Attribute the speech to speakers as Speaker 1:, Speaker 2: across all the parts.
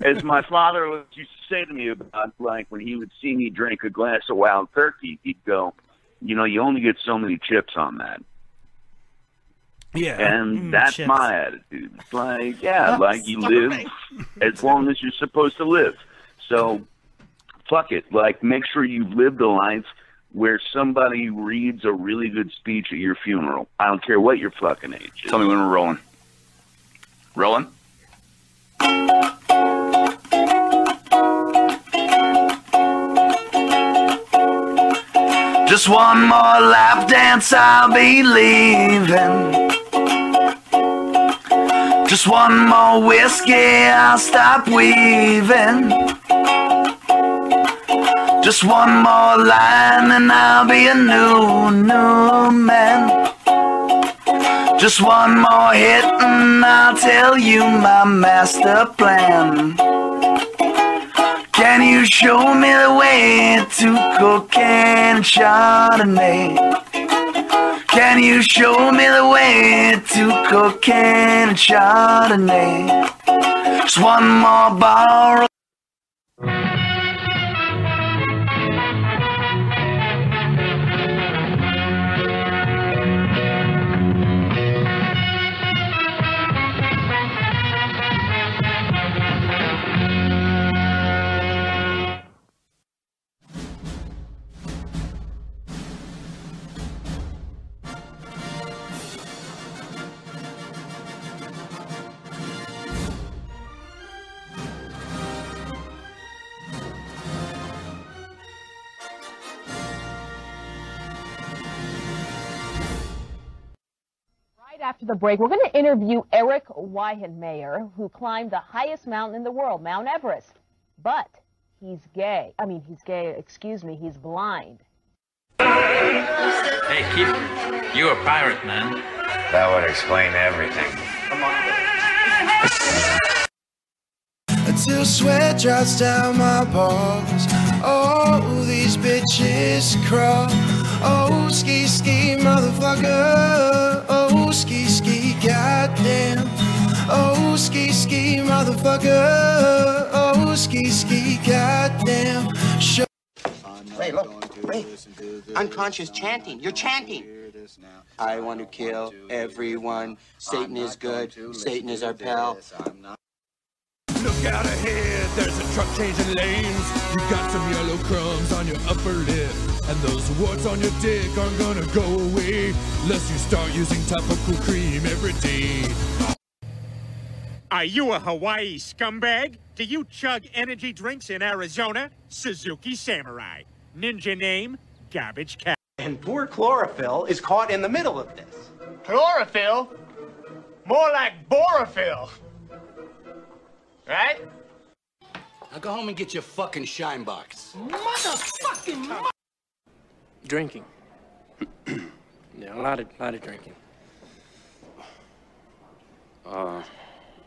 Speaker 1: as my father used to say to me about, like when he would see me drink a glass of wild turkey, he'd go, "You know, you only get so many chips on that."
Speaker 2: Yeah.
Speaker 1: And
Speaker 2: Mm,
Speaker 1: that's
Speaker 2: chips.
Speaker 1: my attitude. It's like, yeah,
Speaker 2: Oh,
Speaker 1: like you
Speaker 2: sorry.
Speaker 1: live as long as you're supposed to live. So fuck it. Like make sure you've lived a life where somebody reads a really good speech at your funeral. I don't care what your fucking age is.
Speaker 3: Tell me when we're rolling. Rolling? Just one more lap dance, I'll be leaving. Just one more whiskey, I'll stop weaving. Just one more line, and I'll be a new, new man. Just one more hit and I'll tell you my master plan. Can you show me the way to cocaine and Chardonnay? Can you show me the way to cocaine and Chardonnay? Just one more bar.
Speaker 4: Right after the break, we're going to interview Eric Weihenmayer, who climbed the highest mountain in the world, Mount Everest. But he's gay. I mean, he's gay, excuse me, he's blind.
Speaker 5: Hey, keep. You a pirate, man. That would explain everything.
Speaker 6: Until sweat drops down my balls. Oh, these bitches crawl. Oh, ski ski motherfucker. Oh, ski ski goddamn. Oh, ski ski motherfucker. Oh, ski ski goddamn. Show-
Speaker 7: Ray, look. Ray. Unconscious chanting. You're chanting.
Speaker 6: I want to kill everyone. Satan is good. Satan is our pal.
Speaker 8: Look out ahead, there's a truck changing lanes. You got some yellow crumbs on your upper lip, and those warts on your dick aren't gonna go away unless you start using topical cream every day.
Speaker 9: Are you a Hawaii scumbag? Do you chug energy drinks in Arizona? Suzuki Samurai. Ninja name, Garbage Cat.
Speaker 7: And poor chlorophyll is caught in the middle of this.
Speaker 9: Chlorophyll? More like borophyll.
Speaker 7: Right? Now go home and get your fucking shine box.
Speaker 10: Motherfucking
Speaker 11: Drinking. yeah, a lot of lot of drinking.
Speaker 12: Uh,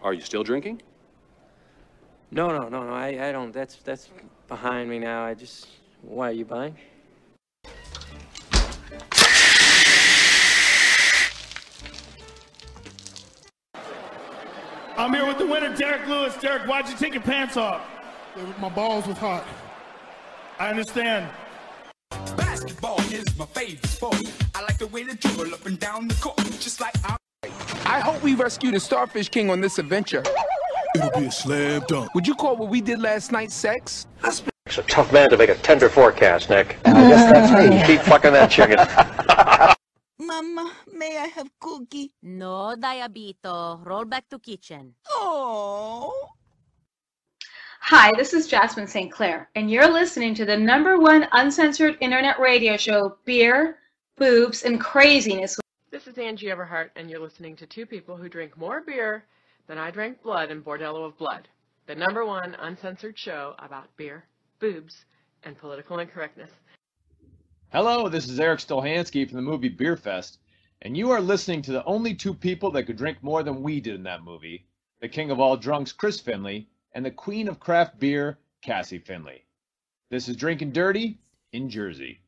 Speaker 12: are you still drinking?
Speaker 11: No, no, no, no. I, I don't. That's that's behind me now. I just. Why are you buying?
Speaker 13: I'm here with the winner, Derek Lewis. Derek, why'd you take your pants off? My balls was hot. I understand.
Speaker 14: Basketball is my favorite sport. I like the way they dribble up and down the court, just like I.
Speaker 15: I hope we rescue the Starfish King on this adventure.
Speaker 8: It'll be a slam dunk.
Speaker 15: Would you call what we did last night sex?
Speaker 16: It's a tough man to make a tender forecast, Nick. And I guess that's me. Keep fucking that chicken.
Speaker 17: Mama, may I have cookie? No, diabito. Roll back to kitchen.
Speaker 18: Oh. Hi, this is Jasmine St. Clair, and you're listening to the number one uncensored internet radio show, Beer, Boobs, and Craziness.
Speaker 19: This is Angie Everhart, and you're listening to two people who drink more beer than I drank blood in Bordello of Blood, the number one uncensored show about beer, boobs, and political incorrectness.
Speaker 20: Hello, this is Eric Stolhansky from the movie Beer Fest, and you are listening to the only two people that could drink more than we did in that movie the king of all drunks, Chris Finley, and the queen of craft beer, Cassie Finley. This is Drinking Dirty in Jersey.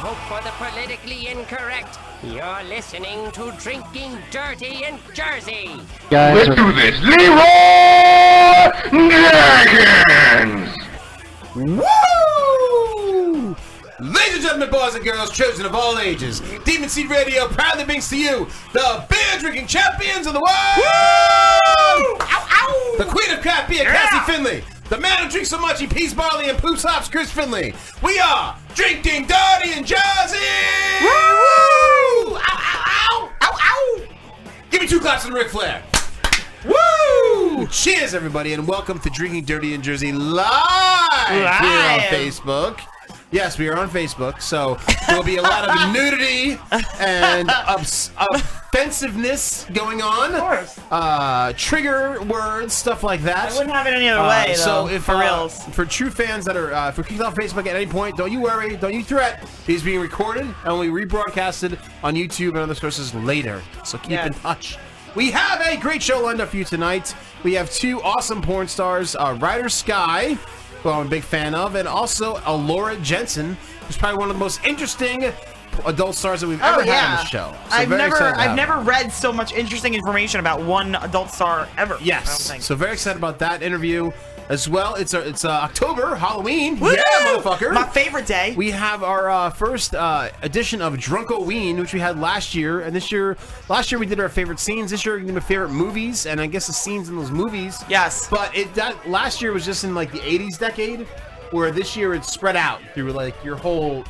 Speaker 19: politically incorrect. You're listening to Drinking Dirty in Jersey.
Speaker 8: Let's do this. Leroy Jenkins!
Speaker 21: Woo! Ladies and gentlemen, boys and girls, children of all ages, Demon Seed Radio proudly brings to you the beer drinking champions of the world! The queen of craft beer, Cassie Finley. The man who drinks so much he pees barley and poops hops, Chris Finley. We are drinking dirty and jazzy! Woo! Ow, ow, ow! Ow, ow! Give me two claps and Ric Flair. Woo! Cheers, everybody, and welcome to Drinking Dirty in Jersey live, here on
Speaker 22: Live.
Speaker 21: Facebook. Yes, we are on Facebook, so there'll be a lot of nudity and obs- offensiveness going on. Of course. Uh, trigger words, stuff like that.
Speaker 23: I wouldn't have it any other way,
Speaker 21: So
Speaker 23: though,
Speaker 21: if
Speaker 23: for
Speaker 21: uh,
Speaker 23: reals.
Speaker 21: for true fans that are uh, if we're kicked off Facebook at any point, don't you worry, don't you threat. It is being recorded and will be rebroadcasted on YouTube and other sources later. So keep in touch. We have a great show lined up for you tonight. We have two awesome porn stars, uh, Ryder Sky, who I'm a big fan of, and also Alora Jensen, who's probably one of the most interesting adult stars that we've ever had on the show. So
Speaker 23: Oh, I've
Speaker 21: very
Speaker 23: never
Speaker 21: excited to
Speaker 23: I've
Speaker 21: have her.
Speaker 23: never read so much interesting information about one adult star ever.
Speaker 21: Yes.
Speaker 23: I don't think.
Speaker 21: So very excited about that interview as well. It's uh it's uh, October, Halloween.
Speaker 23: Woo!
Speaker 21: Yeah, motherfucker.
Speaker 23: My favorite day.
Speaker 21: We have our uh, first uh, edition of Drunkoween, which we had last year, and this year, last year we did our favorite scenes. This year we did our favorite movies, and I guess the scenes in those movies.
Speaker 23: Yes.
Speaker 21: But it that last year was just in like the '80s decade, where this year it's spread out through like your whole.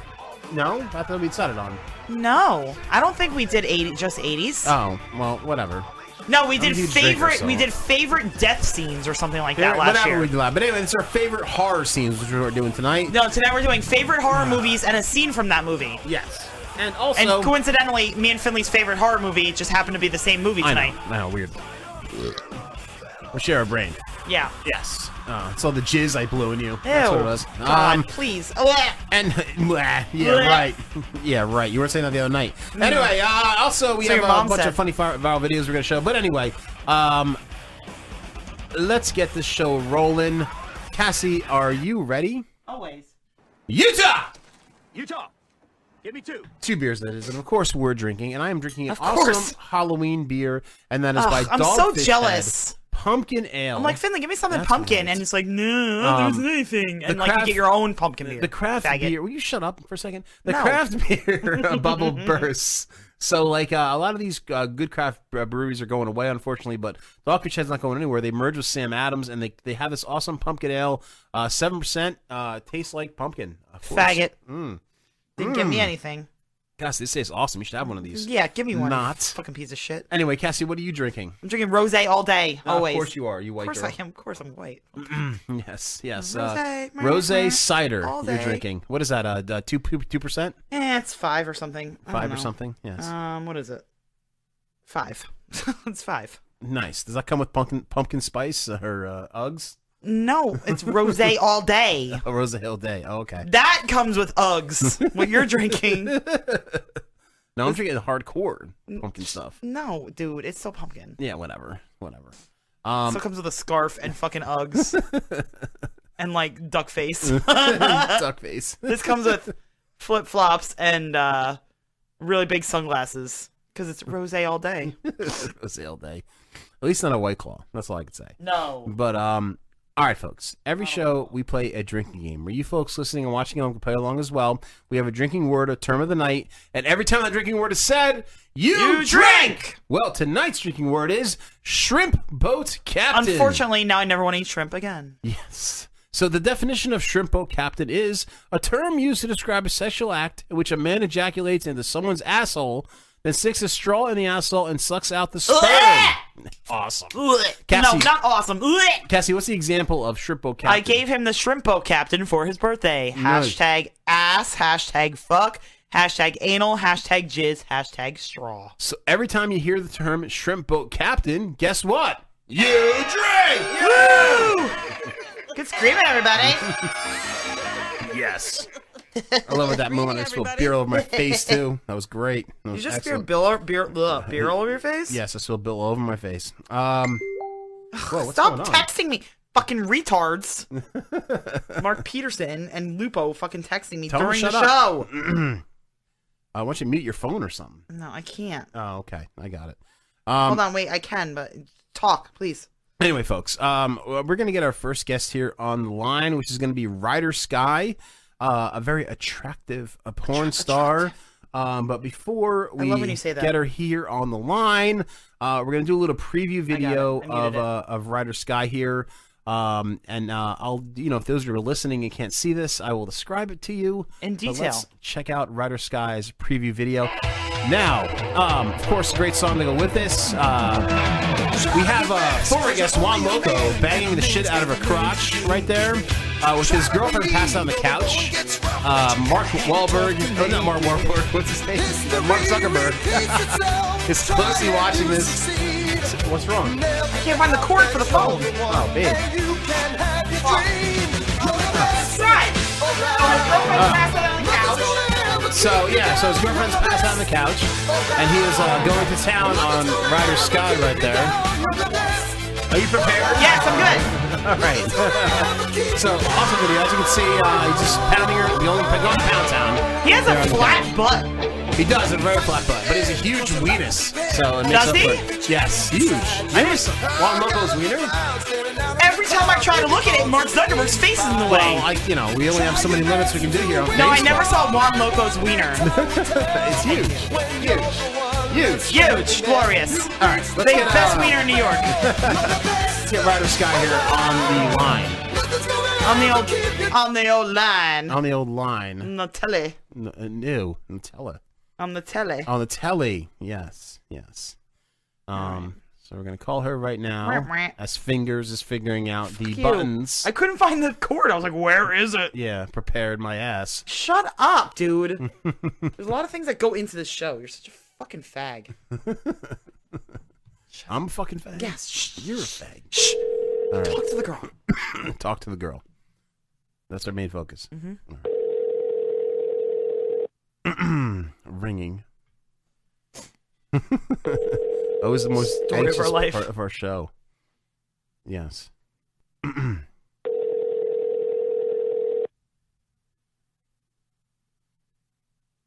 Speaker 21: No, I thought we decided on.
Speaker 23: No, I don't think we did 80 just 80s.
Speaker 21: Oh well, whatever.
Speaker 23: No, we
Speaker 21: I'm
Speaker 23: did
Speaker 21: a huge drinker,
Speaker 23: favorite. We
Speaker 21: so-
Speaker 23: did favorite death scenes or something like that
Speaker 21: Yeah,
Speaker 23: last
Speaker 21: whatever
Speaker 23: year.
Speaker 21: we did last. But anyway, it's our favorite horror scenes, which we're doing tonight.
Speaker 23: No, today we're doing favorite horror movies and a scene from that movie.
Speaker 21: Yes. And
Speaker 23: and coincidentally, me and Finley's favorite horror movie just happened to be the same movie tonight.
Speaker 21: I know, I know, weird. We'll share a brain.
Speaker 23: Yeah.
Speaker 21: Yes. Oh, it's all the jizz I blew in you. Ew. That's what it was.
Speaker 23: God, please. Oh,
Speaker 21: and yeah,
Speaker 23: Bleh.
Speaker 21: right. yeah, right. You were saying that the other night. Anyway, uh, also we
Speaker 23: Mm-hmm. So
Speaker 21: have
Speaker 23: your
Speaker 21: a
Speaker 23: mom
Speaker 21: bunch
Speaker 23: said.
Speaker 21: of funny fir- viral videos we're gonna show. But anyway, um, let's get this show rolling. Cassie, are you ready?
Speaker 23: Always.
Speaker 21: Utah.
Speaker 24: Utah, give me two.
Speaker 21: Two beers, that is, and of course we're drinking, and I am drinking an
Speaker 23: Of
Speaker 21: awesome
Speaker 23: course.
Speaker 21: Halloween beer, and that is
Speaker 23: Ugh,
Speaker 21: by
Speaker 23: I'm so
Speaker 21: Dogfish Head
Speaker 23: jealous.
Speaker 21: Pumpkin Ale.
Speaker 23: I'm like Finley, give me something
Speaker 21: That's
Speaker 23: pumpkin, and it's like no,
Speaker 21: Um,
Speaker 23: there's anything,
Speaker 21: the
Speaker 23: and like
Speaker 21: craft-
Speaker 23: you get your own pumpkin beer.
Speaker 21: The craft
Speaker 23: faggot.
Speaker 21: beer. Will you shut up for a second? The
Speaker 23: No.
Speaker 21: craft beer uh, bubble bursts. So, like uh, a lot of these uh, good craft uh, breweries are going away, unfortunately. But Dogfish Head's not going anywhere. They merged with Sam Adams, and they they have this awesome pumpkin ale, seven percent, uh, tastes like pumpkin. Of course.
Speaker 23: Faggot.
Speaker 21: Mm.
Speaker 23: Didn't give me
Speaker 21: Mm.
Speaker 23: anything.
Speaker 21: Gosh, this tastes awesome. You should have one of these.
Speaker 23: Yeah, give me one.
Speaker 21: Not
Speaker 23: fucking piece of shit.
Speaker 21: Anyway, Cassie, what are you drinking?
Speaker 23: I'm drinking rosé all day,
Speaker 21: Uh,
Speaker 23: always.
Speaker 21: Of course you are. You
Speaker 23: Of
Speaker 21: white
Speaker 23: course
Speaker 21: girl.
Speaker 23: I am. Of course I'm white.
Speaker 21: yes, yes.
Speaker 23: Rosé,
Speaker 21: uh,
Speaker 23: meh,
Speaker 21: rose
Speaker 23: meh,
Speaker 21: cider.
Speaker 23: all
Speaker 21: You're
Speaker 23: day.
Speaker 21: drinking. What is that? Uh, d- two two percent.
Speaker 23: Eh, it's five or something. I don't
Speaker 21: Five or
Speaker 23: know.
Speaker 21: something, yes.
Speaker 23: Um, what is it? Five. it's five.
Speaker 21: Nice. Does that come with pumpkin pumpkin spice or uh, Uggs?
Speaker 23: No, it's rosé all day.
Speaker 21: Oh, Rosa Hill Day. Oh, okay.
Speaker 23: That comes with Uggs. What you're drinking?
Speaker 21: No, I'm drinking hardcore pumpkin stuff.
Speaker 23: No, dude, it's still pumpkin.
Speaker 21: Yeah, whatever, whatever.
Speaker 23: Um,
Speaker 21: Um,
Speaker 23: still comes with a scarf and fucking Uggs and like duck face.
Speaker 21: Duck face.
Speaker 23: this comes with flip flops and uh, really big sunglasses because it's rose all day.
Speaker 21: Rosa Hill Day. At least not a White Claw. That's all I can say.
Speaker 23: No.
Speaker 21: But um, all right, folks. Every show we play a drinking game. Where you folks listening and watching at home can play along as well. We have a drinking word, a term of the night, and every time that drinking word is said, you,
Speaker 23: You
Speaker 21: drink. Well, tonight's drinking word is shrimp boat captain.
Speaker 23: Unfortunately, now I never want to eat shrimp again.
Speaker 21: Yes. So the definition of shrimp boat captain is a term used to describe a sexual act in which a man ejaculates into someone's asshole, then sticks a straw in the asshole and sucks out the sperm. awesome. Cassie.
Speaker 23: No, not awesome. Blech.
Speaker 21: Cassie, what's the example of shrimp boat captain?
Speaker 23: I gave him the shrimpo captain for his birthday.
Speaker 21: Nice.
Speaker 23: Hashtag ass, hashtag fuck, hashtag anal, hashtag jizz, hashtag straw.
Speaker 21: So every time you hear the term shrimp boat captain, guess what? You drink.
Speaker 23: Woo! Good screaming, everybody.
Speaker 21: Yes. I love at that moment. I spilled beer all over my face too. That was great. That
Speaker 23: You
Speaker 21: was
Speaker 23: just
Speaker 21: excellent.
Speaker 23: spilled beer, beer, ugh, beer all over your face?
Speaker 21: Yes, I spilled beer all over my face. Um, whoa, what's
Speaker 23: Stop
Speaker 21: going on?
Speaker 23: texting me, fucking retards. Mark Peterson and Lupo fucking texting me
Speaker 21: Tell him
Speaker 23: during
Speaker 21: to
Speaker 23: the
Speaker 21: shut
Speaker 23: show.
Speaker 21: up. Uh, why don't you mute your phone or something?
Speaker 23: No, I can't.
Speaker 21: Oh, okay. I got it. Um,
Speaker 23: Hold on, wait. I can, but talk, please.
Speaker 21: Anyway, folks, um, we're going to get our first guest here on the line, which is going to be Ryder Sky, uh, a very attractive a porn star. Um, but before we
Speaker 23: love when you say that.
Speaker 21: get her here on the line, uh, we're going to do a little preview video
Speaker 23: I muted
Speaker 21: of
Speaker 23: it.
Speaker 21: uh, of Ryder Sky here. Um, and uh, I'll, you know, if those who are listening and can't see this, I will describe it to you
Speaker 23: In
Speaker 21: But let's
Speaker 23: detail.
Speaker 21: check out Ryder Sky's preview video. Now, um, of course, great song to go with this. Uh, we have uh, former guest Juan Loco banging the shit out of her crotch right there, uh, with his girlfriend passed out on the couch. Uh, Mark Wahlberg, oh, not Mark Wahlberg, what's his name? Uh, Mark Zuckerberg is closely watching this. What's wrong?
Speaker 23: I can't find the cord for the phone.
Speaker 21: Oh, babe. So yeah, so his girlfriend's passed out on the couch, and he is uh, going to town on Ryder Sky right there. Are you prepared?
Speaker 23: Yes, I'm good.
Speaker 21: All right. so awesome video. As you can see, uh, he's just pounding her. The only going to Pound Town.
Speaker 23: He has
Speaker 21: There on
Speaker 25: a
Speaker 21: the
Speaker 25: flat
Speaker 21: couch.
Speaker 23: butt.
Speaker 21: He does a very flat butt, but he's a huge weenus. So it makes
Speaker 23: Does
Speaker 21: up
Speaker 23: he?
Speaker 21: for it. Yes, huge. I never saw Juan Loco's wiener.
Speaker 23: Every time I try to look at it, Mark Zuckerberg's face is in the way.
Speaker 21: Well, I, you know, we only have so many limits we can do here. On
Speaker 23: no, I
Speaker 21: Facebook.
Speaker 23: never saw Juan Loco's wiener.
Speaker 21: it's huge. Huge.
Speaker 23: Huge. Glorious.
Speaker 21: All right, let's
Speaker 23: the
Speaker 21: get, uh,
Speaker 23: best wiener in New York.
Speaker 21: Let's get Ryder Sky here on the line.
Speaker 23: on the old, on the old line.
Speaker 21: On the old line.
Speaker 23: On the telly.
Speaker 21: N- uh, new Nutella.
Speaker 23: On the telly.
Speaker 21: On the telly. Yes. Yes. Um. So we're gonna call her right
Speaker 23: Wah,
Speaker 21: now.
Speaker 23: wah.
Speaker 21: As fingers is figuring out the
Speaker 23: Cute.
Speaker 21: buttons.
Speaker 23: I couldn't find the cord. I was like, where is it?
Speaker 21: Yeah. Prepared my ass.
Speaker 23: Shut up, dude. There's a lot of things that go into this show. You're such a fucking fag.
Speaker 21: I'm a fucking fag.
Speaker 23: Yes.
Speaker 21: You're a fag. Shh. All right.
Speaker 23: Talk to the girl.
Speaker 21: Talk to the girl. That's our main focus.
Speaker 23: Mm-hmm.
Speaker 21: Ringing. Always the most
Speaker 23: Story of
Speaker 21: anxious
Speaker 23: our life.
Speaker 21: part of our show. Yes.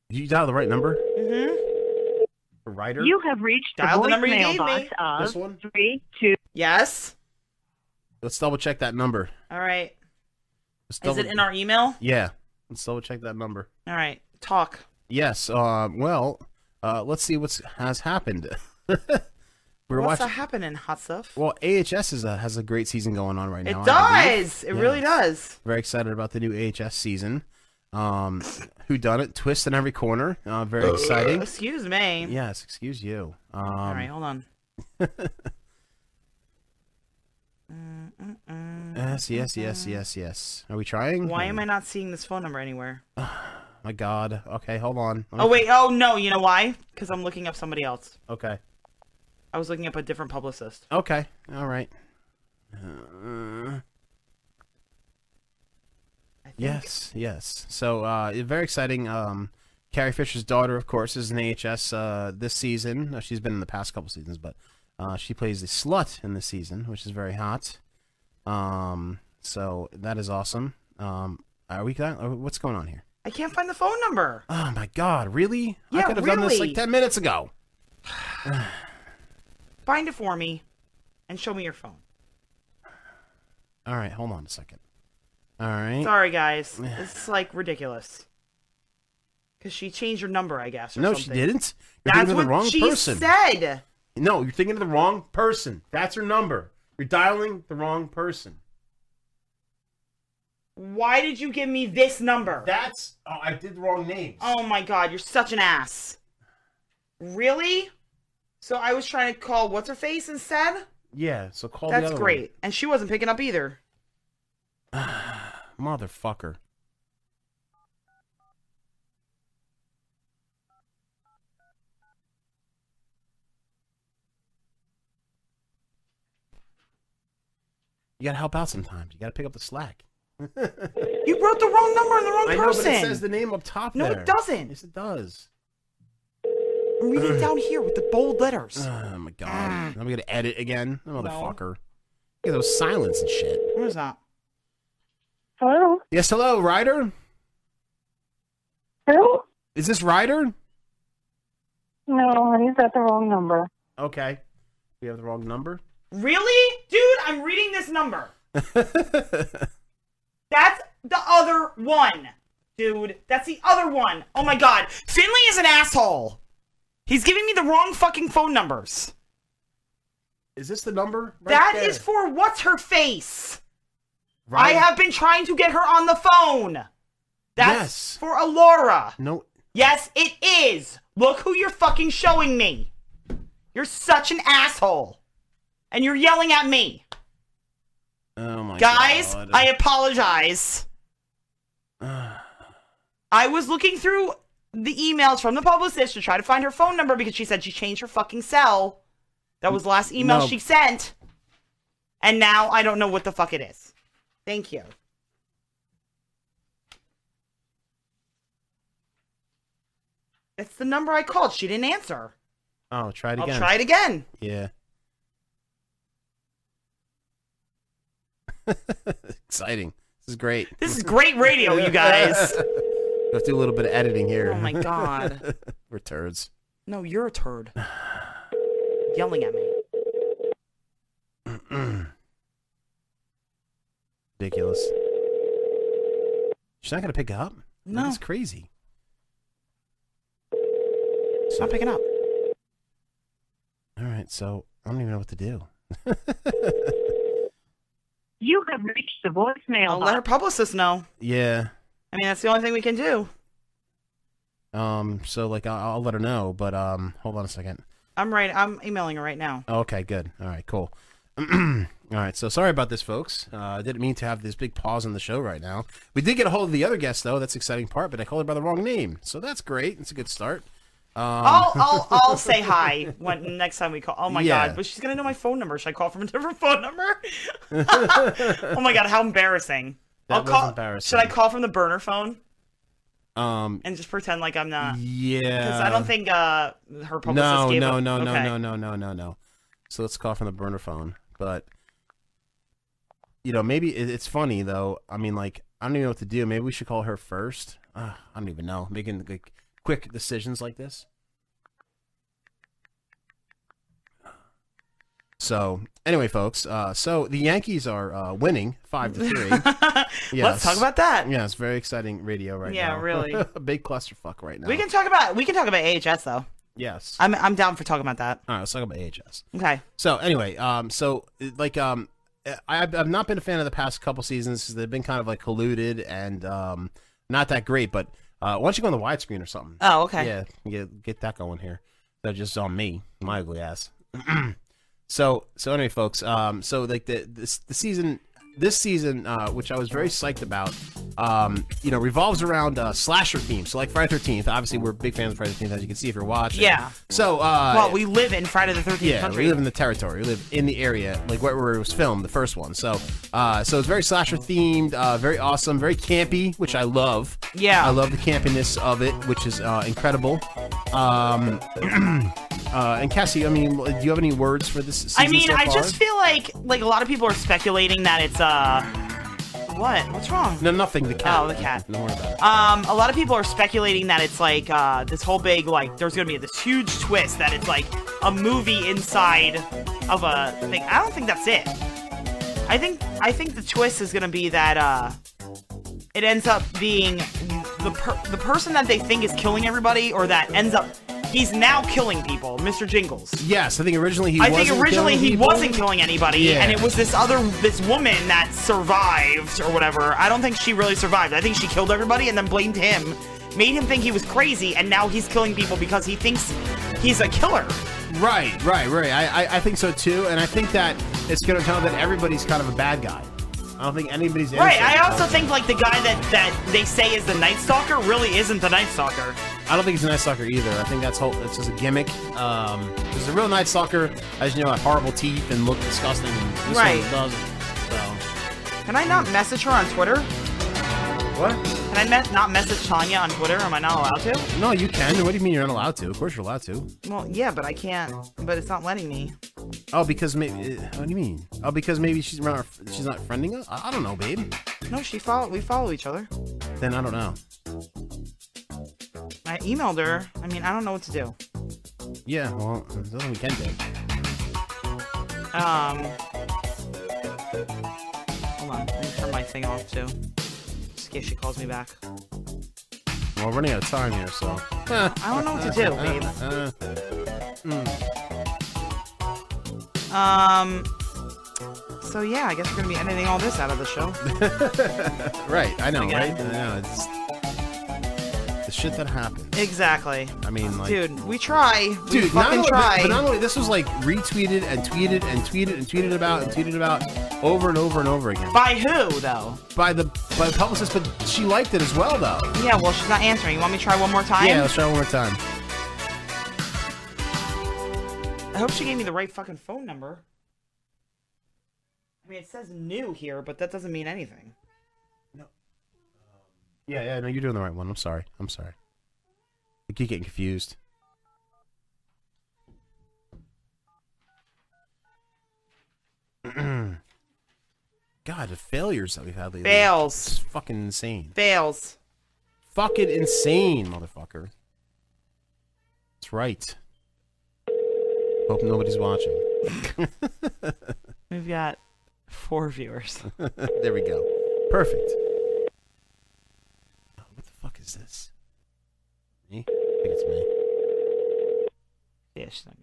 Speaker 21: Did you dial the right number?
Speaker 23: Mm-hmm.
Speaker 21: Writer?
Speaker 23: have reached
Speaker 26: the voicemail box of This one?
Speaker 23: three, two. Yes.
Speaker 21: Let's double check that number.
Speaker 23: All right.
Speaker 21: Let's
Speaker 23: Is
Speaker 21: double-
Speaker 23: it in our email?
Speaker 21: Yeah. Let's double check that number.
Speaker 23: All right. Talk.
Speaker 21: Yes. Uh, well, uh, let's see what's has happened. we were
Speaker 23: What's
Speaker 21: watching.
Speaker 23: happening, hot stuff?
Speaker 21: well, AHS is a, has a great season going on right
Speaker 23: It
Speaker 21: now. I believe.
Speaker 23: does. It really
Speaker 21: Yeah.
Speaker 23: does.
Speaker 21: Very excited about the new AHS season. Um, who done it? Twist in every corner. Uh, very exciting.
Speaker 23: Excuse me.
Speaker 21: Yes. Excuse you. Um,
Speaker 23: All right, hold on.
Speaker 21: Um, Yes. Yes. Yes. Yes. Yes. Are we trying?
Speaker 23: Why am I not seeing this phone number anywhere?
Speaker 21: My God. Okay. Hold on. Let me-
Speaker 23: Oh wait. Oh no. You know why? Because I'm looking up somebody else.
Speaker 21: Okay.
Speaker 23: I was looking up a different publicist.
Speaker 21: Okay. All right. Uh, yes, yes. So uh, it- very exciting. Um, Carrie Fisher's daughter, of course, is in AHS uh, this season. Uh, she's been in the past couple seasons, but uh, she plays the slut in this season, which is very hot. Um, so that is awesome. Um, are we? Got, are- what's going on here?
Speaker 23: I can't find the phone number.
Speaker 21: Oh my God! Really? I
Speaker 23: Yeah,
Speaker 21: could have done this like
Speaker 23: really.
Speaker 21: ten minutes ago.
Speaker 23: Find it for me, and show me your phone.
Speaker 21: All right, hold on a second. All right.
Speaker 23: Sorry, guys. This is like ridiculous. Cause she changed her number, I guess. Or
Speaker 21: No, she
Speaker 23: something.
Speaker 21: didn't. You're
Speaker 23: That's
Speaker 21: thinking
Speaker 23: what
Speaker 21: of the wrong
Speaker 23: she
Speaker 21: person.
Speaker 23: said.
Speaker 21: No, you're thinking of the wrong person. That's her number. You're dialing the wrong person.
Speaker 23: Why did you give me this number?
Speaker 21: That's. Oh, I did the wrong names.
Speaker 23: Oh my god, you're such an ass. Really? So I was trying to call what's her face instead.
Speaker 21: Yeah, so call the
Speaker 23: That's
Speaker 21: other
Speaker 23: great, and she wasn't picking up either.
Speaker 21: one. Motherfucker. You gotta help out sometimes. You gotta pick up the slack.
Speaker 23: You wrote the wrong number and the wrong
Speaker 21: I know,
Speaker 23: person.
Speaker 21: but it says the name up top
Speaker 23: No, it
Speaker 21: there.
Speaker 23: doesn't.
Speaker 21: Yes, it does.
Speaker 23: I'm reading down here with the bold letters.
Speaker 21: Oh my
Speaker 23: Ah.
Speaker 21: god. Now we gotta edit again? Motherfucker. Look at those silence and shit.
Speaker 23: What is that?
Speaker 27: Hello.
Speaker 21: Yes, hello, Ryder?
Speaker 27: Hello.
Speaker 21: Is this Ryder?
Speaker 28: No, he's at the wrong number.
Speaker 21: Okay. We have the wrong number.
Speaker 23: Really? Dude, I'm reading this number. That's the other one. Dude, that's the other one. Oh my god. Finley is an asshole. He's giving me the wrong fucking phone numbers.
Speaker 21: Is this the number?
Speaker 23: That is for what's her face. I have been trying to get her on the phone. That's for Alora.
Speaker 21: No.
Speaker 23: Yes, it is. Look who you're fucking showing me. You're such an asshole. And you're yelling at me.
Speaker 21: Oh my
Speaker 23: Guys,
Speaker 21: god.
Speaker 23: I apologize. I was looking through the emails from the publicist to try to find her phone number because she said she changed her fucking cell. That was the last email
Speaker 21: No.
Speaker 23: she sent. And now I don't know what the fuck it is. Thank you. That's the number I called. She didn't answer.
Speaker 21: Oh, try it
Speaker 23: I'll
Speaker 21: again.
Speaker 23: try it again.
Speaker 21: Yeah. Exciting. This is great.
Speaker 23: This is great radio, you guys.
Speaker 21: Let's do a little bit of editing here.
Speaker 23: Oh my God.
Speaker 21: We're turds.
Speaker 23: No, you're a turd. Yelling at me.
Speaker 21: Ridiculous. She's not gonna pick up. No, that's crazy. It's
Speaker 23: not picking up.
Speaker 21: All right, so I don't even know what to do.
Speaker 23: You have reached the voicemail. I'll let her publicist know.
Speaker 21: Yeah.
Speaker 23: I mean, that's the only thing we can do.
Speaker 21: Um. So like, I'll, I'll let her know. But um, hold on a second.
Speaker 23: I'm right. I'm emailing her right now.
Speaker 21: Okay, good. All right, cool. All right, so sorry about this, folks. Uh, I didn't mean to have this big pause in the show right now. We did get a hold of the other guest, though. That's the exciting part, but I called her by the wrong name, so that's great. It's a good start. Um,
Speaker 23: I'll, I'll, I'll say hi when next time we call. Oh my
Speaker 21: Yeah.
Speaker 23: god! But she's gonna know my phone number. Should I call from a different phone number? oh my god! How embarrassing!
Speaker 21: That
Speaker 23: I'll
Speaker 21: was
Speaker 23: call.
Speaker 21: embarrassing.
Speaker 23: Should I call from the burner phone
Speaker 21: um,
Speaker 23: and just pretend like I'm not?
Speaker 21: yeah.
Speaker 23: Because I don't think uh, her publicist
Speaker 21: No,
Speaker 23: gave
Speaker 21: no,
Speaker 23: a-
Speaker 21: no, no,
Speaker 23: okay.
Speaker 21: no, no, no, no, no. So let's call from the burner phone. But you know, maybe it, it's funny though. I mean, like I don't even know what to do. Maybe we should call her first. Uh, I don't even know. Making like quick decisions like this. So anyway, folks. Uh, so the Yankees are uh, winning five to three.
Speaker 23: Let's talk about that.
Speaker 21: Yeah, it's very exciting radio right
Speaker 23: Yeah,
Speaker 21: now.
Speaker 23: really.
Speaker 21: a big clusterfuck right now.
Speaker 23: We can talk about we can talk about AHS though.
Speaker 21: Yes.
Speaker 23: I'm I'm down for talking about that.
Speaker 21: All right, let's talk about AHS.
Speaker 23: Okay.
Speaker 21: So anyway, um, so like um, I, I've not been a fan of the past couple seasons. 'cause They've been kind of like colluded and um, not that great. But uh, why don't you go on the widescreen or something?
Speaker 23: Oh, okay.
Speaker 21: Yeah, get get that going here. That's just on me, my ugly ass. so so anyway, folks. Um, so like the this the season. This season, uh, which I was very psyched about, um, you know, revolves around uh, slasher themes. So, like Friday Thirteenth, obviously we're big fans of Friday Thirteenth, as you can see if you're watching.
Speaker 23: Yeah.
Speaker 21: So, uh,
Speaker 23: well, we live in Friday the Thirteenth
Speaker 21: yeah,
Speaker 23: country.
Speaker 21: we live in the territory. We live in the area, like where, where it was filmed, the first one. So, uh, so it's very slasher themed, uh, very awesome, very campy, which I love.
Speaker 23: Yeah.
Speaker 21: I love the campiness of it, which is uh, incredible. Um, uh, and Cassie, I mean, do you have any words for this? Season
Speaker 23: I mean,
Speaker 21: so
Speaker 23: I
Speaker 21: far?
Speaker 23: just feel like like a lot of people are speculating that it's uh, what? What's wrong?
Speaker 21: no nothing. The cat.
Speaker 23: Oh, the cat.
Speaker 21: Don't worry about it.
Speaker 23: Um, a lot of people are speculating that it's like uh, this whole big like there's gonna be this huge twist that it's like a movie inside of a thing. I don't think that's it. I think I think the twist is gonna be that uh, it ends up being the per- the person that they think is killing everybody or that ends up he's now killing people, Mr. Jingles.
Speaker 21: Yes, I think originally he.
Speaker 23: I think
Speaker 21: wasn't
Speaker 23: originally
Speaker 21: killing
Speaker 23: he
Speaker 21: people.
Speaker 23: wasn't killing anybody,
Speaker 21: Yeah.
Speaker 23: and it was this other this woman that survived or whatever. I don't think she really survived. I think she killed everybody and then blamed him, made him think he was crazy, and now he's killing people because he thinks he's a killer.
Speaker 21: Right, right, right. I, I, I think so too, and I think that it's going to tell that everybody's kind of a bad guy. I don't think anybody's
Speaker 23: Right.
Speaker 21: innocent.
Speaker 23: I also think like the guy that that they say is the Night Stalker really isn't the Night Stalker.
Speaker 21: I don't think he's a night stalker either. I think that's whole. It's just a gimmick. Um, because a real night stalker, as you know, had horrible teeth and looked disgusting. And this
Speaker 23: Right.
Speaker 21: One doesn't.
Speaker 23: Can I not message her on Twitter?
Speaker 21: So what?
Speaker 23: Can I me- not message Tanya on Twitter? Am I not allowed to?
Speaker 21: No, you can. What do you mean you're not allowed to? Of course you're allowed to.
Speaker 23: Well, yeah, but I can't. But it's not letting me.
Speaker 21: Oh, because maybe. uh, What do you mean? Oh, because maybe she's not. She's not friending us. I, I don't know, babe.
Speaker 23: No, she follow. We follow each other.
Speaker 21: Then I don't know.
Speaker 23: I emailed her. I mean, I don't know what to do.
Speaker 21: Yeah, well, there's nothing we can do.
Speaker 23: Um. Hold on, let me turn my thing off too. Just in case she calls me back.
Speaker 21: Well, we're running out of time here, so.
Speaker 23: I don't know what to do, babe.
Speaker 21: Uh, Hmm.
Speaker 23: Um. So yeah, I guess we're gonna be editing all this out of the show.
Speaker 21: right, I know,
Speaker 23: Again.
Speaker 21: right? I know. It's the shit that happens.
Speaker 23: exactly.
Speaker 21: I mean, like,
Speaker 23: Dude, we try. we
Speaker 21: Dude, not
Speaker 23: fucking
Speaker 21: only,
Speaker 23: try.
Speaker 21: But, but not only this was like retweeted and tweeted and tweeted and tweeted about and tweeted about over and over and over again.
Speaker 23: By who though?
Speaker 21: By the by the publicist, but she liked it as well though.
Speaker 23: yeah, well, she's not answering. You want me to try one more time?
Speaker 21: Yeah, let's try one more time.
Speaker 23: I hope she gave me the right fucking phone number. I mean, it says new here, but that doesn't mean anything.
Speaker 21: Yeah, yeah, no, you're doing the right one. I'm sorry. I'm sorry. I keep getting confused. God, the failures that we've had lately.
Speaker 23: Fails.
Speaker 21: It's fucking insane.
Speaker 23: Fails.
Speaker 21: Fucking insane, motherfucker. That's right. Hope nobody's watching.
Speaker 23: We've got four viewers.
Speaker 21: there we go. Perfect. Oh, What the fuck is this? Me? I think it's me.
Speaker 23: Yeah, she's not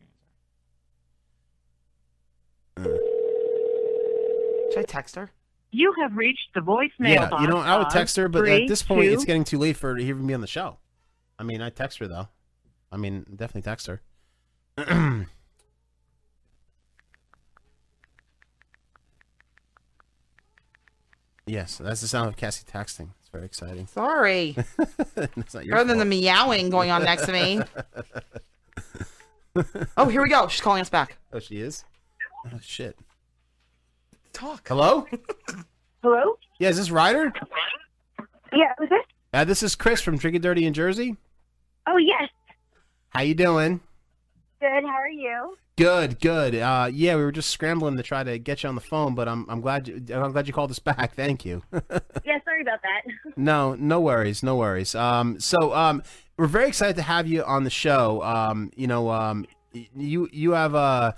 Speaker 23: gonna
Speaker 21: answer.
Speaker 23: Should I text her?
Speaker 1: You have reached the voicemail
Speaker 21: Uh. Yeah, you know, I would
Speaker 1: box
Speaker 21: text her, but
Speaker 1: three,
Speaker 21: at this point,
Speaker 1: two-
Speaker 21: it's getting too late for her to even be on the show. I mean, I text her though. I mean, definitely text her. yes, that's the sound of Cassie texting. It's very exciting.
Speaker 23: Sorry.
Speaker 21: it's not your
Speaker 23: Rather than the
Speaker 21: fault.
Speaker 23: meowing going on next to me. Oh, here we go. She's calling us back.
Speaker 21: Oh, she is. Oh shit.
Speaker 23: Talk.
Speaker 21: Hello.
Speaker 28: Hello?
Speaker 21: Yeah, is this Ryder?
Speaker 28: Yeah, who's this?
Speaker 21: Uh, this is Chris from Drinking Dirty in Jersey.
Speaker 28: Oh, yes.
Speaker 21: How you doing?
Speaker 28: Good. How are you?
Speaker 21: Good, good. Uh, yeah, we were just scrambling to try to get you on the phone, but I'm I'm glad you I'm glad you called us back. Thank you.
Speaker 28: Yeah, sorry about that.
Speaker 21: No, no worries, no worries. Um, so um, we're very excited to have you on the show. Um, you know, um, y- you you have uh,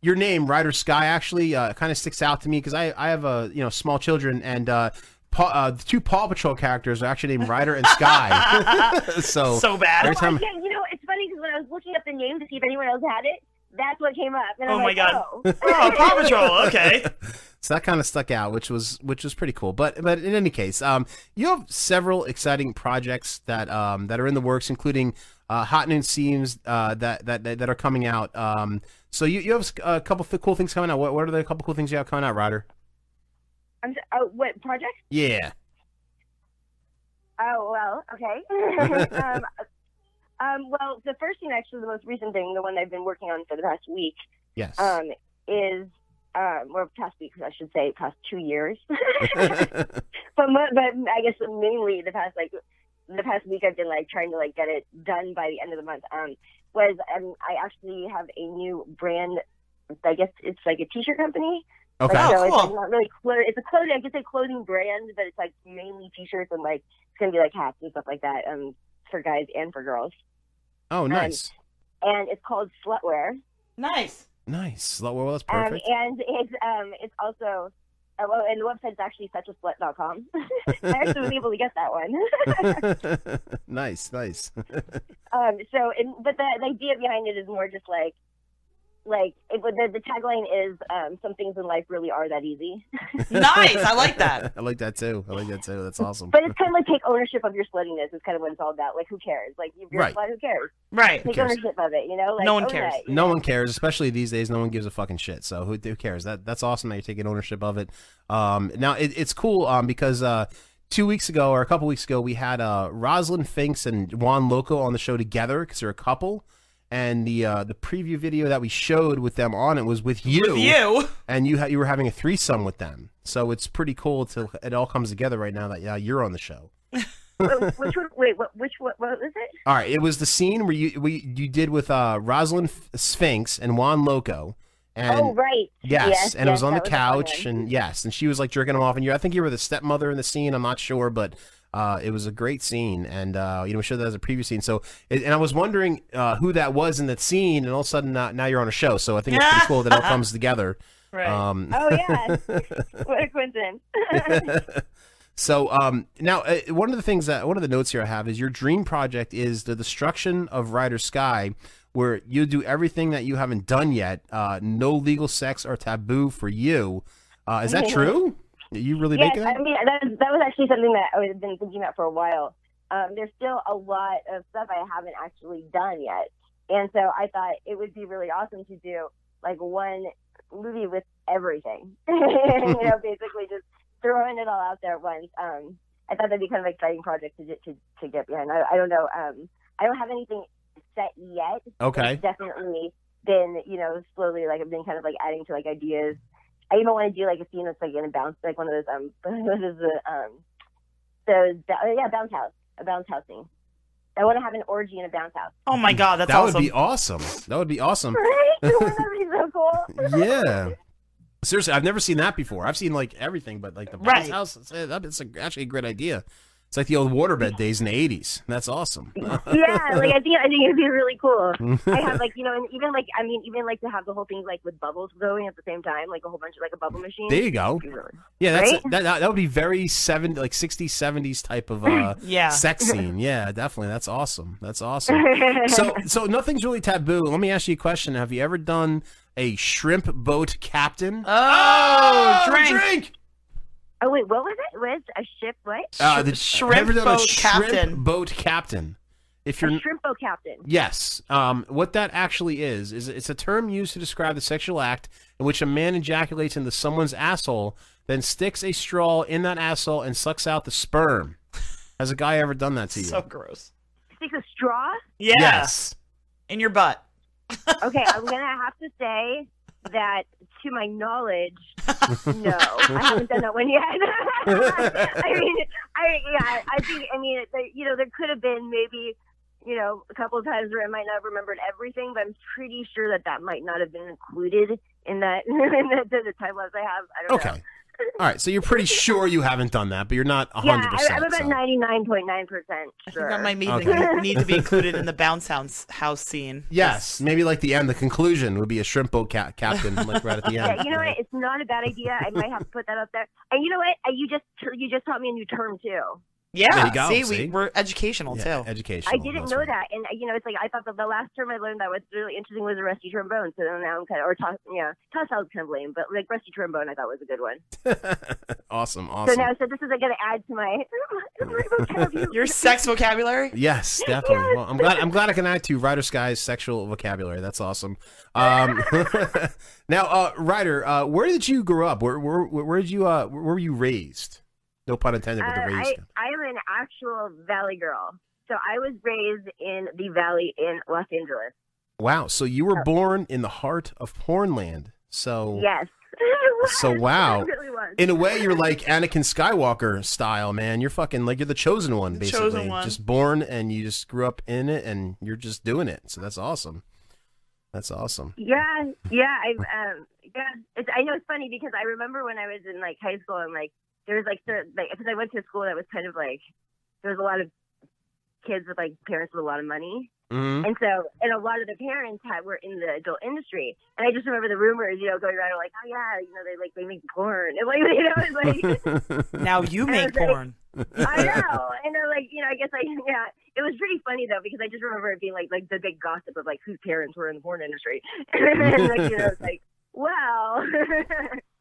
Speaker 21: your name, Ryder Sky, actually uh, kind of sticks out to me because I I have uh, you know small children and uh, Paw, uh, the two Paw Patrol characters are actually named Ryder and Sky. so
Speaker 23: So bad.
Speaker 21: Every time,
Speaker 29: Oh, yeah, you know, it's funny because when I was looking up the name to see if anyone else had it, that's what came up. And
Speaker 23: Oh
Speaker 29: I'm
Speaker 23: my
Speaker 29: like,
Speaker 23: god.
Speaker 29: Oh.
Speaker 23: Oh, Paw Patrol. Okay.
Speaker 21: so that kind of stuck out, which was which was pretty cool. But but in any case, um, you have several exciting projects that um that are in the works, including uh, Hot Noon Seams uh, that, that that that are coming out. Um, so you, you have a couple of cool things coming out. What, what are the couple cool things you have coming out, Ryder?
Speaker 29: I'm so, oh, what project?
Speaker 21: Yeah.
Speaker 29: Oh well, okay. um, um, well, the first thing, actually, the most recent thing, the one I've been working on for the past week,
Speaker 21: Yes.
Speaker 29: um, is um, or past week, I should say, past two years. but mo- but I guess mainly the past like the past week I've been like trying to like get it done by the end of the month. Um, was um, I actually have a new brand. I guess it's like a t-shirt company.
Speaker 30: Okay.
Speaker 29: Like,
Speaker 30: Oh,
Speaker 29: so it's like,
Speaker 30: cool.
Speaker 29: not really clo- It's a clothing. I guess a clothing brand, but it's like mainly t-shirts and like it's gonna be like hats and stuff like that. Um, for guys and for girls. Um,
Speaker 21: Oh, nice,
Speaker 29: And it's called Slutwear.
Speaker 23: Nice.
Speaker 21: nice. Well, well, that's
Speaker 29: Um,
Speaker 21: perfect.
Speaker 29: and it's um, it's also, uh, well, and the website's actually suchaslut.com. I actually was able to get that one.
Speaker 21: nice, nice.
Speaker 29: um, so, and, but the, the idea behind it is more just like, like it, but the, the tagline is um, some things in life really are that easy.
Speaker 21: nice.
Speaker 23: I like that.
Speaker 21: I like that too. I like that too. That's awesome.
Speaker 29: But it's kind of like take ownership of your sluttiness is kind of what it's all about. Like who cares? Like if you're
Speaker 21: Right.
Speaker 29: a slut, who cares?
Speaker 23: Right.
Speaker 29: Take
Speaker 21: Who cares?
Speaker 29: ownership of it. You know, like
Speaker 23: No one
Speaker 29: own
Speaker 23: cares.
Speaker 29: it.
Speaker 21: No one cares, especially these days. No one gives a fucking shit. So who, who cares? That that's awesome that you're taking ownership of it. Um, now it, it's cool um, because uh, two weeks ago or a couple weeks ago we had uh, Rosalind Finks and Juan Loco on the show together because they're a couple. And the uh, the preview video that we showed with them on it was with you.
Speaker 23: With you.
Speaker 21: and you ha- you were having a threesome with them. So it's pretty cool to it all comes together right now that yeah you're on the show.
Speaker 29: Wait, which one? Wait, what? Which what? What was it?
Speaker 21: All right, it was the scene where you we you did with uh, Rosalind F- Sphinx and Juan Loco, and
Speaker 29: oh right.
Speaker 21: yes, and it was on the
Speaker 29: that a fun
Speaker 21: couch,
Speaker 29: one.
Speaker 21: and yes, and she was like jerking him off, and you I think you were the stepmother in the scene. I'm not sure, but Uh, it was a great scene, and uh, you know we showed that as a preview scene. So, and and I was wondering uh, who that was in that scene, and all of a sudden uh, now you're on a show. So I think it's pretty cool that it all comes together.
Speaker 29: Right.
Speaker 21: Um,
Speaker 29: Oh, yeah. what a coincidence.
Speaker 21: so um, now, uh, one of the things that one of the notes here I have is your dream project is the destruction of Rider Sky, where you do everything that you haven't done yet. Uh, no legal sex or taboo for you. Uh, is that true? You really
Speaker 29: Mm-hmm. yes,
Speaker 21: making that?
Speaker 29: I mean that was, that was actually something that I had been thinking about for a while. Um, there's still a lot of stuff I haven't actually done yet, and so I thought it would be really awesome to do like one movie with everything. you know, basically just throwing it all out there at once. Um, I thought that'd be kind of an exciting project to get- to to get behind. I, I don't know. Um, I don't have anything set yet.
Speaker 21: Okay.
Speaker 29: It's definitely been you know slowly like I've been kind of like adding to like ideas I even want to do like a scene that's like in a bounce, like one of those um, one of those uh, um, those oh, yeah, bounce house, a bounce house scene. I want to have an orgy in a bounce house.
Speaker 4: Oh my god, that's
Speaker 21: that
Speaker 4: awesome.
Speaker 21: would be awesome. That would be awesome.
Speaker 29: Right? Wouldn't that be so cool?
Speaker 21: yeah. Seriously, I've never seen that before. I've seen like everything, but like the bounce
Speaker 29: Right.
Speaker 21: house. It's, uh, that- it's a, actually a great idea. It's like the old waterbed days in the eighties. That's awesome.
Speaker 29: yeah, like I think I think it'd be really cool. I have like you know, and even like I mean, even like to have the whole thing like with bubbles going at the same time, like a whole bunch of like a bubble machine.
Speaker 21: there you go.
Speaker 29: It'd be really-
Speaker 21: Yeah, that's
Speaker 29: Right?
Speaker 21: that, that. That would be very seven like 60s, 70s type of uh,
Speaker 29: Yeah.
Speaker 21: sex scene. Yeah, definitely. That's awesome. That's awesome. so so nothing's really taboo. Let me ask you a question. Have you ever done a shrimp boat captain?
Speaker 4: Oh,
Speaker 21: drink.
Speaker 29: Oh wait, what was it? Was a ship? What?
Speaker 21: Uh, the,
Speaker 29: shrimp
Speaker 21: ever done a
Speaker 29: boat
Speaker 21: shrimp
Speaker 29: captain.
Speaker 21: Boat captain. If you're
Speaker 29: a shrimp boat captain.
Speaker 21: Yes. Um, what that actually is is it's a term used to describe the sexual act in which a man ejaculates into someone's asshole, then sticks a straw in that asshole and sucks out the sperm. Has a guy ever done that to you?
Speaker 4: so gross.
Speaker 29: Stick a straw.
Speaker 4: Yeah.
Speaker 21: Yes.
Speaker 4: In your butt.
Speaker 29: okay, I'm gonna have to say that to my knowledge, no, I haven't done that one yet. I mean, I yeah, I think I mean, there- you know, there could have been maybe, you know, a couple of times where I might not have remembered everything, but I'm pretty sure that that might not have been included in that in the, the time lapse I have. I don't know.
Speaker 21: Okay. All right. So you're pretty sure you haven't done that, but you're not
Speaker 29: Yeah,
Speaker 21: 100.
Speaker 29: I, I'm about ninety nine point nine percent sure.
Speaker 4: That might mean
Speaker 21: Okay.
Speaker 4: that need to be included in the bounce house house scene.
Speaker 21: Yes. Maybe like the end, the conclusion would be a shrimp boat ca- captain, like right at the
Speaker 29: Yeah,
Speaker 21: end.
Speaker 29: you know what? It's not a bad idea. I might have to put that up there. And you know what? Uh, You just you just taught me a new term too.
Speaker 4: Yeah.
Speaker 21: There you go,
Speaker 4: see,
Speaker 21: see?
Speaker 4: We, we're educational
Speaker 21: Yeah,
Speaker 4: too.
Speaker 21: education.
Speaker 29: I didn't know that, and uh, you know, it's like I thought that the last term I learned that was really interesting was a rusty trombone. So then now I'm kind of, or toss, yeah, toss out kind of lame, but like rusty trombone, I thought was a good one.
Speaker 21: Awesome. Awesome.
Speaker 29: So now, so this is going to add to my
Speaker 4: your sex vocabulary.
Speaker 21: Yes, definitely. Well, I'm glad I'm glad I can add to Ryder Sky's sexual vocabulary. That's awesome. Um, now, uh, Ryder, uh, where did you grow up? Where where where did you uh, where were you raised? No pun
Speaker 29: Uh,
Speaker 21: intended with the raised.
Speaker 29: I I am an actual Valley girl. So I was raised in the Valley in Los Angeles.
Speaker 21: Wow. So you were born in the heart of pornland. So
Speaker 29: Oh. Yes.
Speaker 21: So wow.
Speaker 29: It really was.
Speaker 21: In a way, you're like Anakin Skywalker style, man. You're fucking like you're the chosen one,
Speaker 29: chosen
Speaker 21: basically.
Speaker 29: one.
Speaker 21: Just born and you just grew up in it, and you're just doing it. So that's awesome. That's awesome.
Speaker 29: Yeah, yeah, I've um, yeah. It's I know it's funny because I remember when I was in like high school and like there was like certain like because I went to a school that was kind of like there was a lot of kids with like parents with a lot of money,
Speaker 8: Mm-hmm.
Speaker 30: Mhm.
Speaker 29: and so and a lot of the parents had were in the adult industry, and I just remember the rumors, you know, going around like, oh yeah, you know, they like they make porn, and like you know, it's like
Speaker 4: now you make porn.
Speaker 29: I know. And then like, you know, I guess I yeah. It was pretty funny though because I just remember it being like like the big gossip of like whose parents were in the porn industry. and like, you know, it's like, wow.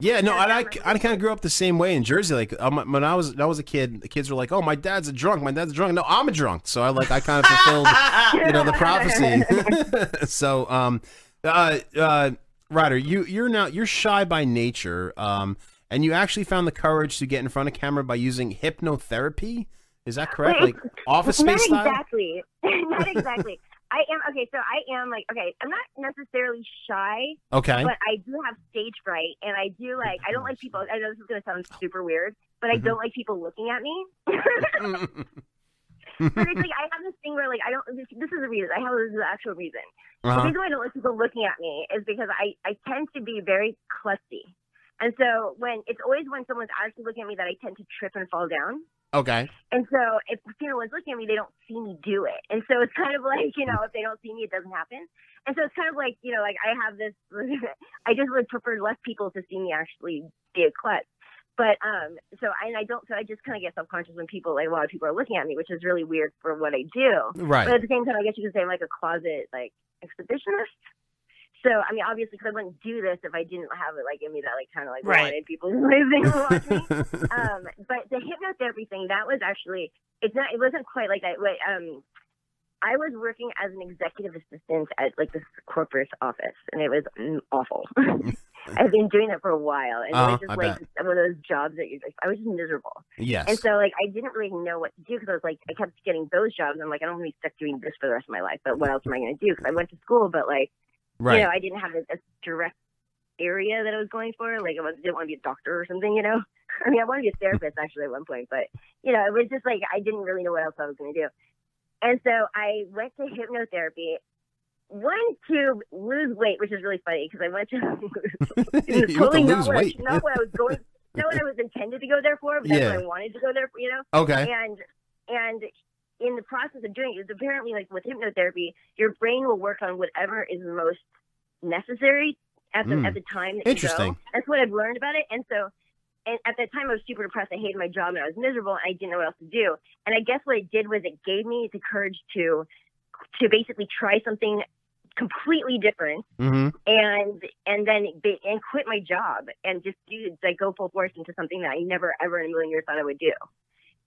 Speaker 21: Yeah, no, and I, I kind of grew up the same way in Jersey. Like um, when I was when I was a kid, the kids were like, "Oh, my dad's a drunk. My dad's a drunk." No, I'm a drunk. So I like I kind of fulfilled you know the prophecy. so um, uh, uh, Ryder, you you're now you're shy by nature. Um, and you actually found the courage to get in front of camera by using hypnotherapy. Is that correct?
Speaker 29: Wait,
Speaker 21: Like office
Speaker 29: not
Speaker 21: space style.
Speaker 29: exactly. not exactly. I am okay, so I am like okay, I'm not necessarily shy.
Speaker 21: Okay.
Speaker 29: But I do have stage fright and I do like I don't like people I know this is gonna sound super weird, but I
Speaker 21: Mm-hmm.
Speaker 29: don't like people looking at me. but it's like I have this thing where like I don't this, this is a reason. I have this is the actual reason.
Speaker 30: Uh-huh.
Speaker 29: The reason why I don't like people looking at me is because I, I tend to be very klutzy. And so when it's always when someone's actually looking at me that I tend to trip and fall down.
Speaker 21: Okay.
Speaker 29: And so if Tina was looking at me, they don't see me do it. And so it's kind of like, you know, if they don't see me, it doesn't happen. And so it's kind of like, you know, like I have this, I just would prefer less people to see me actually be a klutz. But um, so I, and I don't, so I just kind of get subconscious when people, like a lot of people are looking at me, which is really weird for what I do.
Speaker 30: Right.
Speaker 29: But at the same time, I guess you could say I'm like a closet, like exhibitionist. So I mean, obviously, because I wouldn't do this if I didn't have it like in me that like kind of like
Speaker 30: Right.
Speaker 29: wanted people to like, they would watch me. um, but the hypnotherapy thing that was actually it's not it wasn't quite like that. Wait, um, I was working as an executive assistant at like this corporate office, and it was mm, awful. I've been doing it for a while, and it
Speaker 30: Uh-huh,
Speaker 29: was just
Speaker 30: I
Speaker 29: like
Speaker 30: bet.
Speaker 29: one of those jobs that you're like, I was just miserable.
Speaker 30: Yes.
Speaker 29: And so like I didn't really know what to do because I was like I kept getting those jobs. I'm like I don't want to be stuck doing this for the rest of my life. But what else am I going to do? Because I went to school, but like
Speaker 30: Right.
Speaker 29: you know I didn't have a, a direct area that I was going for. Like I was, didn't want to be a doctor or something. You know. I mean I wanted to be a therapist actually at one point, but you know it was just like I didn't really know what else I was going to do. And so I went to hypnotherapy. One to lose weight, which is really funny because I went to
Speaker 30: You
Speaker 29: It's
Speaker 30: want to
Speaker 29: totally
Speaker 30: lose
Speaker 29: not what, I-
Speaker 30: weight.
Speaker 29: Not what I was going. Not what I was intended to go there for, but that's
Speaker 30: Yeah.
Speaker 29: what I wanted to go there for. You know.
Speaker 30: Okay.
Speaker 29: And and in the process of doing it, it's apparently like with hypnotherapy, your brain will work on whatever is most necessary at the
Speaker 30: Mm.
Speaker 29: at the time. That You
Speaker 30: Interesting.
Speaker 29: go. That's what I've learned about it, and so. And at that time, I was super depressed. I hated my job and I was miserable. And I didn't know what else to do. And I guess what it did was it gave me the courage to, to basically try something completely different
Speaker 30: Mm-hmm.
Speaker 29: and and then they, and quit my job and just do like go full force into something that I never ever in a million years thought I would do.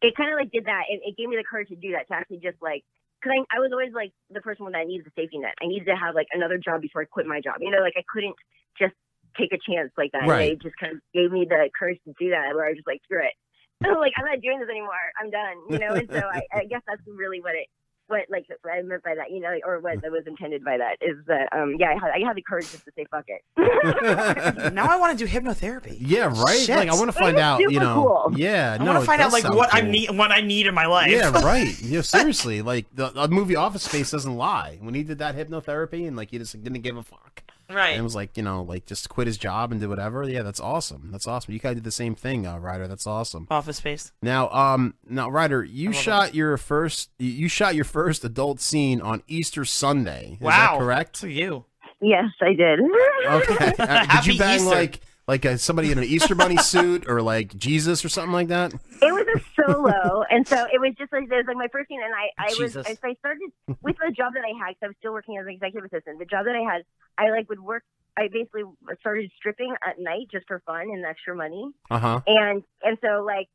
Speaker 29: It kind of like did that. It, it gave me the courage to do that to actually just like because I, I was always like the person that needs a safety net. I needed to have like another job before I quit my job. You know, like I couldn't just take a chance like that. And
Speaker 30: Right.
Speaker 29: it just kind of gave me the courage to do that where I was just like screw it. like I'm not doing this anymore. I'm done. You know, and so I, I guess that's really what it what like what I meant by that, you know, or what that was intended by that is that um yeah, I had, I had the courage just to say fuck it.
Speaker 4: now I want to do hypnotherapy.
Speaker 21: Yeah, right.
Speaker 4: Shit.
Speaker 21: Like I want to find out. You know. Yeah.
Speaker 4: I
Speaker 21: no,
Speaker 4: want to find out like what I
Speaker 21: am
Speaker 4: need, what I need in my life.
Speaker 21: Yeah, right. Yeah, seriously. Like the, the movie Office Space doesn't lie. When he did that hypnotherapy and like he just didn't give a fuck.
Speaker 4: Right.
Speaker 21: And was like, you know, like just quit his job and do whatever. Yeah, that's awesome. That's awesome. You guys did the same thing, uh, Ryder. That's awesome.
Speaker 4: Office Space.
Speaker 21: Now, um, now Ryder, you shot your first, you- you shot your first adult scene on Easter Sunday. Is
Speaker 4: Wow.
Speaker 21: that correct?
Speaker 4: To you.
Speaker 29: Yes, I did.
Speaker 21: Okay. Uh, did
Speaker 4: Happy
Speaker 21: you bang
Speaker 4: Easter.
Speaker 21: like like uh, somebody in an Easter bunny suit or like Jesus or something like that?
Speaker 29: It was a solo, and so it was just like it was like my first scene, and I I was
Speaker 21: Jesus.
Speaker 29: I, so I started with the job that I had because I was still working as an executive assistant. The job that I had, I like would work. I basically started stripping at night just for fun and extra money,
Speaker 30: Uh
Speaker 8: Uh-huh.
Speaker 21: Uh-huh.
Speaker 30: huh.
Speaker 29: and and so like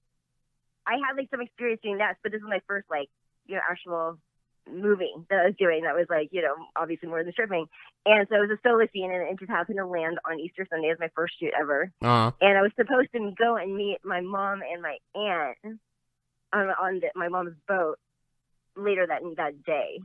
Speaker 29: I had like some experience doing that, but this was my first like you know actual movie that I was doing that was like you know obviously more than stripping, and so it was a solo scene, and it just happened to land on Easter Sunday as my first shoot ever.
Speaker 21: Uh-huh.
Speaker 30: Uh huh.
Speaker 29: and I was supposed to go and meet my mom and my aunt on on the, my mom's boat later that that day,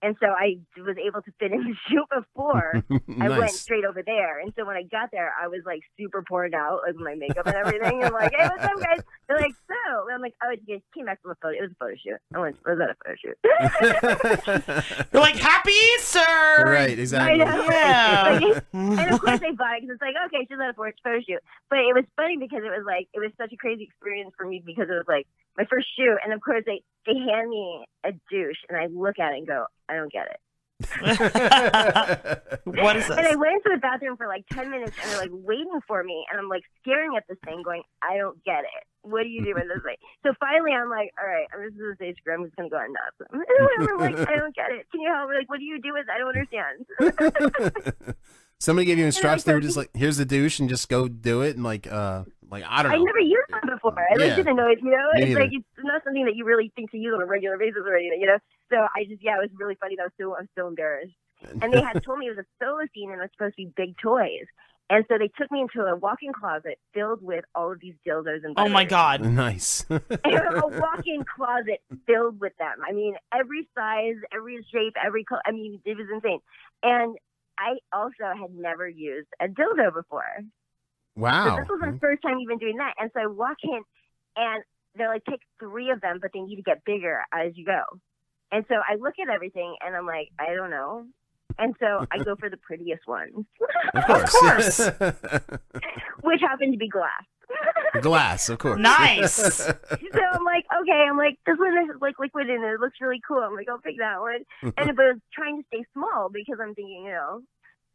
Speaker 29: and so I was able to fit in the shoot before. I went
Speaker 30: Nice.
Speaker 29: straight over there, and so when I got there, I was like super poured out with my makeup and everything. I'm like, "Hey, what's up, guys?" They're like, "So," and I'm like, "Oh, you guys came back from a photo. It was a photo shoot. I went, was that a photo shoot?"
Speaker 4: You're like happy Easter.
Speaker 21: Right,
Speaker 29: I
Speaker 21: exactly.
Speaker 29: know.
Speaker 4: Yeah.
Speaker 29: Like, and of course they bought it because it's like, okay, she's at a for- photo shoot. But it was funny because it was like, it was such a crazy experience for me because it was like my first shoot. And of course they, they hand me a douche and I look at it and go, I don't get it.
Speaker 4: What is
Speaker 29: And I
Speaker 4: this?
Speaker 29: went into the bathroom for like 10 minutes and they're like waiting for me. And I'm like staring at this thing going, I don't get it. What do you do with this thing? So finally I'm like, all right, I'm just going to say screw. it, I'm just going to go on nuts. I'm like, I don't get it. Can you help me? Like, what do you do with it? I don't understand.
Speaker 21: Somebody gave you instructions. They were just like, "Here's the douche," and just go do it. And like, uh, like I don't know.
Speaker 29: never used that before. I
Speaker 21: Yeah.
Speaker 29: like didn't know it. You know,
Speaker 21: Me
Speaker 29: it's like
Speaker 21: neither.
Speaker 29: it's not something that you really think to use on a regular basis or anything. You know, so I just yeah, it was really funny. That I was so I was so embarrassed. And they had told me it was a solo scene and it was supposed to be big toys. And so they took me into a walk-in closet filled with all of these dildos and
Speaker 4: Oh my
Speaker 29: buttons.
Speaker 4: God.
Speaker 21: Nice.
Speaker 29: a walk-in closet filled with them. I mean, every size, every shape, every color. I mean, it was insane. And I also had never used a dildo before. So
Speaker 21: wow.
Speaker 29: this was my first time even doing that. And so I walk in and they're like, pick three of them, but they need to get bigger as you go. And so I look at everything and I'm like, I don't know. And so I go for the prettiest ones,
Speaker 21: Of course.
Speaker 29: which happen to be glass.
Speaker 21: Glass, of
Speaker 29: so
Speaker 21: course.
Speaker 29: I'm like, okay, I'm like, this one is like liquid and it looks really cool. I'm like, I'll pick that one. And but I was trying to stay small because I'm thinking, you know,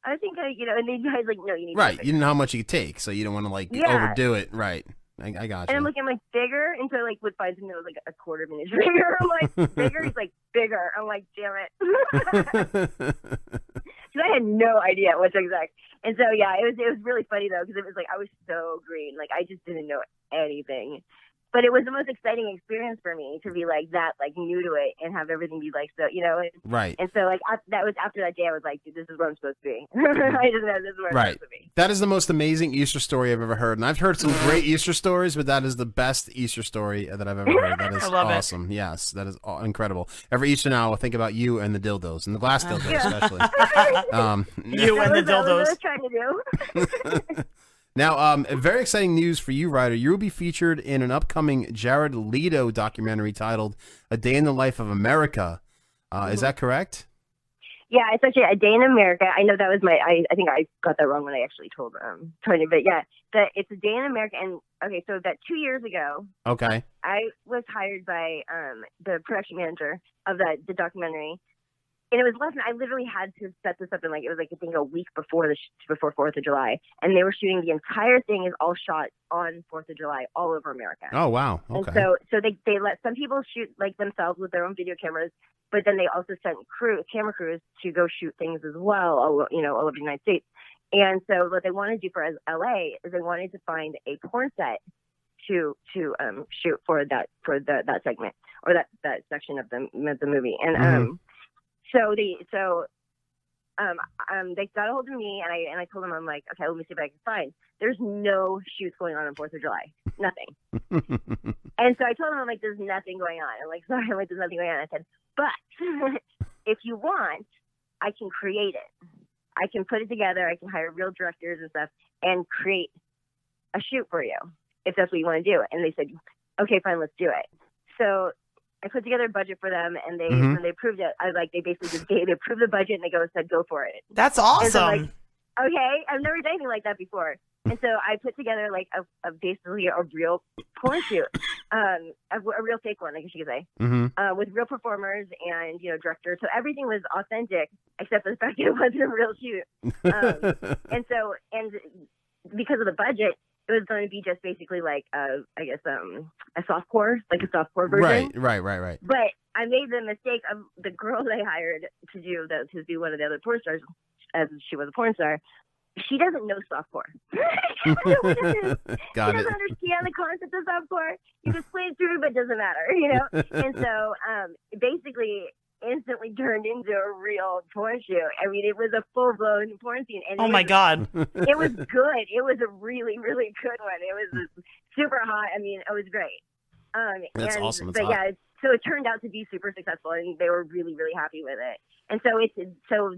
Speaker 29: I think I, you know, and the guy's like, no, you need
Speaker 21: right.
Speaker 29: bigger.
Speaker 21: You didn't know how much you could take, so you don't want to like
Speaker 29: Yeah.
Speaker 21: overdo it. Right. I, I got
Speaker 29: And I'm
Speaker 21: you.
Speaker 29: looking like bigger, and so like with Bison, it was like a quarter of an inch bigger. I'm like bigger. He's like bigger. I'm like damn it, because I had no idea what to expect. And so yeah, it was it was really funny though because it was like I was so green, like I just didn't know anything. But it was the most exciting experience for me to be like that, like new to it, and have everything be like so, you know. And,
Speaker 21: Right.
Speaker 29: And so like af that was after that day, I was like, dude, this is where I'm supposed to be. I just know this is where I'm
Speaker 21: Right.
Speaker 29: supposed to be.
Speaker 21: That is the most amazing Easter story I've ever heard, and I've heard some great Easter stories, but that is the best Easter story that I've ever heard. That is
Speaker 29: I love it.
Speaker 21: awesome. Yes, that is aw- incredible. Every Easter now, I'll think about you and the dildos and the glass dildos,
Speaker 29: Yeah.
Speaker 21: especially. Um,
Speaker 29: That was- that was what I was trying to do.
Speaker 21: Now, um, very exciting news for you, Ryder. You will be featured in an upcoming Jared Leto documentary titled "A Day in the Life of America." Uh, is that correct?
Speaker 29: Yeah, it's actually a day in America. I know that was my. I, I think I got that wrong when I actually told um Tony, but yeah, the, it's a day in America. And okay, so that two years ago,
Speaker 21: Okay.
Speaker 29: I was hired by um the production manager of that the documentary, and it was less. than I literally had to set this up in like it was like I think a week before the sh- before Fourth of July, and they were shooting the entire thing is all shot on Fourth of July all over America.
Speaker 21: Oh wow.
Speaker 29: And
Speaker 21: Okay.
Speaker 29: so, so they they let some people shoot like themselves with their own video cameras, but then they also sent crew camera crews to go shoot things as well, all, you know, all over the United States. And so, what they wanted to do for LA is they wanted to find a porn set to to um, shoot for that for the that segment or that that section of the of the movie. And
Speaker 21: Mm-hmm.
Speaker 8: Mm-hmm.
Speaker 29: um, so the so um, um, they got a hold of me and I and I told them I'm like, okay, let me see if I can find. There's no shoots going on on Fourth of July, nothing. And so I told them, I'm like, there's nothing going on. I'm like, sorry, I'm like, there's nothing going on. I said, but if you want, I can create it. I can put it together. I can hire real directors and stuff and create a shoot for you if that's what you want to do. And they said, okay, fine, let's do it. So I put together a budget for them and they
Speaker 4: Mhm.
Speaker 29: when they approved it, I like they basically just gave they approved the budget and they go said go for it.
Speaker 4: That's
Speaker 29: And so,
Speaker 4: awesome.
Speaker 29: like, okay, I've never done anything like that before. And so I put together like a, a basically a real porn shoot, um, a, a real fake one, I guess you could say,
Speaker 21: Mhm.
Speaker 29: uh, with real performers and you know directors. So everything was authentic except for the fact that it wasn't a real shoot. Um, and so and because of the budget, it was going to be just basically like uh, I guess um, a softcore, like a softcore version.
Speaker 21: Right. Right. Right. Right.
Speaker 29: But I made the mistake of the girl they hired to do the, to do one of the other porn stars, as she was a porn star. She doesn't know softcore. she
Speaker 21: Got
Speaker 29: doesn't
Speaker 21: it.
Speaker 29: understand the concept of softcore. She just plays through, but it doesn't matter, you know. and so, um, it basically, instantly turned into a real porn shoot. I mean, it was a full blown porn scene. And it
Speaker 4: Oh my
Speaker 29: was-
Speaker 4: god.
Speaker 29: it was good. It was a really, really good one. It was super hot. I mean, it was great. Um,
Speaker 4: That's
Speaker 29: and,
Speaker 4: awesome. It's
Speaker 29: But
Speaker 4: hot.
Speaker 29: yeah, it's- so it turned out to be super successful, and they were really, really happy with it. And so it's so,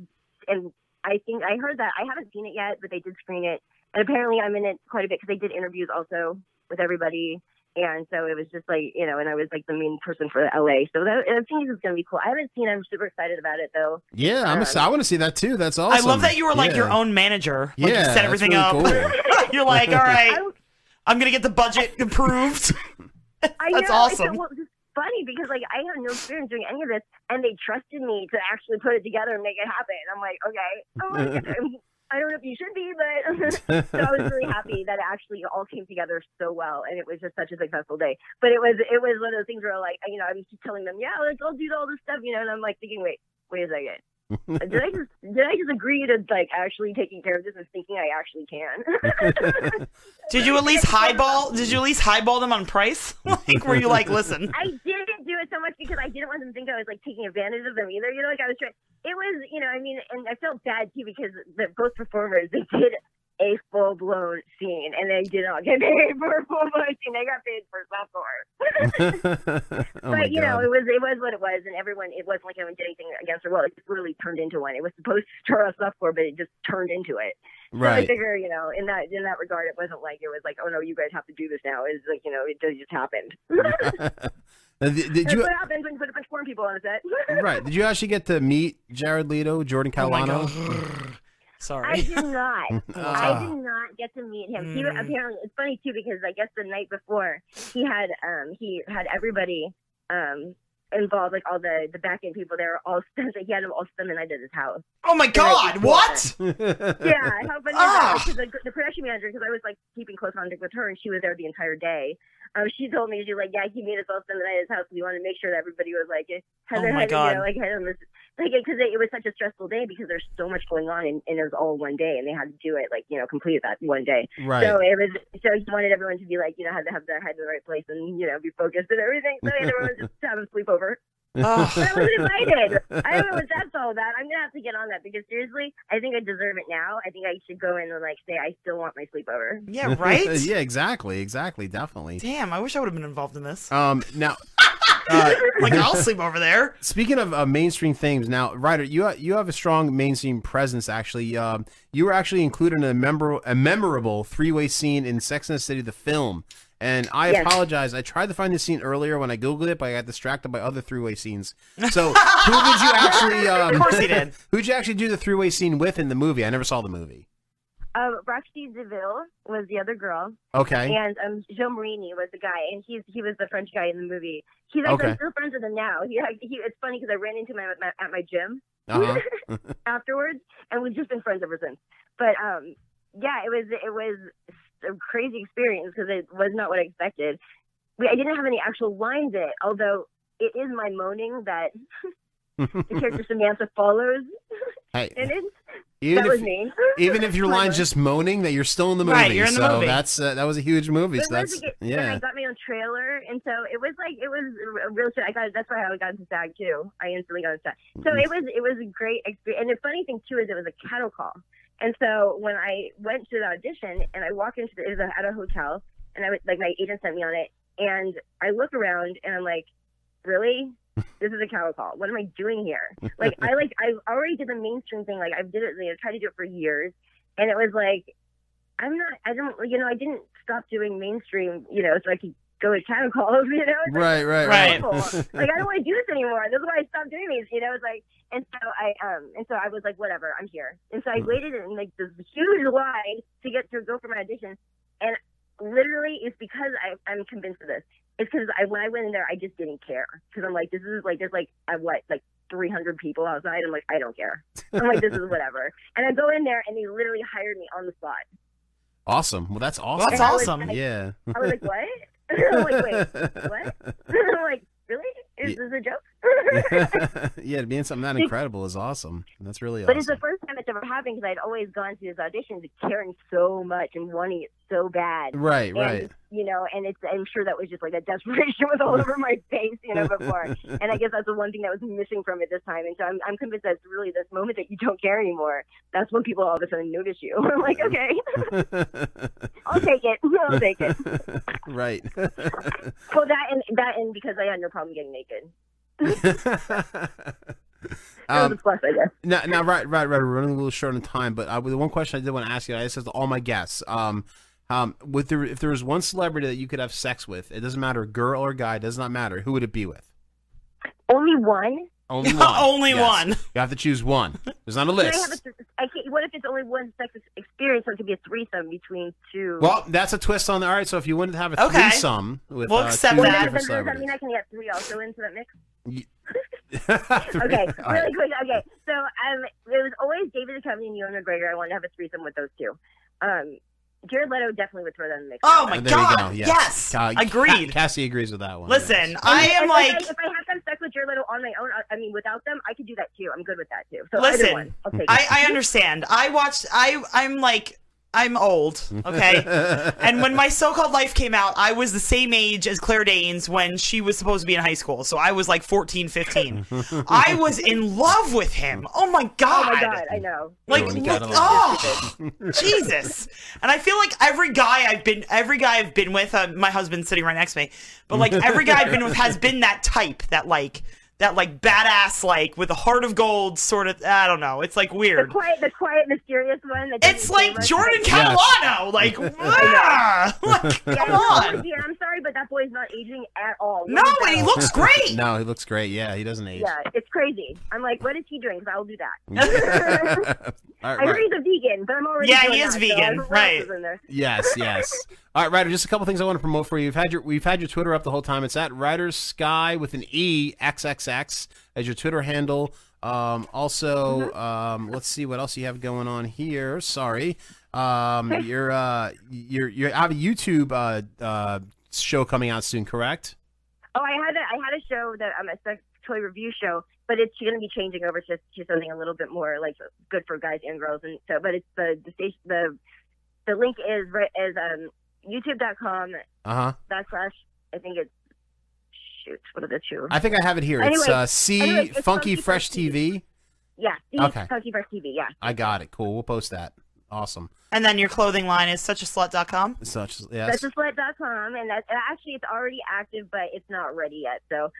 Speaker 29: and I think I heard that I haven't seen it yet, but they did screen it, and apparently I'm in it quite a bit because they did interviews also with everybody. And so it was just like you know, and I was like the main person for LA. So that I think it's gonna be cool. I haven't seen. it. I'm super excited about it though.
Speaker 21: Yeah, I'm. A, I want to see that too. That's
Speaker 4: I
Speaker 21: awesome.
Speaker 4: love that you were like
Speaker 21: Yeah.
Speaker 4: your own manager. Like
Speaker 21: Yeah,
Speaker 4: you
Speaker 21: that's
Speaker 4: set everything
Speaker 21: really
Speaker 4: up.
Speaker 21: cool.
Speaker 4: You're like, all right, I'm gonna get the budget approved.
Speaker 29: I
Speaker 4: That's
Speaker 29: know.
Speaker 4: awesome.
Speaker 29: It's, well, it's funny because like I had no experience doing any of this, and they trusted me to actually put it together and make it happen. And I'm like, okay, oh my God. I don't know if you should be, but so I was really happy that it actually all came together so well, and it was just such a successful day. But it was it was one of those things where like you know I'm just telling them, yeah, like I'll do all this stuff, you know, and I'm like thinking, wait, wait a second. Did I just did I just agree to like actually taking care of this and thinking I actually can?
Speaker 4: Did you at least highball? Did you at least highball them on price? Like, were you like, listen,
Speaker 29: I didn't do it so much because I didn't want them to think I was like taking advantage of them either. You know, like I was trying. It was, you know, I mean, and I felt bad too because the, both performers they did a full blown scene and they did not get paid for a full blown scene. They got paid for softcore.
Speaker 21: oh my
Speaker 29: but you know,
Speaker 21: God.
Speaker 29: it was it was what it was, and everyone it wasn't like anyone did anything against their will. It just literally turned into one. It was supposed to start off softcore, but it just turned into it. So I
Speaker 21: Right.
Speaker 29: figure, you know, in that in that regard, it wasn't like it was like, oh no, you guys have to do this now. It's like you know, it just happened.
Speaker 21: Now, th- did
Speaker 29: That's
Speaker 21: you
Speaker 29: what happens when you put a bunch of porn people on a set.
Speaker 21: right? Did you actually get to meet Jared Leto, Jordan
Speaker 29: Oh my
Speaker 21: Calano?
Speaker 29: I did not. I
Speaker 21: Ah.
Speaker 29: did not get to meet him. He
Speaker 21: Mm.
Speaker 29: apparently it's funny too because I guess the night before he had um he had everybody um involved like all the the back end people they were all spent he had them all spending the night at his house.
Speaker 4: Oh my god, what?
Speaker 29: Yeah, I helped but
Speaker 4: Ah.
Speaker 29: the, the, the production manager because I was like keeping close contact with her and she was there the entire day. Um, she told me she was like, yeah, he made us all spend the night at his house. We wanted to make sure that everybody was like, eh, had
Speaker 4: Oh
Speaker 29: their
Speaker 4: my
Speaker 29: head,
Speaker 4: God.
Speaker 29: You know, like head on this, like because it, it was such a stressful day because there's so much going on and, and it was all one day and they had to do it like you know complete that one day.
Speaker 28: Right.
Speaker 29: So it was so he wanted everyone to be like you know had to have their head in the right place and you know be focused and everything. So he had everyone just have a sleepover.
Speaker 4: Ah.
Speaker 28: Oh.
Speaker 29: But I wasn't invited. I don't know what that's all about. I'm gonna have to get on that because seriously, I think I deserve it now. I think I should go in and like say I still want my sleepover.
Speaker 4: Yeah, right?
Speaker 21: yeah, exactly, exactly, definitely.
Speaker 4: Damn, I wish I would have been involved in this.
Speaker 21: Um, now, uh,
Speaker 4: Like, I'll sleep over there.
Speaker 21: Speaking of uh, mainstream things, now, Ryder, you ha- you have a strong mainstream presence. Actually, um, you were actually included in a member a memorable three way scene in Sex and the City, the film. And I
Speaker 30: Yes.
Speaker 21: apologize. I tried to find this scene earlier when I googled it, but I got distracted by other three way scenes. So, who did you actually? Um,
Speaker 29: Of course he did.
Speaker 21: Who'd you actually do the three way scene with in the movie? I never saw the movie.
Speaker 29: Um, Roxy Deville was the other girl.
Speaker 21: Okay.
Speaker 29: And um, Joe Marini was the guy, and he's he was the French guy in the movie. He's like
Speaker 21: Okay.
Speaker 29: I'm still friends with him now. He, he it's funny because I ran into him at my, at my gym
Speaker 21: Uh-huh.
Speaker 29: afterwards, and we've just been friends ever since. But um, yeah, it was it was a crazy experience because it was not what I expected. We, I didn't have any actual lines in it, although it is my moaning that the character Samantha follows.
Speaker 21: Hey,
Speaker 29: And it's,
Speaker 21: Even
Speaker 29: that
Speaker 21: if-
Speaker 29: was me.
Speaker 21: even if your
Speaker 29: My
Speaker 21: line's just moaning that you're still in the movie,
Speaker 4: Right, you're in the
Speaker 21: so
Speaker 4: movie.
Speaker 21: that's uh, that was a huge movie. So
Speaker 29: But
Speaker 21: that's
Speaker 29: Elizabeth, when
Speaker 21: yeah.
Speaker 29: I got my own trailer, and so it was like it was a real shit. I got that's why I got into SAG too. I instantly got into SAG. So
Speaker 21: Mm.
Speaker 29: it was it was a great experience. And the funny thing too is it was a cattle call. And so when I went to the audition and I walked into the, it was at a hotel, and I was like my agent sent me on it, and I look around and I'm like, really. This is a cattle call. What am I doing here? Like I like I already did the mainstream thing. Like I did it. Like, I tried to do it for years, and it was like I'm not. I don't. You know, I didn't stop doing mainstream. You know, so I could go to cattle calls. You know, It's like,
Speaker 21: Right, right, right.
Speaker 29: awful. like I don't want to do this anymore. This is why I stopped doing these. You know, it's like, and so I um, and so I was like, whatever, I'm here. And so I waited in like this huge line to get to go for my audition, and literally, it's because I, I'm convinced of this. It's because I when I went in there, I just didn't care because I'm like, this is like there's like I what like 300 people outside. I'm like, I don't care. I'm like, this is whatever. And I go in there, and they literally hired me on the spot.
Speaker 21: Awesome. Well, that's awesome.
Speaker 29: that's awesome.
Speaker 21: Yeah.
Speaker 29: I was like, what? I'm like, wait, what? I'm like, really? Is this a joke?
Speaker 21: yeah, being something that incredible is awesome. That's really
Speaker 29: but
Speaker 21: awesome.
Speaker 29: it's the first time it's ever happened because I'd always gone to these auditions caring so much and wanting it so bad.
Speaker 21: Right,
Speaker 29: And,
Speaker 21: right.
Speaker 29: You know, and it's I'm sure that was just like a desperation was all over my face, you know, before. and I guess that's the one thing that was missing from it this time. And so I'm, I'm convinced that's really this moment that you don't care anymore. That's when people all of a sudden notice you. I'm like, okay, I'll take it. I'll take it.
Speaker 21: right.
Speaker 29: Well, that and that and because I had no problem getting naked.
Speaker 21: Um,
Speaker 29: plus, I guess.
Speaker 21: now, now, right, right, right. We're running a little short on time, but I, the one question I did want to ask you, I asked this to all my guests. Um, um, with the, if there was one celebrity that you could have sex with, it doesn't matter, girl or guy, it does not matter. Who would it be with?
Speaker 29: Only one.
Speaker 21: Only one.
Speaker 29: Only
Speaker 21: Yes.
Speaker 29: one.
Speaker 21: You have to choose one. There's not a
Speaker 29: Can I have
Speaker 21: list.
Speaker 29: a, th- I can't, what if it's only one sex ex- experience? So it could be a threesome between two.
Speaker 21: Well, that's a twist on the. All right, so if you wanted to have a
Speaker 29: Okay.
Speaker 21: threesome with
Speaker 4: We'll
Speaker 21: uh,
Speaker 4: accept
Speaker 21: two
Speaker 29: Well, does,
Speaker 21: different
Speaker 29: does that
Speaker 21: celebrities.
Speaker 29: mean I can get three also into that mix?
Speaker 21: okay,
Speaker 29: really quick. Okay, so um, it was always David Duchovny and Ewan McGregor. I wanted to have a threesome with those two. Um, Jared Leto definitely would throw that in the mix.
Speaker 4: Oh my
Speaker 21: Uh, there you
Speaker 4: God,
Speaker 21: go,
Speaker 4: yes.
Speaker 21: Ca- Ca-
Speaker 4: Agreed.
Speaker 21: Cassie agrees with that one.
Speaker 4: Listen,
Speaker 21: yes.
Speaker 4: I am
Speaker 29: If
Speaker 4: like,
Speaker 29: if I have them stuck with Jared Leto on my own, I, I mean, without them, I could do that too. I'm good with that too. So either one,
Speaker 4: listen,
Speaker 29: I'll take
Speaker 4: I,
Speaker 29: it.
Speaker 4: I understand. I watched, I, I'm like, I'm old, okay? and when my so-called life came out, I was the same age as Claire Danes when she was supposed to be in high school. So I was like 14, 15. I was in love with him. Oh my god.
Speaker 29: Oh my god, I know.
Speaker 4: Like,
Speaker 29: It was-
Speaker 4: what- oh, Jesus! And I feel like every guy I've been, every guy I've been with, uh, my husband's sitting right next to me, but like every guy I've been with has been that type, that like, that like badass, like with a heart of gold sort of. I don't know. It's like weird.
Speaker 29: quiet, the quiet, mysterious one. That
Speaker 4: It's like Jordan Catalano. Like,
Speaker 29: I
Speaker 4: wow. Like, come on.
Speaker 29: Yeah, I'm sorry sorry, but that boy's not aging at all. What
Speaker 4: No,
Speaker 29: is that?
Speaker 4: and he looks great.
Speaker 21: no, he looks great. Yeah, he doesn't age.
Speaker 29: Yeah, it's crazy. I'm like, what if he drinks? I will do that.
Speaker 21: All
Speaker 29: I
Speaker 21: right,
Speaker 29: know
Speaker 21: Ryder.
Speaker 29: he's a vegan, but I'm already
Speaker 4: Yeah,
Speaker 29: doing
Speaker 4: he is
Speaker 29: that, so I
Speaker 4: vegan,
Speaker 29: don't know what
Speaker 4: right.
Speaker 29: else is in there.
Speaker 21: Yes, yes. All right, Ryder. Just a couple things I want to promote for you. We've had your we've had your Twitter up the whole time. It's at Ryder Sky with an E XXX as your Twitter handle. Um, also,
Speaker 29: Mm-hmm.
Speaker 21: um, let's see what else you have going on here. Sorry, um, your uh, your your I have a YouTube uh, uh, show coming out soon. Correct?
Speaker 29: Oh, I had a, I had a show that um, it's a toy review show, but it's going to be changing over to, to something a little bit more like good for guys and girls, and so. But it's the the station, the the link is right is um youtube.com
Speaker 21: Uh huh.
Speaker 29: backslash. I think it's shoot. What are the two?
Speaker 21: I think I have it here. it's
Speaker 29: Anyway,
Speaker 21: uh, C
Speaker 29: anyway, it's
Speaker 21: Funky, Fresh TV.
Speaker 29: Yeah. See,
Speaker 21: Okay.
Speaker 29: Funky Fresh TV. Yeah.
Speaker 21: I got it. Cool. We'll post that. Awesome.
Speaker 4: And then your clothing line is such a slut.com.
Speaker 21: Such
Speaker 29: That's
Speaker 21: yes.
Speaker 29: just slut.com, and that's and actually it's already active, but it's not ready yet. So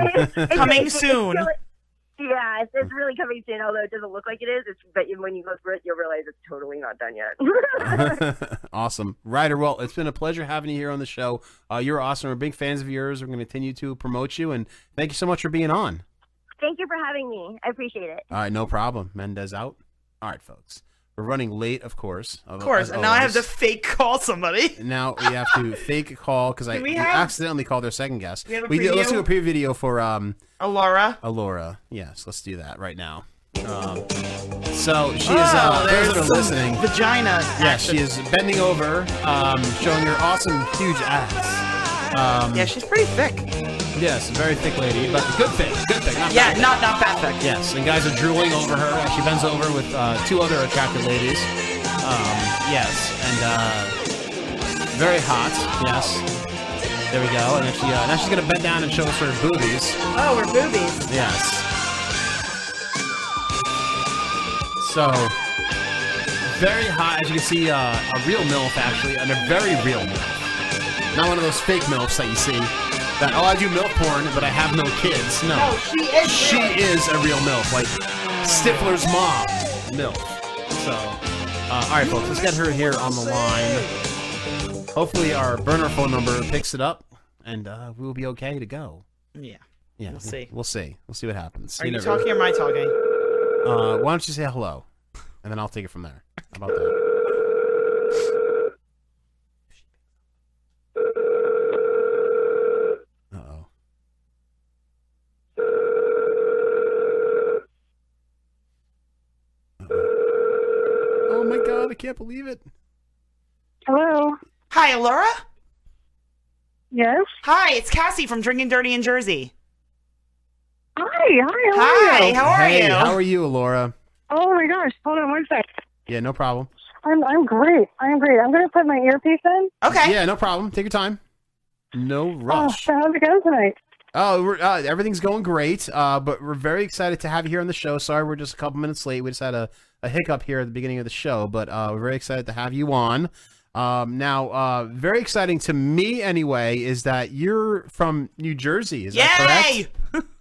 Speaker 29: It's- it's-
Speaker 4: Coming
Speaker 29: it's- it's
Speaker 4: soon.
Speaker 29: still- yeah, it's, it's really coming soon. Although it doesn't look like it is, it's, but when you go through it, you'll realize it's totally not done yet.
Speaker 21: awesome. Ryder, well, it's been a pleasure having you here on the show. Uh, you're awesome. We're big fans of yours. We're going to continue to promote you, and thank you so much for being on.
Speaker 29: Thank you for having me. I appreciate it.
Speaker 21: All right, no problem. Mendez out. All right, folks. We're running late, of course.
Speaker 4: Of course. And now I have to fake call somebody.
Speaker 21: Now we have to fake a call because I
Speaker 4: Do we
Speaker 21: we
Speaker 4: have-
Speaker 21: accidentally called our second guest.
Speaker 4: We have a
Speaker 21: do- let's
Speaker 4: preview?
Speaker 21: do a pre video for um
Speaker 4: Alora.
Speaker 21: Alora. Yes, let's do that right now. Um, so she is
Speaker 4: Oh,
Speaker 21: uh, those
Speaker 4: there's
Speaker 21: that are
Speaker 4: some
Speaker 21: listening.
Speaker 4: Vagina.
Speaker 21: Yeah, she is bending over, um, showing her awesome, huge ass. Um, yeah,
Speaker 4: she's pretty thick.
Speaker 21: Yes, very thick lady, but good thick, good thick. Not
Speaker 4: Yeah,
Speaker 21: bad.
Speaker 4: not not bad thick.
Speaker 21: Yes, and guys are drooling over her as she bends over with uh, two other attractive ladies. Um, yes, and uh, very hot. Yes, there we go. And then she, uh, now she's gonna bend down and show us her boobies.
Speaker 4: Oh, we're boobies.
Speaker 21: Yes. So, very hot, as you can see, uh, a real MILF actually, and a very real MILF. Not one of those fake MILFs that you see. That, oh, I do MILF porn, but I have no kids. No.
Speaker 4: No, she is
Speaker 21: She
Speaker 4: real.
Speaker 21: is a real MILF. Like, Stifler's mom, MILF. So, uh, alright, folks, let's get her here on the line. Hopefully, our burner phone number picks it up, and uh, we'll be okay to go.
Speaker 4: Yeah.
Speaker 21: Yeah,
Speaker 4: We'll see.
Speaker 21: We'll see. We'll see what happens.
Speaker 4: Are you
Speaker 21: never-
Speaker 4: talking or am I talking?
Speaker 21: Uh, why don't you say hello, and then I'll take it from there. How about that? Uh oh. Oh my god, I can't believe it.
Speaker 4: Hello. Hi, Alora. Yes. Hi, it's Cassie from Drinking Dirty in Jersey. Hi. Hi. Hi. How are
Speaker 21: hey,
Speaker 4: you?
Speaker 21: How are you, Laura?
Speaker 30: Oh my gosh! Hold on one sec.
Speaker 21: Yeah, no problem.
Speaker 30: I'm I'm great. I'm great. I'm gonna put my earpiece in.
Speaker 21: Okay. Yeah, no problem. Take your time. No rush.
Speaker 30: Oh, so how's it going tonight?
Speaker 21: Oh, we're, uh, everything's going great. Uh, but we're very excited to have you here on the show. Sorry, we're just a couple minutes late. We just had a, a hiccup here at the beginning of the show, but uh, we're very excited to have you on. Um, now, uh, very exciting to me anyway is that you're from New Jersey. Is that correct?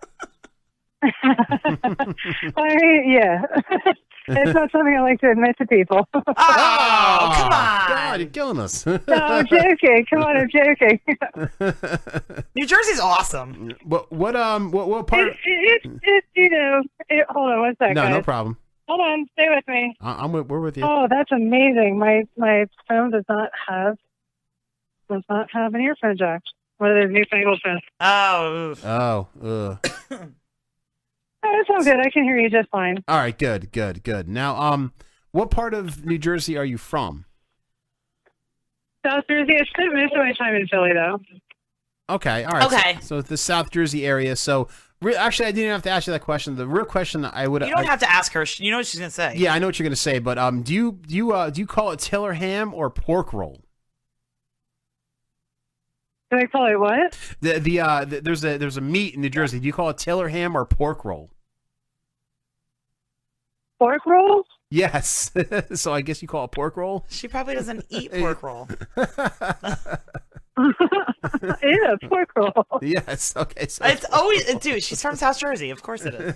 Speaker 30: I yeah. it's not something I like to admit to people. oh,
Speaker 21: Ah! come on! God, you're killing us.
Speaker 30: no, I'm joking. Come on, I'm joking.
Speaker 4: New Jersey's awesome.
Speaker 21: What what um what what part?
Speaker 30: It, it, it, you know, it, hold on one
Speaker 21: no,
Speaker 30: sec.
Speaker 21: no
Speaker 30: guys.
Speaker 21: problem.
Speaker 30: Hold on, stay with me.
Speaker 21: I, I'm with, we're with you.
Speaker 30: Oh, that's amazing. My my phone does not have does not have an earphone jack. One of those newfangled phones.
Speaker 4: Oh.
Speaker 21: Oh. ugh.
Speaker 30: Oh, it's all good. I can hear you just fine.
Speaker 21: All right. Good. Good. Good. Now, um, what part of New Jersey are you from?
Speaker 30: South Jersey. I spent most of my time in Philly, though.
Speaker 21: Okay. All right.
Speaker 30: Okay.
Speaker 21: So, so the South Jersey area. So re- actually, I didn't have to ask you that question. The real question I would.
Speaker 4: You don't
Speaker 21: I-
Speaker 4: have to ask her. She- You know what she's gonna say.
Speaker 21: Yeah, I know what you're gonna say, but um, do you do you uh do you call it Taylor ham or pork roll?
Speaker 30: Do I call it what?
Speaker 21: The the uh the, there's a there's a meat in New Jersey. Do you call it Taylor ham or pork roll?
Speaker 30: Pork roll?
Speaker 21: Yes. so I guess you call it pork roll.
Speaker 4: She probably doesn't eat pork roll.
Speaker 30: Yeah, pork roll.
Speaker 21: Yes. Okay. So
Speaker 4: It's always dude. She's from South Jersey. Of course it is.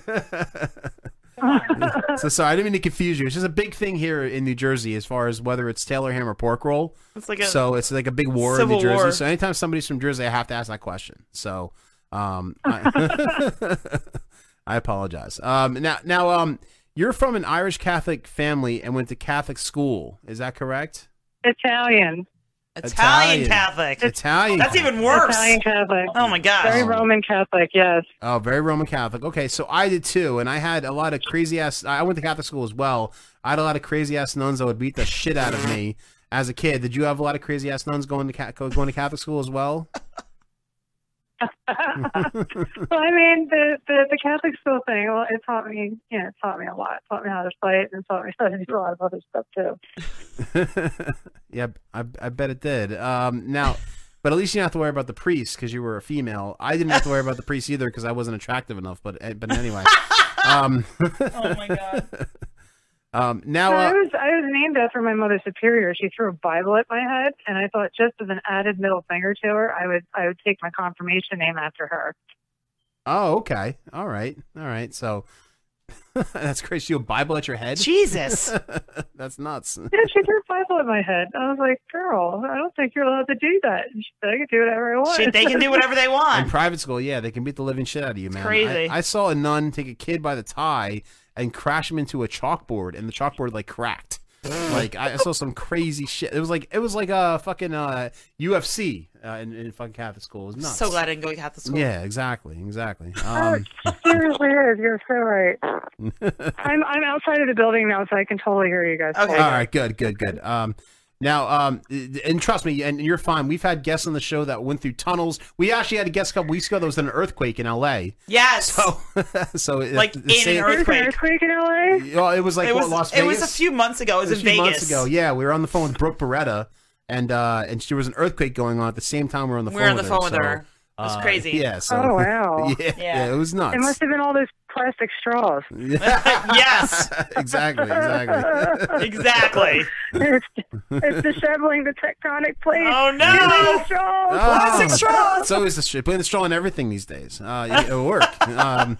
Speaker 21: so sorry, I didn't mean to confuse you. It's just a big thing here in New Jersey as far as whether it's Taylor ham or pork roll.
Speaker 4: It's like a
Speaker 21: so it's like a big war in
Speaker 4: civil
Speaker 21: New Jersey.
Speaker 4: war.
Speaker 21: So anytime somebody's from Jersey, I have to ask that question. So um, I, I apologize. Um, now, now um, you're from an Irish Catholic family and went to Catholic school. Is that correct?
Speaker 30: Italian.
Speaker 4: Italian Catholic.
Speaker 21: Italian.
Speaker 4: That's even worse.
Speaker 30: Italian Catholic.
Speaker 4: Oh my gosh.
Speaker 30: Very Roman Catholic, yes.
Speaker 21: Oh, very Roman Catholic. Okay, so I did too, and I had a lot of crazy ass. I went to Catholic school as well. I had a lot of crazy ass nuns that would beat the shit out of me as a kid. Did you have a lot of crazy ass nuns going to Ca- going to Catholic school as well?
Speaker 30: well, I mean, the, the the Catholic school thing. Well, it taught me, yeah, it taught me a lot. It taught me how to fight, and it taught me how to do a lot of other stuff too.
Speaker 21: yeah, I, I bet it did. Um, now, but at least you didn't have to worry about the priest because you were a female. I didn't have to worry about the priest either because I wasn't attractive enough. But eh, but anyway. um, oh my god. Um, now,
Speaker 30: No, I
Speaker 21: uh,
Speaker 30: was I was named after my mother superior. She threw a Bible at my head, and I thought just as an added middle finger to her, I would I would take my confirmation name after her.
Speaker 21: oh, okay, all right, all right. So that's crazy. You have a Bible at your head?
Speaker 4: Jesus.
Speaker 21: that's nuts.
Speaker 30: Yeah, she threw a Bible at my head. I was like, "Girl, I don't think you're allowed to do that." And she said, "I can do whatever I want."
Speaker 21: In private school, yeah, they can beat the living shit out of you, man. I-
Speaker 30: crazy.
Speaker 21: I, saw a nun take a kid by the tie and crash him into a chalkboard, and the chalkboard like cracked. like I I saw some crazy shit. It was like it was like a fucking uh, UFC uh, in, in fucking Catholic school. It was nuts.
Speaker 4: So glad I didn't go to Catholic school.
Speaker 21: Yeah, exactly, exactly. Um,
Speaker 30: Seriously, you're so right. I'm I'm outside of the building now, so I can totally hear you guys.
Speaker 21: All right. Good. Good. Good. Um, now, um, and trust me, and you're fine. We've had guests on the show that went through tunnels. We actually had a guest a couple weeks ago that was in an earthquake in L.A.
Speaker 4: Yes.
Speaker 21: So, so it-
Speaker 4: Like
Speaker 21: the
Speaker 4: in an
Speaker 21: same-
Speaker 4: earthquake.
Speaker 30: earthquake in LA?
Speaker 21: Oh, it was like
Speaker 4: it
Speaker 21: what,
Speaker 4: was,
Speaker 21: Las
Speaker 4: It was a
Speaker 21: Vegas?
Speaker 4: few months ago. It was
Speaker 21: a
Speaker 4: in
Speaker 21: few
Speaker 4: Vegas.
Speaker 21: months ago. Yeah, we were on the phone with Brooke Beretta, and uh, and there was an earthquake going on at the same time we were on the
Speaker 4: We
Speaker 21: phone.
Speaker 4: were on
Speaker 21: with
Speaker 4: the phone with her.
Speaker 21: so,
Speaker 4: It was
Speaker 21: uh,
Speaker 4: crazy.
Speaker 21: Yeah. So,
Speaker 30: Oh, wow.
Speaker 21: yeah, yeah, it was nuts.
Speaker 30: It must have been all those plastic straws.
Speaker 4: yes.
Speaker 21: exactly. Exactly.
Speaker 4: exactly.
Speaker 30: it's, it's disheveling the tectonic plate.
Speaker 4: Oh no!
Speaker 21: Oh. It's always the straw. Putting the straw in everything these days. Uh, it- it'll work. um,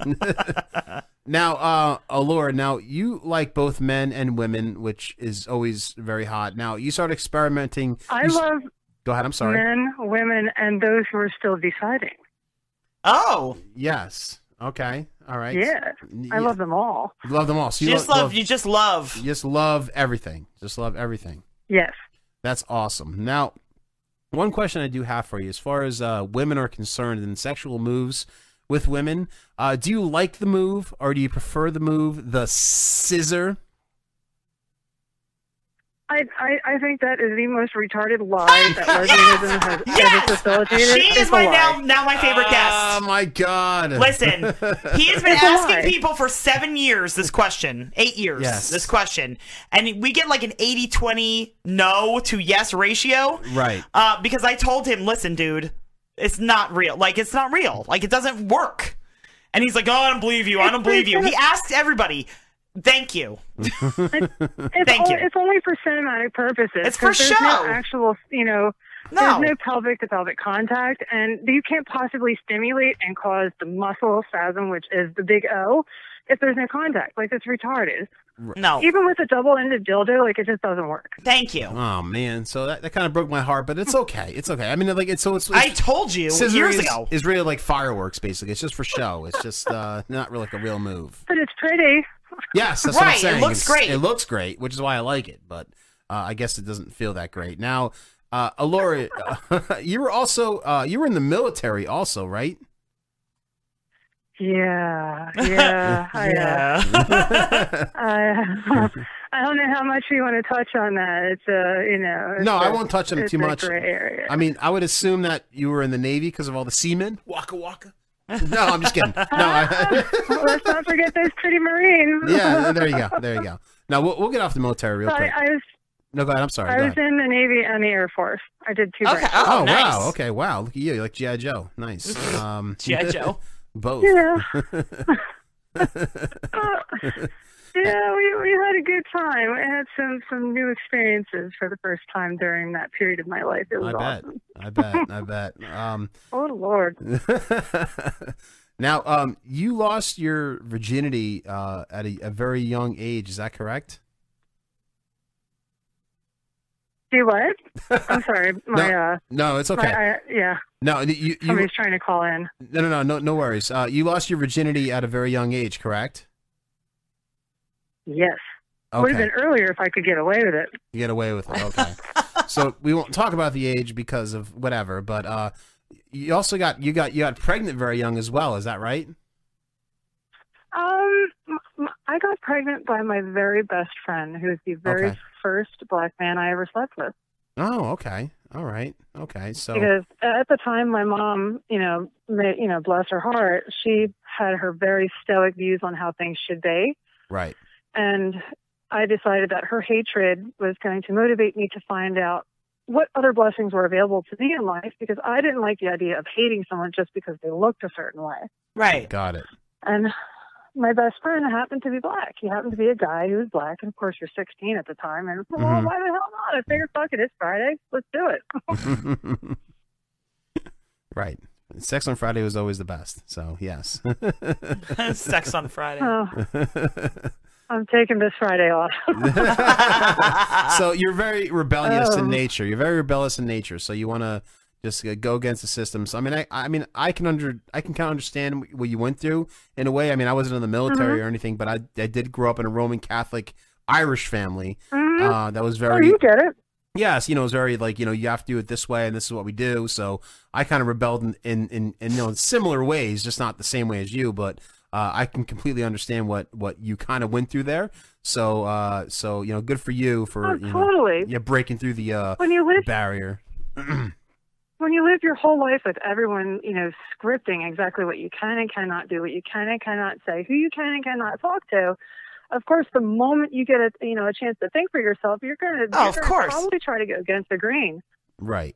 Speaker 21: now, uh, Allure, now you like both men and women, which is always very hot. Now, you start experimenting.
Speaker 30: I
Speaker 21: you s-
Speaker 30: love
Speaker 21: Go ahead. I'm sorry.
Speaker 30: men, women, and those who are still deciding.
Speaker 4: Oh.
Speaker 21: Yes. Okay. All right.
Speaker 30: Yeah, I
Speaker 21: Yeah.
Speaker 30: love them all.
Speaker 21: You love them all. So you
Speaker 4: Just
Speaker 21: lo-
Speaker 4: love- you just love.
Speaker 21: You just love everything. Just love everything.
Speaker 30: Yes.
Speaker 21: That's awesome. Now, one question I do have for you, as far as uh, women are concerned and sexual moves with women, uh, do you like the move or do you prefer the move, the scissor?
Speaker 30: I, I, I think that is the most retarded lie that lesbianism has ever facilitated.
Speaker 4: Ah, She is
Speaker 30: It's a
Speaker 4: my
Speaker 30: lie.
Speaker 4: now now my favorite
Speaker 21: Oh
Speaker 4: guest.
Speaker 21: my god!
Speaker 4: Listen, he has been
Speaker 30: It's a lie.
Speaker 4: asking people for seven years this question, eight years
Speaker 21: Yes.
Speaker 4: this question, and we get like an 80-20 no to yes ratio.
Speaker 21: right.
Speaker 4: Uh, because I told him, listen, dude, it's not real. Like, it's not real. Like, it doesn't work. And he's like, oh, I don't believe you. I don't believe you. He asks everybody, thank you.
Speaker 30: It's,
Speaker 4: Thank
Speaker 30: o-
Speaker 4: you.
Speaker 30: it's only for cinematic purposes.
Speaker 4: It's for
Speaker 30: 'cause there's No
Speaker 4: show.
Speaker 30: actual, you know,
Speaker 4: No.
Speaker 30: there's no pelvic to pelvic contact, and you can't possibly stimulate and cause the muscle spasm, which is the big O, if there's no contact. Like it's retarded.
Speaker 4: No.
Speaker 30: Even with a double-ended dildo, like it just doesn't work.
Speaker 4: Thank you.
Speaker 21: Oh man, so that, that kind of broke my heart, but it's okay. It's okay. I mean, like it's so it's.
Speaker 4: I
Speaker 21: it's-
Speaker 4: told you
Speaker 21: scissoring
Speaker 4: years
Speaker 21: is-
Speaker 4: ago.
Speaker 21: Is really like fireworks, basically. It's just for show. It's just uh, not really like a real move.
Speaker 30: But it's pretty.
Speaker 21: Yes, that's what
Speaker 30: Right,
Speaker 21: I'm
Speaker 30: it
Speaker 21: saying.
Speaker 30: looks
Speaker 21: It's-
Speaker 30: great.
Speaker 21: It looks great, which is why I like it. But uh, I guess it doesn't feel that great now. Uh, Alora, you were also uh, you were in the military, also, right?
Speaker 30: Yeah, yeah, I, uh, I, I don't know how much we want to touch on that. It's a, you know. it's
Speaker 21: No, I
Speaker 30: a-
Speaker 21: won't touch on it
Speaker 30: it's
Speaker 21: too
Speaker 30: a
Speaker 21: much.
Speaker 30: gray area.
Speaker 21: I mean, I would assume that you were in the navy because of all the seamen. Waka waka. No, I'm just kidding. No, I,
Speaker 30: Well, let's not forget those pretty Marines.
Speaker 21: yeah, there you go, there you go. Now we'll, we'll get off the military real
Speaker 30: So I,
Speaker 21: quick.
Speaker 30: I was
Speaker 21: No, go ahead. I'm sorry.
Speaker 30: I
Speaker 21: go
Speaker 30: was
Speaker 21: ahead.
Speaker 30: in the Navy and the Air Force. I did two. branches.
Speaker 21: oh wow. Okay. Wow. Look at you. You're like GI Joe. Nice. Um,
Speaker 30: G.I. Joe.
Speaker 21: both.
Speaker 30: Yeah. Yeah, we, we had a good time. I had some some new experiences for the first time during that period of my life. It was Oh,
Speaker 21: I bet.
Speaker 30: awesome.
Speaker 21: I bet. I bet. Um,
Speaker 30: Oh Lord.
Speaker 21: Now, um, you lost your virginity uh, at a, a very young age. Is that correct?
Speaker 30: Do what? I'm sorry. My uh.
Speaker 21: No, it's okay.
Speaker 30: My, I, yeah.
Speaker 21: no, you, you,
Speaker 30: Somebody's trying to call in.
Speaker 21: no, no, no, no, no worries. Uh, you lost your virginity at a very young age, correct?
Speaker 30: Yes. Would have
Speaker 21: Okay.
Speaker 30: been earlier if I could get away with it.
Speaker 21: You get away with it. Okay. so we won't talk about the age because of whatever, but uh, you also got you got you got pregnant very young as well. Is that right?
Speaker 30: Um, m- m- I got pregnant by my very best friend, who is the very
Speaker 21: Okay.
Speaker 30: first black man I ever slept with.
Speaker 21: Oh, okay. All right. Okay. So
Speaker 30: Because at the time, my mom, you know, may, you know, bless her heart, she had her very stoic views on how things should be,
Speaker 21: right.
Speaker 30: and I decided that her hatred was going to motivate me to find out what other blessings were available to me in life because I didn't like the idea of hating someone just because they looked a certain way.
Speaker 4: Right.
Speaker 21: Got it.
Speaker 30: And my best friend happened to be black. He happened to be a guy who was black, and of course you're 16 at the time. And well,
Speaker 21: Mhm.
Speaker 30: why the hell not? I figured, fuck it, it's Friday, let's do it.
Speaker 21: right. Sex on Friday was always the best. So yes.
Speaker 4: Sex on Friday.
Speaker 30: I'm taking this Friday off.
Speaker 21: so you're very rebellious
Speaker 30: Oh.
Speaker 21: in nature. You're very rebellious in nature. So you want to just uh, go against the system. So I mean, I, I mean, I can under, I can kind of understand what you went through in a way. I mean, I wasn't in the military
Speaker 30: Mhm.
Speaker 21: or anything, but I, I did grow up in a Roman Catholic Irish family
Speaker 30: Mhm.
Speaker 21: uh, that was
Speaker 30: oh,
Speaker 21: very
Speaker 30: you get it.
Speaker 21: yes, you know, it's very like you know you have to do it this way, and this is what we do. So I kind of rebelled in in in, in you know in similar ways, just not the same way as you, but. Uh, I can completely understand what, what you kind of went through there. So uh, so you know, good for you for
Speaker 30: Oh,
Speaker 21: you know,
Speaker 30: totally.
Speaker 21: yeah, breaking through the uh,
Speaker 30: When you live-
Speaker 21: barrier.
Speaker 30: When you live your whole life with everyone, you know, scripting exactly what you can and cannot do, what you can and cannot say, who you can and cannot talk to. Of course, the moment you get a you know a chance to think for yourself, you're gonna,
Speaker 21: Oh,
Speaker 30: you're
Speaker 21: of
Speaker 30: gonna
Speaker 21: course.
Speaker 30: probably try to go against the grain,
Speaker 21: Right.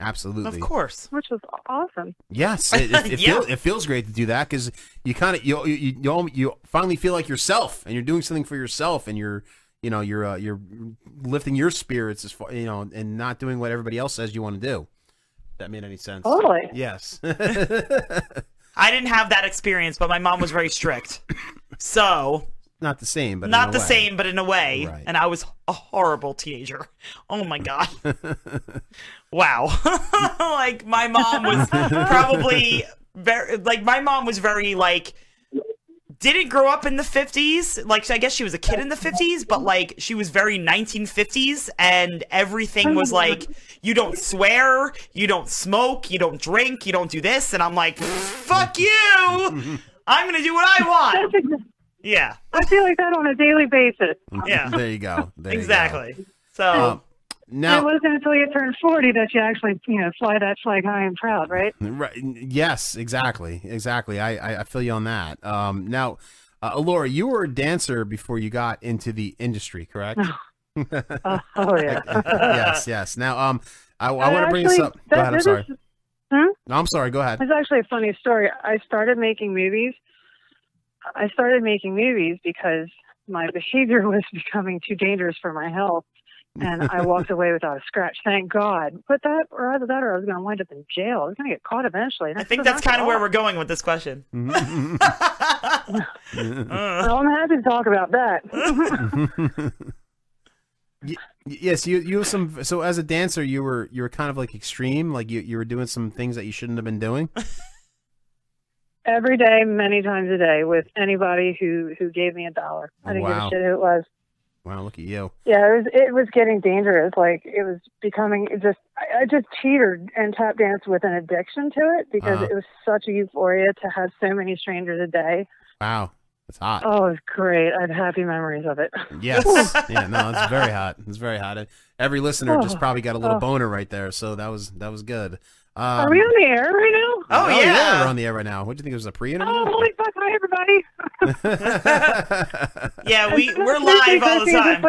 Speaker 21: Absolutely.
Speaker 4: course,
Speaker 30: which was awesome.
Speaker 21: Yes, it, it, it,
Speaker 30: Yeah.
Speaker 21: feel, it feels great to do that because you kind of you, you you al- you finally feel like yourself, and you're doing something for yourself, and you're you know you're uh, you're lifting your spirits as far you know, and not doing what everybody else says you want to do. That made any sense?
Speaker 4: Totally.
Speaker 21: Yes.
Speaker 4: I didn't have that experience, but my mom was very strict. So
Speaker 21: not the same, but in
Speaker 4: not
Speaker 21: a
Speaker 4: the
Speaker 21: way.
Speaker 4: same, but in a way. And I was a horrible teenager. Oh my god. wow. like my mom was probably very like my mom was very like didn't grow up in the 50s. Like I guess she was a kid in the 50s, but like she was very 1950s and everything
Speaker 30: Oh
Speaker 4: was like you don't swear, you don't smoke, you don't drink, you don't do this and I'm like fuck you. I'm going to do what I want. Yeah.
Speaker 30: I feel like that on a daily basis.
Speaker 4: Yeah.
Speaker 21: there you go. There you go.
Speaker 4: exactly. So
Speaker 21: Um,
Speaker 30: it
Speaker 21: now,
Speaker 30: wasn't until you turned 40 that you actually, you know, fly that flag high and proud, right?
Speaker 21: Right. Yes, exactly. Exactly. I, I, I feel you on that. Um, now, uh, Laura, you were a dancer before you got into the industry, correct?
Speaker 30: Oh, oh, yeah.
Speaker 21: yes, yes. Now, um, I, I want to bring
Speaker 30: actually-
Speaker 21: this up.
Speaker 30: that-
Speaker 21: Go ahead. I'm
Speaker 30: this
Speaker 21: sorry.
Speaker 30: is- Hmm?
Speaker 21: No, I'm sorry. Go ahead.
Speaker 30: It's actually a funny story. I started making movies. I started making movies because my behavior was becoming too dangerous for my health, and I walked away without a scratch. Thank God. But that, or either that, or I was going to wind up in jail. I was going to get caught eventually.
Speaker 4: I think that's kind of where we're going with this question. uh.
Speaker 30: Well, I'm happy to talk about that.
Speaker 21: Y- yes, you you have some. So, as a dancer, you were you were kind of like extreme. Like you you were doing some things that you shouldn't have been doing.
Speaker 30: Every day, many times a day, with anybody who who gave me a dollar. I didn't
Speaker 21: Wow.
Speaker 30: give a shit who it was.
Speaker 21: Wow, look at you.
Speaker 30: Yeah, it was it was getting dangerous. Like it was becoming it just I, I just teetered and tap danced with an addiction to it because
Speaker 21: Uh-huh.
Speaker 30: it was such a euphoria to have so many strangers a day.
Speaker 21: Wow, that's hot.
Speaker 30: Oh, it was great. I have happy memories of it.
Speaker 21: Yes.
Speaker 30: Ooh.
Speaker 21: yeah, no, it's very hot. It's very hot. And Every listener just
Speaker 30: Oh,
Speaker 21: probably got a little
Speaker 30: oh.
Speaker 21: boner right there, so that was that was good. Um, Oh,
Speaker 30: Are we on the air right now?
Speaker 4: Oh,
Speaker 21: we're on the air right now. What do you think it was a pre-interview?
Speaker 30: Oh, holy fuck! Hi, everybody.
Speaker 4: yeah, we we're
Speaker 30: It's just
Speaker 4: live all the
Speaker 30: basically just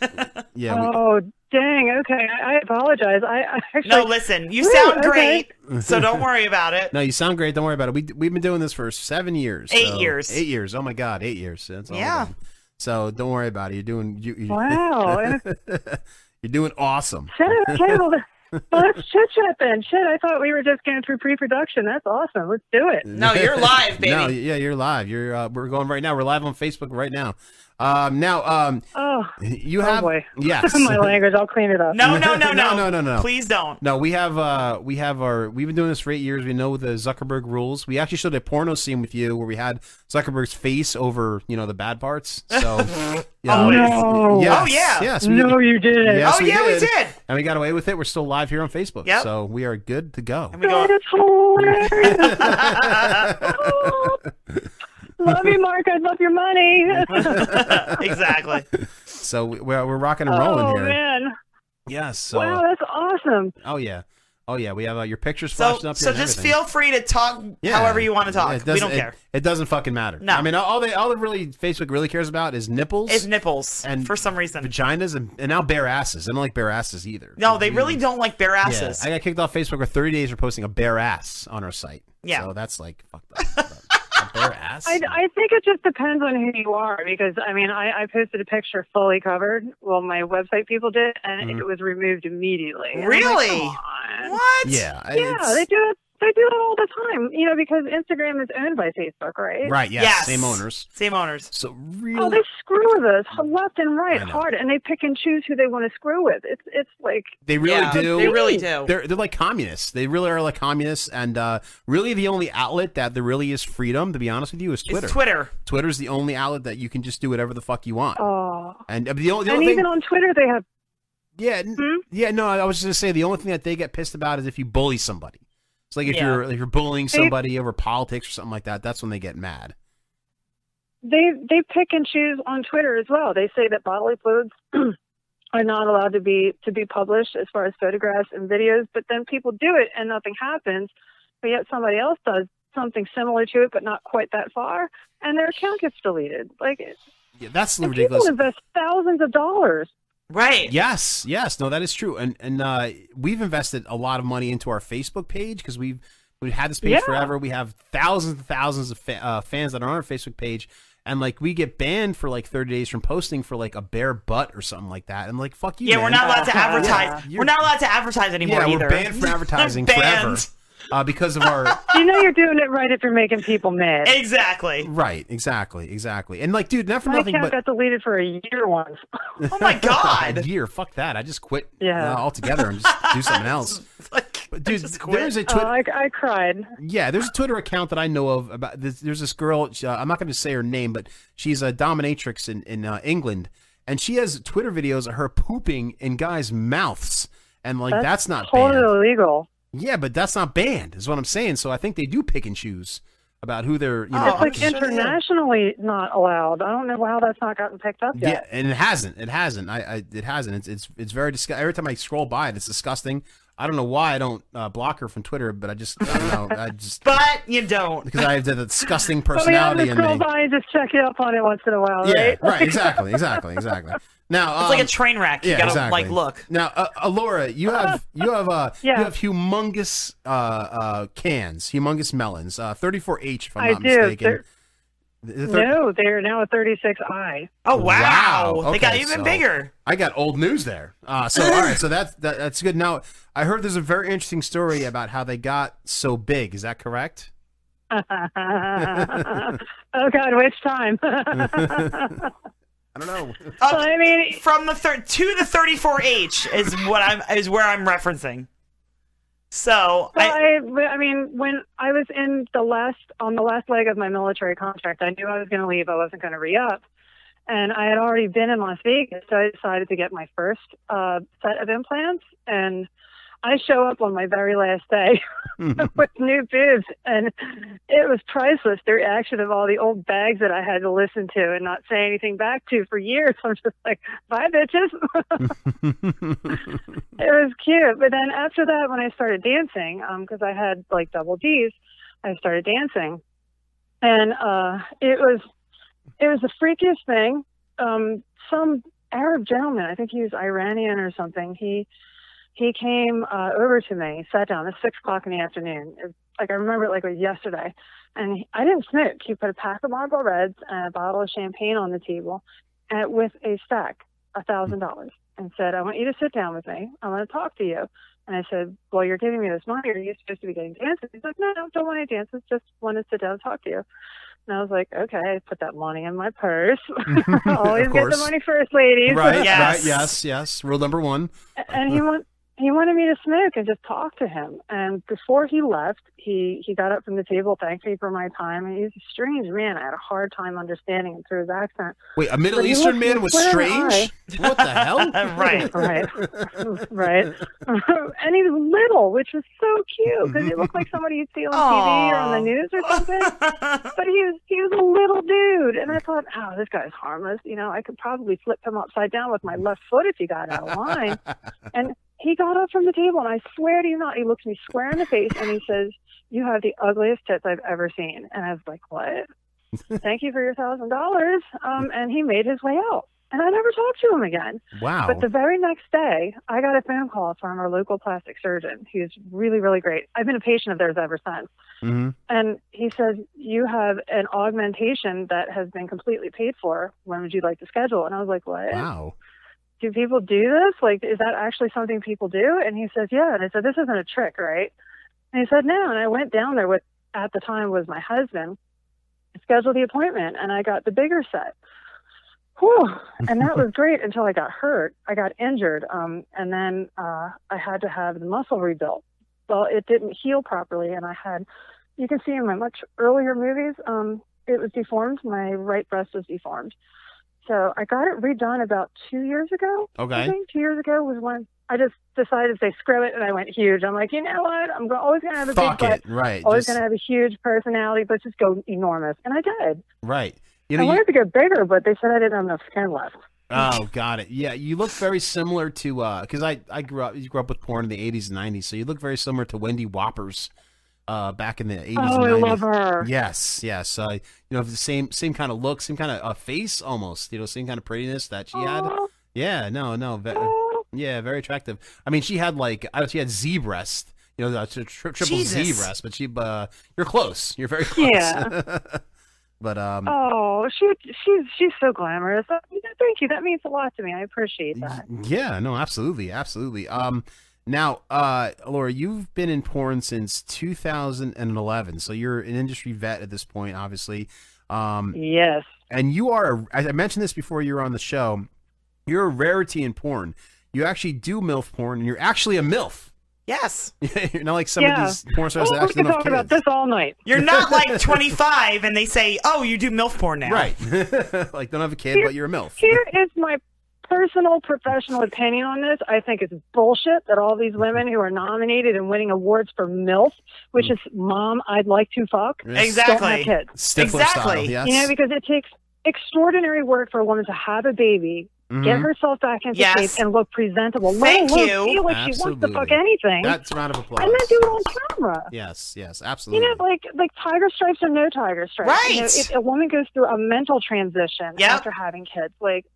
Speaker 4: time.
Speaker 30: like,
Speaker 21: yeah, we,
Speaker 30: oh, dang. Okay, I, I apologize. I, I actually
Speaker 4: No, listen, you
Speaker 30: Ooh,
Speaker 4: sound
Speaker 30: okay.
Speaker 4: great, so don't worry about it.
Speaker 21: no, you sound great. Don't worry about it. We we've been doing this for seven years,
Speaker 4: Eight
Speaker 21: so-
Speaker 4: years.
Speaker 21: eight years. Oh my god, eight years. That's all
Speaker 4: Yeah.
Speaker 21: done. So don't worry about it. You're doing you. you
Speaker 30: Wow, and
Speaker 21: you're doing awesome.
Speaker 30: Shut up, Kendall. Well, let's chit chat then. Shit, I thought we were just going through pre-production. That's awesome. Let's do it.
Speaker 21: no, yeah, you're live. You're uh, we're going right now. We're live on Facebook right now. Um, now, um,
Speaker 30: Oh,
Speaker 21: you
Speaker 30: oh
Speaker 21: have
Speaker 30: boy.
Speaker 21: yes,
Speaker 30: my language. I'll clean it up.
Speaker 21: no, no, no, no.
Speaker 4: Please don't.
Speaker 21: No, we have uh, we have our we've been doing this for eight years. We know the Zuckerberg rules. We actually showed a porno scene with you where we had Zuckerberg's face over you know the bad parts. So yeah,
Speaker 30: Oh, no.
Speaker 21: yes,
Speaker 30: Oh, yeah.
Speaker 21: yes,
Speaker 30: No, you didn't.
Speaker 21: Yes,
Speaker 30: Oh, yeah, we did.
Speaker 21: and we got away with it. We're still live here on Facebook,
Speaker 30: Yep.
Speaker 21: so we are good to go.
Speaker 30: God, it's hilarious. love you, Mark. I love your money.
Speaker 4: exactly.
Speaker 21: So we- we're we're rocking and rolling
Speaker 30: oh
Speaker 21: here.
Speaker 30: man!
Speaker 21: Yes. So
Speaker 30: Wow, that's awesome.
Speaker 21: oh yeah, oh yeah, we have uh, your pictures
Speaker 4: So,
Speaker 21: flashing up. here
Speaker 4: so
Speaker 21: and
Speaker 4: just
Speaker 21: everything.
Speaker 4: feel free to talk
Speaker 21: Yeah.
Speaker 4: however you want to
Speaker 21: Yeah,
Speaker 4: talk.
Speaker 21: it
Speaker 4: we
Speaker 21: doesn't-
Speaker 4: don't
Speaker 21: it-
Speaker 4: care.
Speaker 21: It doesn't fucking matter.
Speaker 4: No.
Speaker 21: I mean, all they all that really Facebook really cares about is nipples. Is
Speaker 4: nipples
Speaker 21: and for
Speaker 4: some reason
Speaker 21: vaginas and, and now bare asses. I don't like bare asses either.
Speaker 4: No, they really don't like bare asses.
Speaker 21: Yeah, I got kicked off Facebook for 30 days for posting a bare ass on our site.
Speaker 4: Yeah.
Speaker 21: so that's like fucked up. a bare ass.
Speaker 30: I, I think it just depends on who you are because I mean I, I posted a picture fully covered. Well, my website people did, and
Speaker 21: Mhm.
Speaker 30: it was removed immediately. And I'm like,
Speaker 4: Really?
Speaker 30: "Come on."
Speaker 4: What?
Speaker 21: Yeah, I-
Speaker 30: yeah,
Speaker 21: it's-
Speaker 30: they do it. They do it all the time. You know, because Instagram is owned by Facebook, right?
Speaker 21: Right. Yes, Same owners.
Speaker 4: Same owners.
Speaker 21: So
Speaker 30: Oh,
Speaker 21: really,
Speaker 30: they screw with us left and right
Speaker 21: I know.
Speaker 30: hard, and they pick and choose who they want to screw with. It's it's like
Speaker 21: They really
Speaker 30: Yeah,
Speaker 21: do.
Speaker 30: they really do.
Speaker 21: They're they're like communists. They really are like communists, and uh, really the only outlet that there really is freedom, to be honest with you, is Twitter.
Speaker 4: Twitter.
Speaker 21: Twitter's the only outlet that you can just do whatever the fuck you want.
Speaker 30: oh,
Speaker 21: And uh, the only, the
Speaker 30: and
Speaker 21: only
Speaker 30: even
Speaker 21: thing,
Speaker 30: on Twitter they have
Speaker 21: yeah, n-
Speaker 4: Hmm?
Speaker 21: yeah, no, I was just gonna say the only thing that they get pissed about is if you bully somebody. It's like if
Speaker 30: Yeah.
Speaker 21: you're if you're bullying
Speaker 30: They-
Speaker 21: somebody over politics or something like that. That's when they get mad.
Speaker 30: they they pick and choose on Twitter as well. They say that bodily fluids are not allowed to be to be published as far as photographs and videos, but then people do it and nothing happens. But yet somebody else does something similar to it, but not quite that far, and their account gets deleted. Like it-
Speaker 21: Yeah, that's
Speaker 30: and
Speaker 21: ridiculous.
Speaker 30: people invest thousands of dollars.
Speaker 4: Right.
Speaker 21: Yes, yes, no, that is true, and and uh, we've invested a lot of money into our Facebook page because we've we've had this page
Speaker 30: Yeah.
Speaker 21: forever. We have thousands and thousands of fa- uh, fans that are on our Facebook page, and like we get banned for like thirty days from posting for like a bare butt or something like that. And like, fuck you.
Speaker 4: Yeah, we're
Speaker 21: man.
Speaker 4: not allowed to advertise.
Speaker 21: Yeah,
Speaker 4: we're not allowed to advertise anymore
Speaker 21: yeah,
Speaker 4: either.
Speaker 21: we're banned from advertising
Speaker 4: Banned.
Speaker 21: forever uh, because of our
Speaker 30: You know you're doing it right if you're making people mad.
Speaker 4: Exactly.
Speaker 21: right, exactly, exactly. And like, dude, not for
Speaker 30: My
Speaker 21: nothing,
Speaker 30: account
Speaker 21: but
Speaker 30: got deleted for a year once.
Speaker 4: Oh my god!
Speaker 21: a year. Fuck that. I just quit
Speaker 30: Yeah.
Speaker 21: uh, altogether and just do something else. But dude, there's a Twitter.
Speaker 30: Oh, I, I cried.
Speaker 21: Yeah, there's a Twitter account that I know of about this. There's this girl. she- uh, I'm not going to say her name, but she's a dominatrix in in uh, England, and she has Twitter videos of her pooping in guys' mouths, and like that's, not
Speaker 30: totally
Speaker 21: banned.
Speaker 30: illegal.
Speaker 21: Yeah, but that's not banned, is what I'm saying. So I think they do pick and choose about who they're. You know,
Speaker 30: Oh, it's like
Speaker 21: picking-
Speaker 30: internationally not allowed. I don't know how that's not gotten picked up
Speaker 21: Yeah,
Speaker 30: yet.
Speaker 21: and it hasn't. It hasn't. I, I it hasn't. It's it's it's very disgusting. Every time I scroll by it, it's disgusting. I don't know why I don't uh, block her from Twitter, but I just I don't know. I just
Speaker 4: But you don't
Speaker 21: because I have the disgusting
Speaker 30: But we have
Speaker 21: personality
Speaker 30: to
Speaker 21: in
Speaker 30: scroll
Speaker 21: me.
Speaker 30: by and just check it up on it once in a while,
Speaker 21: Yeah,
Speaker 30: right?
Speaker 21: right. Exactly. Exactly. Exactly. Now
Speaker 4: It's like
Speaker 21: um,
Speaker 4: a train wreck. You
Speaker 21: yeah,
Speaker 4: gotta
Speaker 21: exactly.
Speaker 4: like look.
Speaker 21: Now, uh, uh, Laura, you have you have uh,
Speaker 4: Yeah.
Speaker 21: you have humongous uh, uh, cans, humongous melons, uh, 34H, if I'm
Speaker 30: I
Speaker 21: not
Speaker 30: do.
Speaker 21: mistaken.
Speaker 30: They're-
Speaker 21: The thir-
Speaker 30: No, they are now a 36i.
Speaker 4: Oh
Speaker 21: Okay, so I got old news there. Uh, so all right, so that's that, that's good. Now I heard there's a very interesting story about how they got so big. Is that correct?
Speaker 30: oh God, which time?
Speaker 4: Uh,
Speaker 21: I don't know.
Speaker 4: Up
Speaker 30: I mean,
Speaker 4: from the thir- to the 34H is what I'm is where I'm referencing. So
Speaker 30: Well, I, but, I mean, when I was in the last on the last leg of my military contract, I knew I was going to leave. I wasn't going to re-up, and I had already been in Las Vegas, so I decided to get my first uh, set of implants. And I show up on my very last day
Speaker 21: Mm-hmm.
Speaker 30: with new boobs, and it was priceless. The reaction of all the old bags that I had to listen to and not say anything back to for years. I'm just like, bye, bitches. It was cute. But then after that, when I started dancing, because I had like double D's, I started dancing, and uh, it was it was the freakiest thing. Um, some Arab gentleman, I think he was Iranian or something. He he came uh, over to me, sat down at six o'clock in the afternoon. It, like I remember it like it was yesterday. And he, I didn't smoke. He put a pack of Marlboro Reds and a bottle of champagne on the table, and with a stack, a thousand dollars, and said, "I want you to sit down with me. I want to talk to you. And I said, Well, you're giving me this money. Are you supposed to be getting dances? He's like, No, no, don't want any dances. Just want to sit down and talk to you. And I was like, Okay, I put that money in my purse. Always get the
Speaker 21: course.
Speaker 30: money first, ladies.
Speaker 21: Right, right, yes, yes. Rule number one.
Speaker 30: and he want, he wanted me to smoke and just talk to him. And before he left, he he got up from the table, thanked me for my time. And he's a strange man. I had a hard time understanding him through his accent.
Speaker 21: Wait, a Middle
Speaker 30: But he
Speaker 21: Eastern
Speaker 30: looked me
Speaker 21: man was
Speaker 30: square in the
Speaker 21: strange? What the hell?
Speaker 30: right, right, right. and he's little, which was so cute because he looked like somebody you'd see on TV or on the
Speaker 8: Aw.
Speaker 30: news or something. but he was he was a little dude, and I thought, oh, this guy's harmless. You know, I could probably flip him upside down with my left foot if he got out of line. and he got up from the table, and I swear to you not, he looked me square in the face, and he says, "You have the ugliest tits I've ever seen." And I was like, what? Thank you for your thousand dollars. Um, and he made his way out. And I never talked to him again.
Speaker 8: Wow.
Speaker 30: But the very next day, I got a phone call from our local plastic surgeon, who's really, really great. I've been a patient of theirs ever since.
Speaker 21: Mm-hmm.
Speaker 30: And he says, You have an augmentation that has been completely paid for. When would you like to schedule? And I was like, What?
Speaker 21: Wow.
Speaker 30: Do people do this? Like, is that actually something people do? And he says, Yeah. And I said, This isn't a trick, right? And he said, No. And I went down there with, at the time, was my husband, scheduled the appointment, and I got the bigger set. Whew. And that was great until I got hurt. I got injured. Um, and then uh, I had to have the muscle rebuilt. Well, it didn't heal properly, and I had you can see in my much earlier movies, um, it was deformed. My right breast was deformed. So I got it redone about two years ago. I
Speaker 21: Okay.
Speaker 30: think two years ago was when I just decided to say screw it, and I went huge. I'm like, you know what? I'm go- always gonna have a
Speaker 21: Fuck
Speaker 30: big
Speaker 21: it,
Speaker 30: butt.
Speaker 21: right,
Speaker 30: Always
Speaker 21: just-
Speaker 30: gonna have a huge personality, but just go enormous. And I did.
Speaker 21: Right. You
Speaker 30: I
Speaker 21: know, you,
Speaker 30: wanted to go bigger, but they said I didn't have enough skin left.
Speaker 21: Oh, got it. Yeah, you look very similar to because I I grew up you grew up with porn in the eighties and nineties, so you look very similar to Wendy Whoppers uh, back in the eighties.
Speaker 30: Oh, I
Speaker 21: and 90s.
Speaker 30: love her.
Speaker 21: Yes, yes. Uh, you know, the same same kind of look, same kind of uh, face, almost. You know, same kind of prettiness that she had. Yeah, no, no. Ve- uh, yeah, very attractive. I mean, she had like I don't. She had Z breast. You know, the tri- tri- triple Z
Speaker 30: Jesus.
Speaker 21: breast, but she uh, you're close. You're very close.
Speaker 30: Yeah.
Speaker 21: but um,
Speaker 30: Oh, she she's she's so glamorous. Uh, Thank you. That means a lot to me. I appreciate that.
Speaker 21: Yeah, no, absolutely, absolutely. Um, now, uh, Laura, you've been in porn since 2011, so you're an industry vet at this point, obviously. Um,
Speaker 30: yes,
Speaker 21: and you are. I I mentioned this before you were on the show. You're a rarity in porn. You actually do milf porn, and you're actually a milf.
Speaker 23: Yes.
Speaker 21: you're not like some
Speaker 23: Yeah.
Speaker 21: of these porn stars
Speaker 23: Oh,
Speaker 21: that
Speaker 23: we
Speaker 21: actually
Speaker 23: could
Speaker 21: milf
Speaker 23: talk about
Speaker 21: kids.
Speaker 30: this all night.
Speaker 23: You're not like 25 and they say, oh, you do MILF porn now.
Speaker 21: Right. like, don't have a kid, but you're a milf.
Speaker 30: Here is my personal professional opinion on this. I think it's bullshit that all these women who are nominated and winning awards for MILF, which is mom I'd like to fuck, don't have
Speaker 23: Exactly.
Speaker 30: kids.
Speaker 21: Stifler Exactly. style,
Speaker 30: You know,
Speaker 21: yes.
Speaker 30: because it takes extraordinary work for a woman to have a baby. Get
Speaker 21: Mhm.
Speaker 30: herself back into
Speaker 21: Yes.
Speaker 30: shape and look presentable.
Speaker 21: Thank
Speaker 30: let alone
Speaker 21: you.
Speaker 30: Feel like she wants to
Speaker 21: Absolutely.
Speaker 30: fuck anything.
Speaker 21: That's a round of applause.
Speaker 30: And then do it on camera.
Speaker 21: Yes, yes,
Speaker 30: You
Speaker 21: absolutely.
Speaker 30: know, like like tiger stripes or no tiger stripes. You know,
Speaker 21: Right.
Speaker 30: if a woman goes through a mental transition after having kids, like,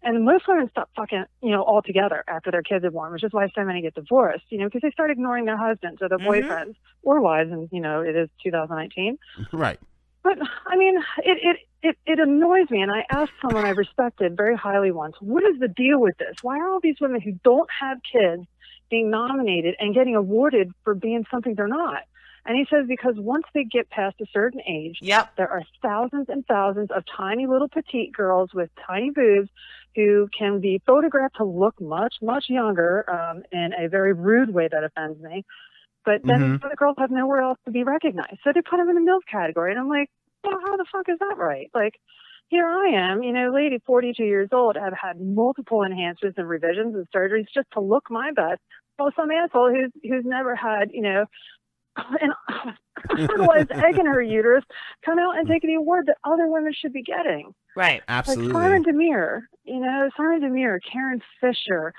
Speaker 30: and most women stop fucking, you know, altogether after their kids are born, which is why so many get divorced. You know, because they start ignoring their husbands or their
Speaker 21: Mhm.
Speaker 30: boyfriends or wives, and you know, it is 2019.
Speaker 21: Right.
Speaker 30: But I mean, it it. It, it annoys me, and I asked someone I respected very highly once, "What is the deal with this? Why are all these women who don't have kids being nominated and getting awarded for being something they're not?" And he says because once they get past a certain age,
Speaker 23: yep.
Speaker 30: there are thousands and thousands of tiny little petite girls with tiny boobs who can be photographed to look much, much younger um, in a very rude way that offends me. But then
Speaker 8: Mhm.
Speaker 30: the girls have nowhere else to be recognized. So they put them in the MILF category. And I'm like, well, how the fuck is that right? Like, here I am, you know, lady, 42 years old. I've had multiple enhancements and revisions and surgeries just to look my best. Well, some asshole who's who's never had, you know, an fertilized egg in her uterus come out and take the award that other women should be getting.
Speaker 23: Right.
Speaker 30: Like Simon Demir, you know, Simon Demir, Karen Fisher.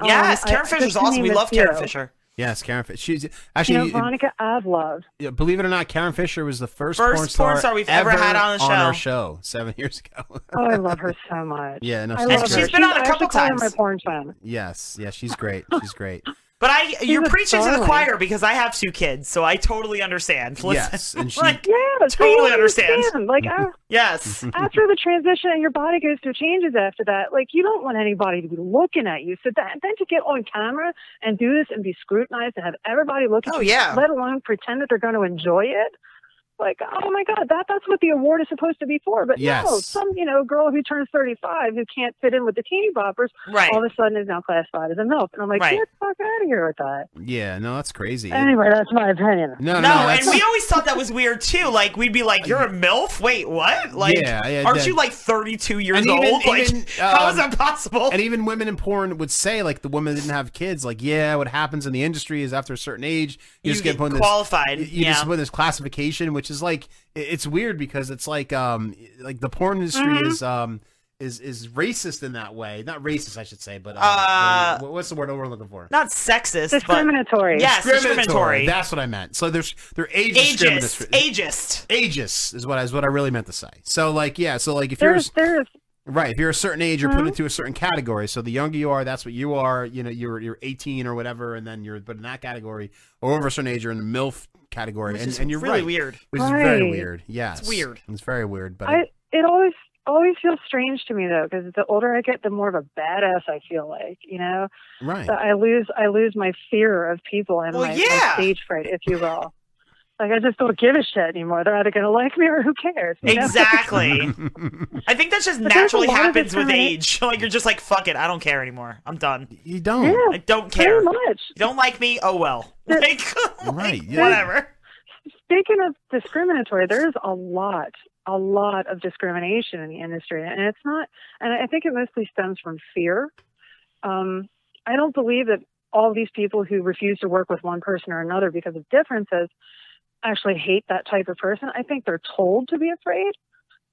Speaker 30: um,
Speaker 23: Yes,
Speaker 30: I-
Speaker 23: Karen
Speaker 30: I-
Speaker 23: Fisher's
Speaker 30: just to
Speaker 23: awesome. We
Speaker 30: name a
Speaker 23: love Karen
Speaker 30: few.
Speaker 23: Fisher.
Speaker 21: Yes, Karen Fisher. She's
Speaker 30: you
Speaker 21: actually
Speaker 30: know, Veronica Avlov.
Speaker 21: Yeah, believe it or not, Karen Fisher was the first,
Speaker 30: First
Speaker 21: porn star,
Speaker 30: porn star we've ever had on the
Speaker 21: on
Speaker 30: show.
Speaker 21: our show seven years ago.
Speaker 30: Oh, I love her so much.
Speaker 21: Yeah, no,
Speaker 30: I
Speaker 21: she's
Speaker 30: love
Speaker 21: great.
Speaker 30: her.
Speaker 21: And she's been
Speaker 30: I
Speaker 21: on a
Speaker 30: actually
Speaker 21: couple
Speaker 30: call her
Speaker 21: times.
Speaker 30: My porn fan.
Speaker 21: yes, yeah, she's great. She's great.
Speaker 23: But I,
Speaker 4: She's
Speaker 23: you're
Speaker 4: a
Speaker 23: preaching to the
Speaker 4: darling.
Speaker 23: choir because I have two kids, so I totally understand. Listen,
Speaker 21: Yes, and she-
Speaker 23: like,
Speaker 30: yeah, so you
Speaker 23: totally understand.
Speaker 30: Like uh,
Speaker 23: yes,
Speaker 30: after the transition and your body goes through changes after that, like you don't want anybody to be looking at you. So that then to get on camera and do this and be scrutinized and have everybody look at
Speaker 4: Oh,
Speaker 30: you,
Speaker 4: yeah.
Speaker 30: let alone pretend that they're going to enjoy it. Like, oh my God, that that's what the award is supposed to be for. But no,
Speaker 4: Yes.
Speaker 30: some you know girl who turns thirty five who can't fit in with the teeny boppers,
Speaker 4: Right.
Speaker 30: all of a sudden is now classified as a MILF, and I'm like,
Speaker 21: Right.
Speaker 30: get the fuck out of here with that.
Speaker 21: Yeah, no, that's crazy.
Speaker 30: Anyway, that's my opinion.
Speaker 21: No, no,
Speaker 23: No,
Speaker 21: no,
Speaker 23: and
Speaker 21: that's-
Speaker 23: we always thought that was weird too. Like we'd be like, "You're a milf? Wait, what? Like,
Speaker 21: Yeah, yeah,
Speaker 23: aren't
Speaker 21: that-
Speaker 23: you like 32 years
Speaker 21: And
Speaker 23: old?
Speaker 21: even-
Speaker 23: like,
Speaker 21: even,
Speaker 23: how is
Speaker 21: um,
Speaker 23: that possible?"
Speaker 21: And even women in porn would say like the women that didn't have kids. Like, yeah, what happens in the industry is after a certain age, you,
Speaker 23: You
Speaker 21: just get
Speaker 23: get
Speaker 21: put in this-
Speaker 23: qualified,
Speaker 21: You, you just
Speaker 23: yeah.
Speaker 21: put in this classification, which is like i- it's weird because it's like um like the porn industry
Speaker 23: Mhm.
Speaker 21: is um is is racist in that way. Not racist, I should say, but uh,
Speaker 23: Uh,
Speaker 21: what- what's the word we're looking for?
Speaker 23: Not sexist,
Speaker 30: discriminatory.
Speaker 23: But, yes, discriminatory.
Speaker 21: That's what I meant. So there's they're age
Speaker 23: ageist,
Speaker 21: discriminatory.
Speaker 23: ageist.
Speaker 21: Ageist is what I, is what I really meant to say. So like yeah, so like if you're
Speaker 30: There's there's
Speaker 21: Right. If you're a certain age, you're put
Speaker 30: Mhm.
Speaker 21: into a certain category. So the younger you are, that's what you are. You know, you're you're 18 or whatever, and then you're put in that category. Or over a certain age, you're in the MILF category.
Speaker 23: Which
Speaker 21: and,
Speaker 23: is
Speaker 21: and you're
Speaker 23: really
Speaker 21: right,
Speaker 23: weird.
Speaker 21: Which is very
Speaker 30: Right.
Speaker 21: weird. Yes.
Speaker 30: weird.
Speaker 21: It's very weird. But
Speaker 30: I it always always feels strange to me though because the older I get, the more of a badass I feel like. You know,
Speaker 21: right.
Speaker 30: So I lose I lose my fear of people and
Speaker 21: Well,
Speaker 30: my, my
Speaker 21: yeah.
Speaker 30: stage fright, if you will. like I just don't give a shit anymore. They're either gonna like me or who cares. you know?
Speaker 23: Exactly. I think that just
Speaker 30: But there's a
Speaker 23: naturally
Speaker 30: lot of
Speaker 23: happens with
Speaker 30: discriminate-
Speaker 23: age. Like you're just like, "Fuck it, I don't care anymore. I'm done."
Speaker 21: You don't.
Speaker 30: Yeah,
Speaker 23: I don't
Speaker 30: pretty
Speaker 23: care.
Speaker 30: much.
Speaker 23: You don't like me? Oh well. Like,
Speaker 21: right.
Speaker 23: whatever.
Speaker 30: Speaking of discriminatory, there's a lot, a lot of discrimination in the industry, and it's not. And I think it mostly stems from fear. Um, I don't believe that all these people who refuse to work with one person or another because of differences actually hate that type of person. I think they're told to be afraid,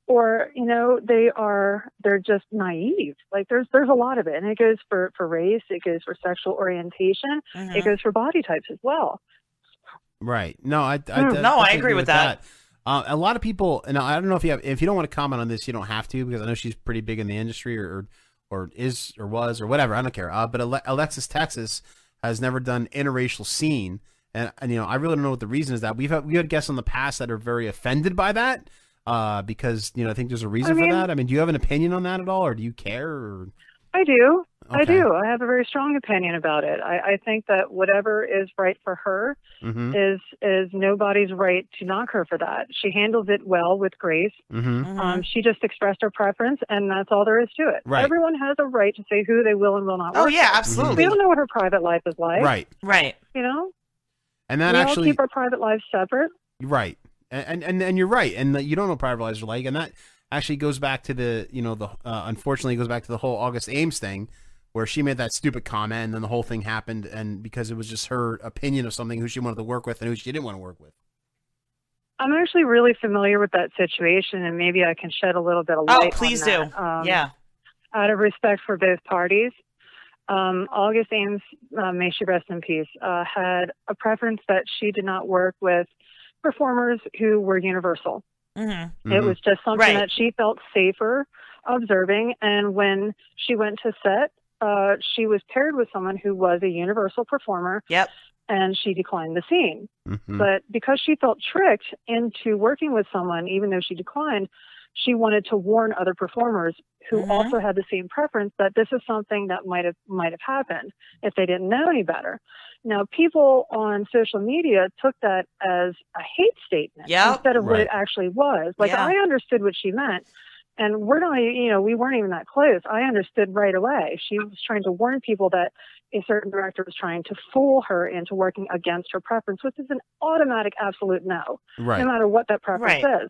Speaker 30: or you know, they are they're just naive. Like there's there's a lot of it, and it goes for for race, it goes for sexual orientation,
Speaker 21: Mhm.
Speaker 30: it goes for body types as well.
Speaker 21: Right. No, I, I
Speaker 30: Hmm.
Speaker 21: de-
Speaker 30: No, I
Speaker 21: definitely
Speaker 30: agree with that.
Speaker 21: Uh, a lot of people, and I don't know if you have, if you don't want to comment on this, you don't have to because I know she's pretty big in the industry, or or, or is or was or whatever. I don't care. Uh, but Ale- Alexis Texas has never done interracial scene, and, and you know I really don't know what the reason is that we've had, we had guests in the past that are very offended by that uh, because you know I think there's a reason
Speaker 30: mean-
Speaker 21: for that. I mean, do you have an opinion on that at all, or do you care? Or...
Speaker 30: I do. I
Speaker 21: Okay.
Speaker 30: do. I have a very strong opinion about it. I, I think that whatever is right for her
Speaker 21: Mhm.
Speaker 30: is is nobody's right to knock her for that. She handles it well with grace.
Speaker 21: Mm-hmm.
Speaker 30: Um, she just expressed her preference, and that's all there is to it.
Speaker 21: Right.
Speaker 30: Everyone has a right to say who they will and will not.
Speaker 4: Oh,
Speaker 30: work
Speaker 4: yeah,
Speaker 30: with.
Speaker 4: absolutely.
Speaker 30: We don't know what her private life is like.
Speaker 21: Right.
Speaker 4: Right.
Speaker 30: You know,
Speaker 21: And that
Speaker 30: we all
Speaker 21: actually
Speaker 30: keep our private lives separate.
Speaker 21: Right. And and- and and you're right. And that you don't know private lives are like, and that actually goes back to the you know the uh, unfortunately it goes back to the whole August Ames thing, where she made that stupid comment, and then the whole thing happened, and because it was just her opinion of something who she wanted to work with and who she didn't want to work with.
Speaker 30: I'm actually really familiar with that situation, and maybe I can shed a little bit of
Speaker 4: Oh,
Speaker 30: light. on
Speaker 4: please
Speaker 30: that,
Speaker 4: do.
Speaker 30: um,
Speaker 4: Yeah.
Speaker 30: Out of respect for both parties, um, August Ames, uh, may she rest in peace, uh, had a preference that she did not work with performers who were universal.
Speaker 4: Mm-hmm.
Speaker 30: It was just something
Speaker 4: Right.
Speaker 30: that she felt safer observing. And when she went to set, uh, she was paired with someone who was a universal performer.
Speaker 4: Yep.
Speaker 30: And she declined the scene.
Speaker 4: Mm-hmm.
Speaker 31: Hmm.
Speaker 30: But because she felt tricked into working with someone, even though she declined, she wanted to warn other performers who
Speaker 4: Mm-hmm.
Speaker 30: also had the same preference that this is something that might have might have happened if they didn't know any better. Now, people on social media took that as a hate statement
Speaker 4: Yep.
Speaker 30: instead of what
Speaker 4: Right.
Speaker 30: it actually was. Like
Speaker 4: Yeah.
Speaker 30: I understood what she meant. And we're not, e, you know, we weren't even that close. I understood right away. She was trying to warn people that a certain director was trying to fool her into working against her preference, which is an automatic, absolute no,
Speaker 4: Right.
Speaker 30: no matter what that preference
Speaker 4: Right.
Speaker 30: is.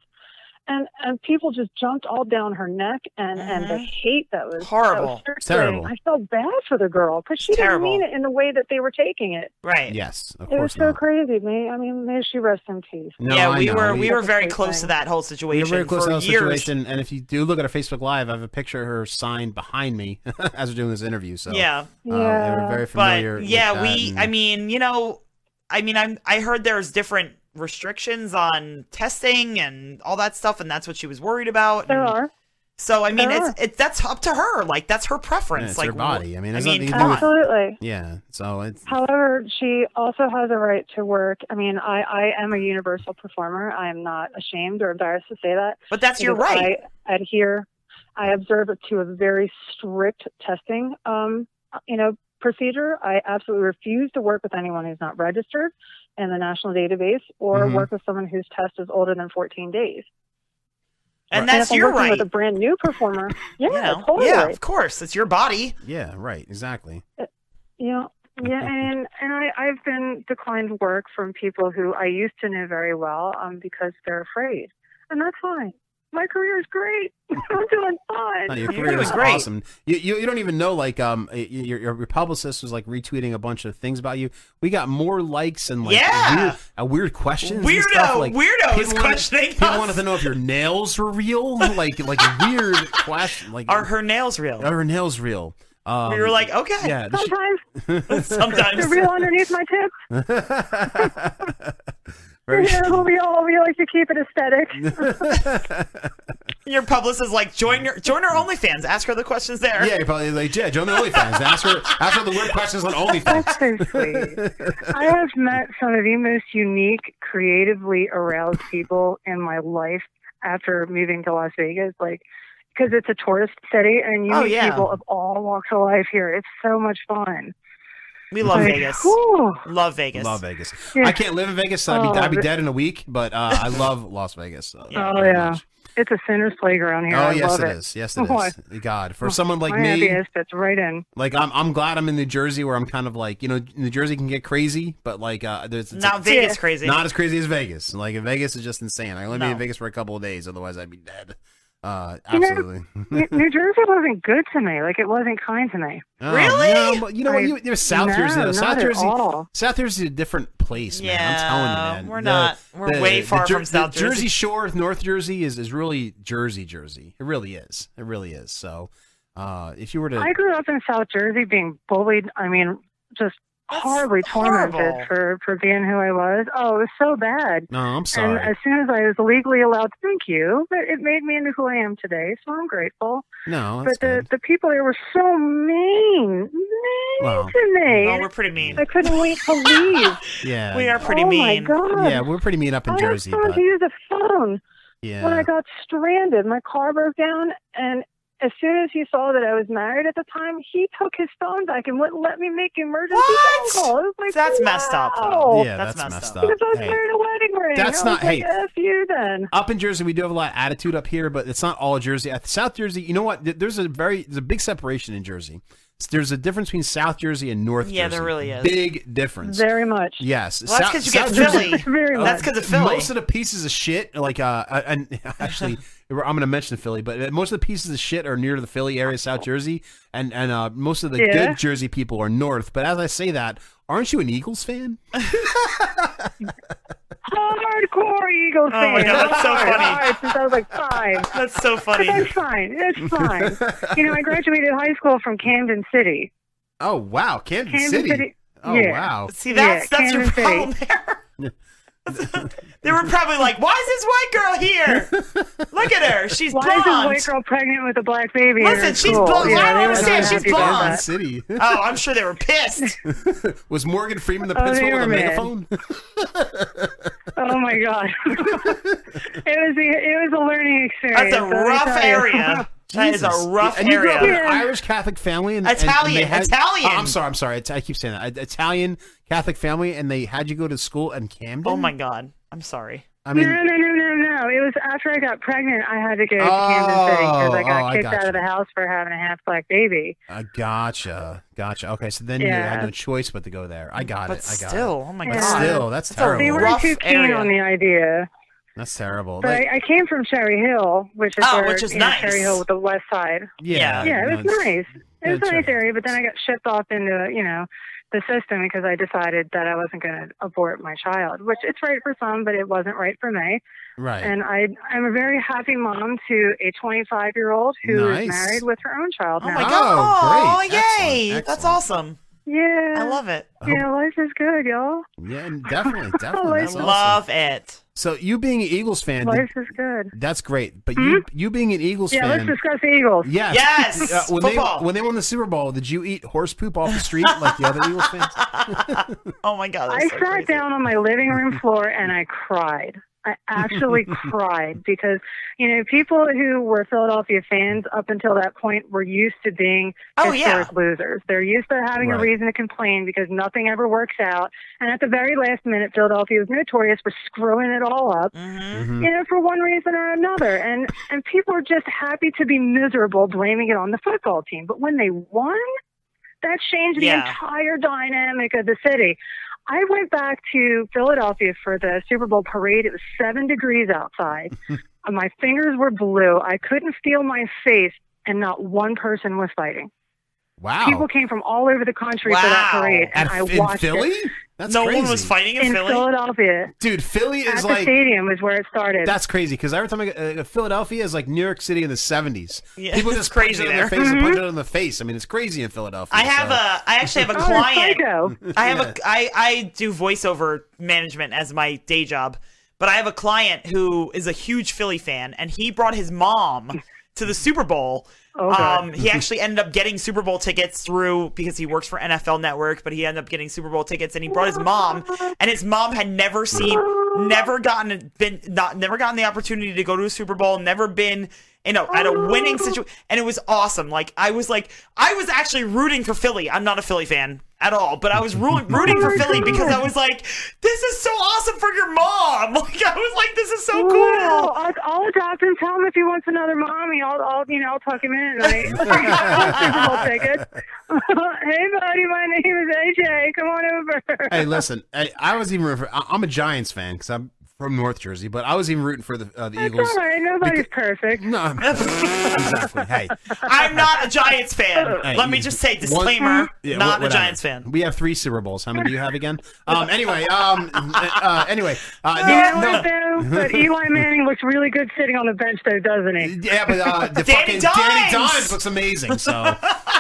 Speaker 30: And and people just jumped all down her neck, and and the hate that was that was
Speaker 4: Mm-hmm. Horrible.
Speaker 30: circulating.
Speaker 4: Terrible.
Speaker 30: I felt bad for the girl because she
Speaker 4: Terrible.
Speaker 30: didn't mean it in the way that they were taking it.
Speaker 4: Right.
Speaker 21: Yes. Of
Speaker 30: it was
Speaker 4: course
Speaker 30: so
Speaker 4: not.
Speaker 30: crazy. May I mean, may she rest in peace.
Speaker 21: I
Speaker 23: yeah, we
Speaker 21: know.
Speaker 23: were we
Speaker 21: We-
Speaker 23: were very close to that whole
Speaker 21: We
Speaker 23: situation
Speaker 21: were very close
Speaker 23: for
Speaker 21: to that
Speaker 23: years.
Speaker 21: situation, and if you do look at our Facebook Live, I have a picture of her signed behind me as we're doing this interview. So
Speaker 23: Yeah.
Speaker 21: uh, they were very familiar.
Speaker 23: But
Speaker 21: with
Speaker 23: yeah,
Speaker 21: that
Speaker 23: we.
Speaker 21: and-
Speaker 23: I mean, you know, I mean, I'm. I heard there's different restrictions on testing and all that stuff, and that's what she was worried about.
Speaker 30: There
Speaker 23: and
Speaker 30: are.
Speaker 23: So I mean,
Speaker 30: Sure.
Speaker 23: it's it, that's up to her. Like that's her preference.
Speaker 21: it's
Speaker 23: like
Speaker 21: her body. I mean,
Speaker 23: I
Speaker 21: it's
Speaker 23: mean,
Speaker 21: nothing to
Speaker 23: come
Speaker 21: do
Speaker 23: on.
Speaker 21: with-
Speaker 30: Absolutely.
Speaker 21: Yeah. So it's
Speaker 30: However, she also has a right to work. I mean, I, I am a universal performer. I am not ashamed or embarrassed to say that.
Speaker 23: But that's your
Speaker 30: because
Speaker 23: right.
Speaker 30: I adhere. I observe it to a very strict testing, um, you know, procedure. I absolutely refuse to work with anyone who's not registered in the national database or
Speaker 23: Mm-hmm.
Speaker 4: Mhm.
Speaker 30: work with someone whose test is older than 14 days.
Speaker 23: And that's
Speaker 30: if I'm
Speaker 23: your
Speaker 30: working
Speaker 23: right.
Speaker 30: With a brand new performer, yeah,
Speaker 23: you know?
Speaker 30: totally.
Speaker 23: Yeah, of course, it's your body.
Speaker 21: Yeah, right. Exactly.
Speaker 30: Yeah, yeah, and and I, I've been declined work from people who I used to know very well um, because they're afraid, and that's fine. My career is great. I'm doing fine.
Speaker 21: No, your career is awesome. You, you you don't even know like um y- y- your your your publicist was like retweeting a bunch of things about you. We got more likes and like
Speaker 23: Yeah.
Speaker 21: weird, uh, weird questions. and
Speaker 23: Weirdo-
Speaker 21: stuff. Like,
Speaker 23: weirdos
Speaker 21: people wanted-
Speaker 23: questioning
Speaker 21: People
Speaker 23: us.
Speaker 21: wanted to know if your nails were real. Like like weird question. Like
Speaker 23: are her nails real?
Speaker 21: Are her nails real? Um,
Speaker 23: we were like, okay,
Speaker 21: Yeah. the shit-
Speaker 30: Sometimes
Speaker 23: Sometimes.
Speaker 30: they're real underneath my tips.
Speaker 21: Very-
Speaker 30: Yeah, we all we like to keep it aesthetic.
Speaker 23: your publicist is like, join your join her OnlyFans. Ask her the questions there.
Speaker 21: yeah, you're probably like, yeah, join the OnlyFans. Ask her, ask her the weird questions on OnlyFans.
Speaker 30: That's so sweet. I have met some of the most unique, creatively aroused people in my life after moving to Las Vegas. Like, because it's a tourist city and you
Speaker 23: Oh,
Speaker 30: meet
Speaker 23: yeah.
Speaker 30: people of all walks of life here. It's so much fun.
Speaker 23: We love
Speaker 21: Like,
Speaker 23: Vegas.
Speaker 30: whew.
Speaker 23: Love Vegas.
Speaker 21: Love Vegas.
Speaker 30: Yeah.
Speaker 21: I can't live in Vegas. So I'd, be,
Speaker 30: Oh,
Speaker 21: I'd be
Speaker 30: the-
Speaker 21: dead in a week, but uh, I love Las Vegas. So.
Speaker 30: oh yeah, it's a sinner's playground here.
Speaker 21: Oh,
Speaker 30: I
Speaker 21: yes,
Speaker 30: love
Speaker 21: it
Speaker 30: it
Speaker 21: is. Yes, it
Speaker 30: Boy. Oh,
Speaker 21: is. God, for someone like
Speaker 30: my
Speaker 21: me,
Speaker 30: happiness fits right in.
Speaker 21: like I'm, I'm glad I'm in New Jersey, where I'm kind of like, you know, New Jersey can get crazy, but like, uh, there's it's-
Speaker 23: Not
Speaker 21: it's-
Speaker 23: Vegas Yeah. crazy.
Speaker 21: not as crazy as Vegas. Like, Vegas is just insane. I only be
Speaker 30: No.
Speaker 21: in Vegas for a couple of days, otherwise I'd be dead. Uh,
Speaker 30: You know,
Speaker 21: absolutely.
Speaker 30: New New Jersey wasn't good to me. Like it wasn't kind to me.
Speaker 21: Oh, No, but you know what?
Speaker 30: I-
Speaker 21: You, you South
Speaker 30: no,
Speaker 21: Jersey. though.
Speaker 30: not
Speaker 21: South
Speaker 30: at
Speaker 21: Jersey.
Speaker 30: all.
Speaker 21: South Jersey is a different place, man. I'm telling
Speaker 23: Yeah,
Speaker 21: you, man.
Speaker 23: we're not- we're way far
Speaker 21: Jer-
Speaker 23: from South
Speaker 21: the Jersey.
Speaker 23: Jersey.
Speaker 21: Shore, North Jersey is, is really Jersey, Jersey. It really is. It really is. So, uh, if you were to,
Speaker 30: I grew up in South Jersey being bullied. I mean, just horribly
Speaker 21: horrible.
Speaker 30: tormented for, for being who I was. Oh, it was so bad.
Speaker 21: no, I'm sorry.
Speaker 30: And as soon as I was legally allowed, thank you, but it made me into who I am today, so I'm grateful.
Speaker 21: no, that's
Speaker 30: but the, the people there were so mean, mean
Speaker 21: well,
Speaker 30: to me.
Speaker 23: Well, we're pretty mean.
Speaker 30: I couldn't wait to leave.
Speaker 21: yeah,
Speaker 23: We are pretty
Speaker 30: oh
Speaker 23: mean.
Speaker 30: my god!
Speaker 21: yeah, we're pretty mean up in
Speaker 30: I
Speaker 21: Jersey,
Speaker 30: had time
Speaker 21: but
Speaker 30: to use a phone
Speaker 21: yeah,
Speaker 30: when I got stranded. My car broke down, and as soon as he saw that I was married at the time, he took his phone back and wouldn't let me make emergency
Speaker 23: What?
Speaker 30: phone calls. It was like,
Speaker 23: That's messed up,
Speaker 30: wow.
Speaker 23: though.
Speaker 21: yeah, that's, messed up.
Speaker 30: Because I was
Speaker 21: Hey.
Speaker 30: wearing a wedding ring.
Speaker 21: That's
Speaker 30: I
Speaker 21: not-
Speaker 30: was like,
Speaker 21: hey.
Speaker 30: F you then.
Speaker 21: up in Jersey, we do have a lot of attitude up here, but it's not all Jersey. At South Jersey, you know what? Th- There's a very there's a big separation in Jersey. There's a difference between South Jersey and North
Speaker 23: Yeah,
Speaker 21: Jersey.
Speaker 23: there really is.
Speaker 21: Big difference.
Speaker 30: Very much.
Speaker 21: Yes.
Speaker 23: Well, that's
Speaker 21: South-
Speaker 23: 'cause you get
Speaker 21: South Jersey-
Speaker 23: Philly. Very
Speaker 21: uh,
Speaker 23: much. That's 'cause of Philly.
Speaker 21: Most of the pieces of shit, like uh, I- and actually, I'm going to mention Philly, but uh, most of the pieces of shit are near the Philly area,
Speaker 23: Oh.
Speaker 21: South Jersey, and and uh, most of the
Speaker 30: Yeah.
Speaker 21: good Jersey people are north. But as I say that, aren't you an Eagles fan?
Speaker 30: Hardcore Eagles
Speaker 21: Oh
Speaker 30: fan.
Speaker 21: my God, that's so
Speaker 30: All right,
Speaker 21: funny.
Speaker 30: all right, since I was like five.
Speaker 23: That's so funny.
Speaker 30: But that's fine. That's fine. you know, I graduated high school from Camden City.
Speaker 21: Oh wow, Kansas,
Speaker 30: Kansas
Speaker 21: City.
Speaker 30: City-
Speaker 21: Oh
Speaker 30: yeah.
Speaker 21: wow.
Speaker 23: See, that's
Speaker 30: Yeah,
Speaker 23: that's your
Speaker 30: Kansas City.
Speaker 23: problem there. they were probably like, "Why is this white girl here? Look at her. She's
Speaker 30: Why
Speaker 23: blonde."
Speaker 30: is this white girl pregnant with a black baby? in
Speaker 23: Listen,
Speaker 30: her
Speaker 23: she's
Speaker 30: school?
Speaker 23: blonde.
Speaker 30: Yeah,
Speaker 23: I
Speaker 30: they
Speaker 23: don't
Speaker 30: were
Speaker 23: understand.
Speaker 30: not
Speaker 23: She's
Speaker 30: happy about
Speaker 23: blonde.
Speaker 30: that.
Speaker 21: City.
Speaker 23: oh, I'm sure they were pissed.
Speaker 21: Was Morgan Freeman the
Speaker 30: Oh,
Speaker 21: principal
Speaker 30: they
Speaker 21: with
Speaker 30: were
Speaker 21: a
Speaker 30: mad.
Speaker 21: megaphone?
Speaker 30: Oh my god! it was a, it was a learning experience.
Speaker 23: That's a
Speaker 30: let me
Speaker 23: rough
Speaker 30: tell you.
Speaker 23: area. That is
Speaker 21: Jesus.
Speaker 23: a rough
Speaker 21: and you grew up in
Speaker 23: area.
Speaker 21: an Irish Catholic family, and and- and
Speaker 23: Italian,
Speaker 21: they had-
Speaker 23: Italian.
Speaker 21: Oh, I'm sorry, I'm sorry. I keep saying that. Italian Catholic family, and they had you go to school in Camden.
Speaker 23: Oh my god. I'm sorry.
Speaker 21: I mean,
Speaker 30: no, no, no, no, no. It was after I got pregnant. I had to go to
Speaker 21: Oh,
Speaker 30: Camden City because I
Speaker 21: oh,
Speaker 30: got
Speaker 21: I
Speaker 30: kicked
Speaker 21: got
Speaker 30: out
Speaker 21: you.
Speaker 30: of the house for having a half black baby.
Speaker 21: uh, gotcha, gotcha. Okay, so then you
Speaker 30: Yeah.
Speaker 21: had no choice but to go there. I got
Speaker 23: But
Speaker 21: it. I got
Speaker 23: still,
Speaker 21: it.
Speaker 23: oh my
Speaker 21: But
Speaker 23: God.
Speaker 21: still, that's
Speaker 23: That's a
Speaker 21: terrible.
Speaker 30: They weren't
Speaker 23: rough
Speaker 30: too keen
Speaker 23: area.
Speaker 30: on the idea.
Speaker 21: That's terrible.
Speaker 30: But
Speaker 21: Like,
Speaker 30: I, I came from Cherry Hill, which is
Speaker 23: Oh,
Speaker 30: where,
Speaker 23: which is
Speaker 30: you know,
Speaker 23: nice.
Speaker 30: Cherry Hill with the west side.
Speaker 21: yeah,
Speaker 30: yeah,
Speaker 21: no,
Speaker 30: it was
Speaker 21: it's-
Speaker 30: nice. It was
Speaker 21: yeah,
Speaker 30: a nice area, but then I got shipped off into you know the system because I decided that I wasn't going to abort my child, which it's right for some, but it wasn't right for me.
Speaker 21: Right.
Speaker 30: And I I'm a very happy mom to a 25 year old who
Speaker 21: Nice.
Speaker 30: is married with her own child
Speaker 23: Oh
Speaker 30: now.
Speaker 23: my god.
Speaker 21: great.
Speaker 23: Oh, yay.
Speaker 21: Excellent,
Speaker 23: That's awesome.
Speaker 30: Yeah.
Speaker 23: I love it.
Speaker 30: Yeah, life is good, y'all.
Speaker 21: Yeah, and definitely, definitely.
Speaker 30: Life
Speaker 21: That's
Speaker 30: is-
Speaker 21: awesome.
Speaker 23: Love it.
Speaker 21: So you being an Eagles fan, did-
Speaker 30: Life is good.
Speaker 21: that's great. But you you being an Eagles
Speaker 30: Yeah,
Speaker 21: fan,
Speaker 30: let's discuss the Eagles.
Speaker 21: Yes. Uh, when
Speaker 23: Football.
Speaker 21: they when they won the Super Bowl, did you eat horse poop off the street like the other Eagles fans?
Speaker 23: Oh my god.
Speaker 30: I sat down on my living room floor and I cried. I actually cried because, you know, people who were Philadelphia fans up until that point were used to being
Speaker 23: Oh,
Speaker 30: historic losers. They're used to having a
Speaker 23: Right.
Speaker 30: reason to complain because nothing ever works out. And at the very last minute, Philadelphia was notorious for screwing it all up,
Speaker 23: Mm-hmm.
Speaker 8: Mhm.
Speaker 30: you know, for one reason or another. And and people are just happy to be miserable, blaming it on the football team. But when they won, that changed the
Speaker 8: Yeah.
Speaker 30: entire dynamic of the city. I went back to Philadelphia for the Super Bowl parade. It was seven degrees outside. my fingers were blue. I couldn't feel my face, and not one person was fighting.
Speaker 21: Wow.
Speaker 30: People came from all over the country for that
Speaker 21: Wow.
Speaker 30: parade, and
Speaker 21: At-
Speaker 30: I
Speaker 21: in
Speaker 30: watched
Speaker 21: Philly?
Speaker 30: it.
Speaker 21: That's No one was crazy. fighting in Philly?
Speaker 30: Philadelphia.
Speaker 21: Dude, Philly
Speaker 30: At
Speaker 21: is
Speaker 30: the
Speaker 21: like-
Speaker 30: stadium is where it started.
Speaker 21: That's crazy because every time I go, uh, Philadelphia is like New York City in the seventies.
Speaker 23: Yeah,
Speaker 21: People
Speaker 23: it's
Speaker 21: just punch
Speaker 23: crazy
Speaker 21: it in their
Speaker 23: there.
Speaker 21: face and punch
Speaker 23: Mhm.
Speaker 21: it in the face. I mean, it's crazy in Philadelphia.
Speaker 23: I have
Speaker 21: so-
Speaker 23: a. I actually have a
Speaker 21: Oh,
Speaker 23: client.
Speaker 30: psycho.
Speaker 23: I have
Speaker 21: Yeah.
Speaker 23: a. I I do voiceover management as my day job, but I have a client who is a huge Philly fan, and he brought his mom to the Super Bowl.
Speaker 8: Oh, God.
Speaker 23: um, he actually ended up getting Super Bowl tickets through because he works for NFL Network, but he ended up getting Super Bowl tickets, and he brought his mom, and his mom had never seen, never gotten, been not, never gotten the opportunity to go to a Super Bowl, never been. in a at a winning situation, and it was awesome. Like I was like I was actually rooting for Philly. I'm not a Philly fan at all, but I was ru- rooting for Philly because I was like, this is so awesome for your mom. Like I was like, this is so cool.
Speaker 30: Wow. I'll, I'll adopt him. Tell him if he wants another mommy. I'll, I'll you know, I'll tuck him in. Like, Super Bowl tickets. hey, buddy, my name is AJ. Come on over.
Speaker 21: hey, listen, I, I was even rooting for, I, I'm a Giants fan because I'm from North Jersey, but I was even rooting for the uh, the
Speaker 30: It's
Speaker 21: Eagles.
Speaker 30: all right. Nobody's perfect.
Speaker 21: No. exactly. Hey,
Speaker 23: I'm not a Giants fan.
Speaker 21: hey,
Speaker 23: Let me
Speaker 21: you-
Speaker 23: just say
Speaker 21: one-
Speaker 23: disclaimer:
Speaker 21: Yeah,
Speaker 23: not
Speaker 21: wha-
Speaker 23: a
Speaker 21: whatever.
Speaker 23: Giants fan.
Speaker 21: We have three Super Bowls. How many do you have again? Um, anyway, um, uh, anyway, uh, no,
Speaker 30: yeah,
Speaker 21: no.
Speaker 30: I do, but Eli Manning looks really good sitting on the bench, though, doesn't he?
Speaker 21: Yeah, but uh, the fucking Danny Dimes looks amazing. So,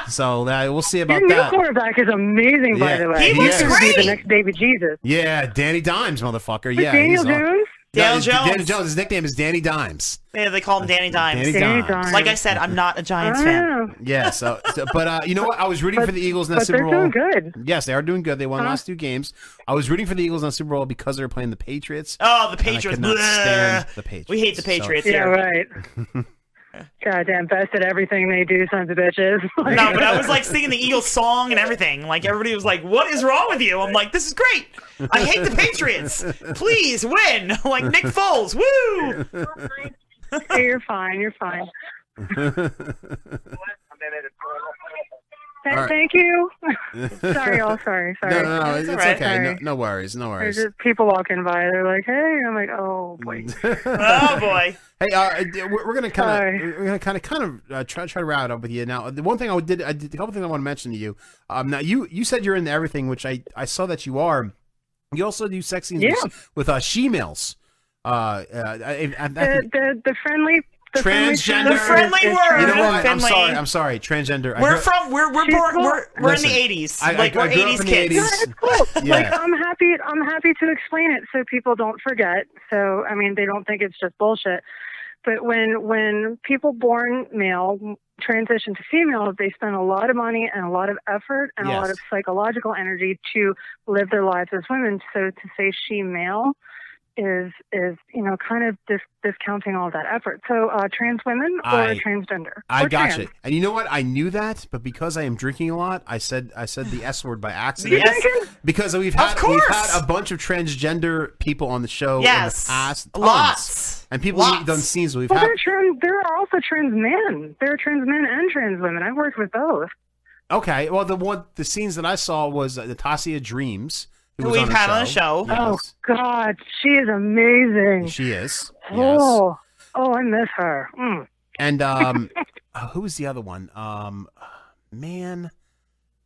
Speaker 21: so uh, we'll see
Speaker 30: Your
Speaker 21: about
Speaker 30: new
Speaker 21: that.
Speaker 30: quarterback is amazing, by
Speaker 21: Yeah,
Speaker 30: the way.
Speaker 21: he He looks
Speaker 30: He's gonna be
Speaker 21: great.
Speaker 30: The next David Jesus.
Speaker 21: Yeah, Danny Dimes, motherfucker.
Speaker 30: But
Speaker 21: Yeah,
Speaker 30: Daniel
Speaker 21: he's on-
Speaker 30: Jones?
Speaker 21: No,
Speaker 23: Daniel
Speaker 21: it's Daniel
Speaker 23: Jones.
Speaker 21: Jones. His nickname is Danny Dimes.
Speaker 23: Yeah, they call him Danny Dimes.
Speaker 21: Danny Danny Dimes. Dimes.
Speaker 23: Like I said, I'm not a Giants fan.
Speaker 21: Yeah. So, so- but uh, you know what? I was rooting
Speaker 23: But-
Speaker 21: for the Eagles in that
Speaker 23: but
Speaker 21: Super Bowl.
Speaker 23: they're doing
Speaker 30: good.
Speaker 21: Yes, they are doing good. They won the
Speaker 23: Huh?
Speaker 21: last two games. I was rooting for the Eagles in the Super Bowl because they were playing the Patriots.
Speaker 23: Oh, the
Speaker 21: and I
Speaker 23: Patriots.
Speaker 21: could not
Speaker 23: Bleh.
Speaker 21: stand the Patriots.
Speaker 23: We hate the
Speaker 21: So-
Speaker 23: Patriots
Speaker 30: yeah,
Speaker 23: here.
Speaker 30: right. Goddamn best at everything they do, sons of bitches.
Speaker 23: No, but I was like singing the Eagles song and everything. Like everybody was like, "What is wrong with you?" I'm like, "This is great. I hate the Patriots. Please win." Like Nick Foles. Woo.
Speaker 30: Hey, you're fine. You're fine. Th-
Speaker 21: All right.
Speaker 30: Thank you. sorry, all sorry, sorry.
Speaker 21: No, no, no, it's,
Speaker 30: all
Speaker 21: it's
Speaker 30: right.
Speaker 21: okay. No, no worries, no worries.
Speaker 30: There's just people walking by. They're like, "Hey," I'm like, "Oh boy."
Speaker 23: oh boy.
Speaker 21: Hey, uh, d- we're, we're gonna kind of, we're gonna kind of, kind of uh, try try to round up with you now. The one thing I did, I did a couple things I want to mention to you. Um, now you you said you're into everything, which I I saw that you are. You also do sex scenes
Speaker 30: Yeah.
Speaker 21: with, with uh, she-males. Uh, uh, I, I, I
Speaker 30: The,
Speaker 21: think-
Speaker 30: the the friendly the friendly
Speaker 21: transgender.
Speaker 30: shoes is- is
Speaker 21: You know what? I'm
Speaker 23: Finley.
Speaker 21: sorry. I'm sorry. Transgender. I
Speaker 23: We're
Speaker 21: grew-
Speaker 23: from we're we're
Speaker 30: She's
Speaker 23: born,
Speaker 30: cool.
Speaker 23: we're, we're in
Speaker 21: Listen,
Speaker 23: the 80s.
Speaker 21: I- I-
Speaker 23: like
Speaker 21: I
Speaker 23: we're
Speaker 21: grew up
Speaker 23: 80s
Speaker 21: in the
Speaker 23: kids.
Speaker 21: 80s. Yeah.
Speaker 30: Like I'm happy I'm happy to explain it so people don't forget. So I mean they don't think it's just bullshit. But when when people born male transition to female, they spend a lot of money and a lot of effort and a lot
Speaker 8: Yes.
Speaker 30: of psychological energy to live their lives as women. So to say she male is is you know kind of dis- discounting all that effort. So uh, trans women or
Speaker 21: I-
Speaker 30: transgender.
Speaker 21: I
Speaker 30: or
Speaker 21: got
Speaker 30: trans.
Speaker 21: you. And you know what? I knew that, but because I am drinking a lot, I said I said the S word by accident.
Speaker 30: You're drinking?
Speaker 21: Because we've
Speaker 30: Of
Speaker 21: had we've
Speaker 30: course.
Speaker 21: had a bunch of transgender people on the show in
Speaker 30: Yes.
Speaker 21: the past. tons.
Speaker 30: Lots.
Speaker 21: And people
Speaker 30: Lots.
Speaker 21: we've done scenes with. We've
Speaker 30: Well,
Speaker 21: had
Speaker 30: there are trans. There are also trans men. There are trans men and trans women. I've worked with both.
Speaker 21: Okay. Well the one the scenes that I saw was uh, Natasha Dreams. who
Speaker 30: Who
Speaker 21: was
Speaker 30: we've
Speaker 21: our
Speaker 30: had on the show. Oh,
Speaker 21: Yes,
Speaker 30: God, she is amazing.
Speaker 21: She is.
Speaker 30: Oh, oh, I miss her. Mm.
Speaker 21: And um uh, who was the other one? Um man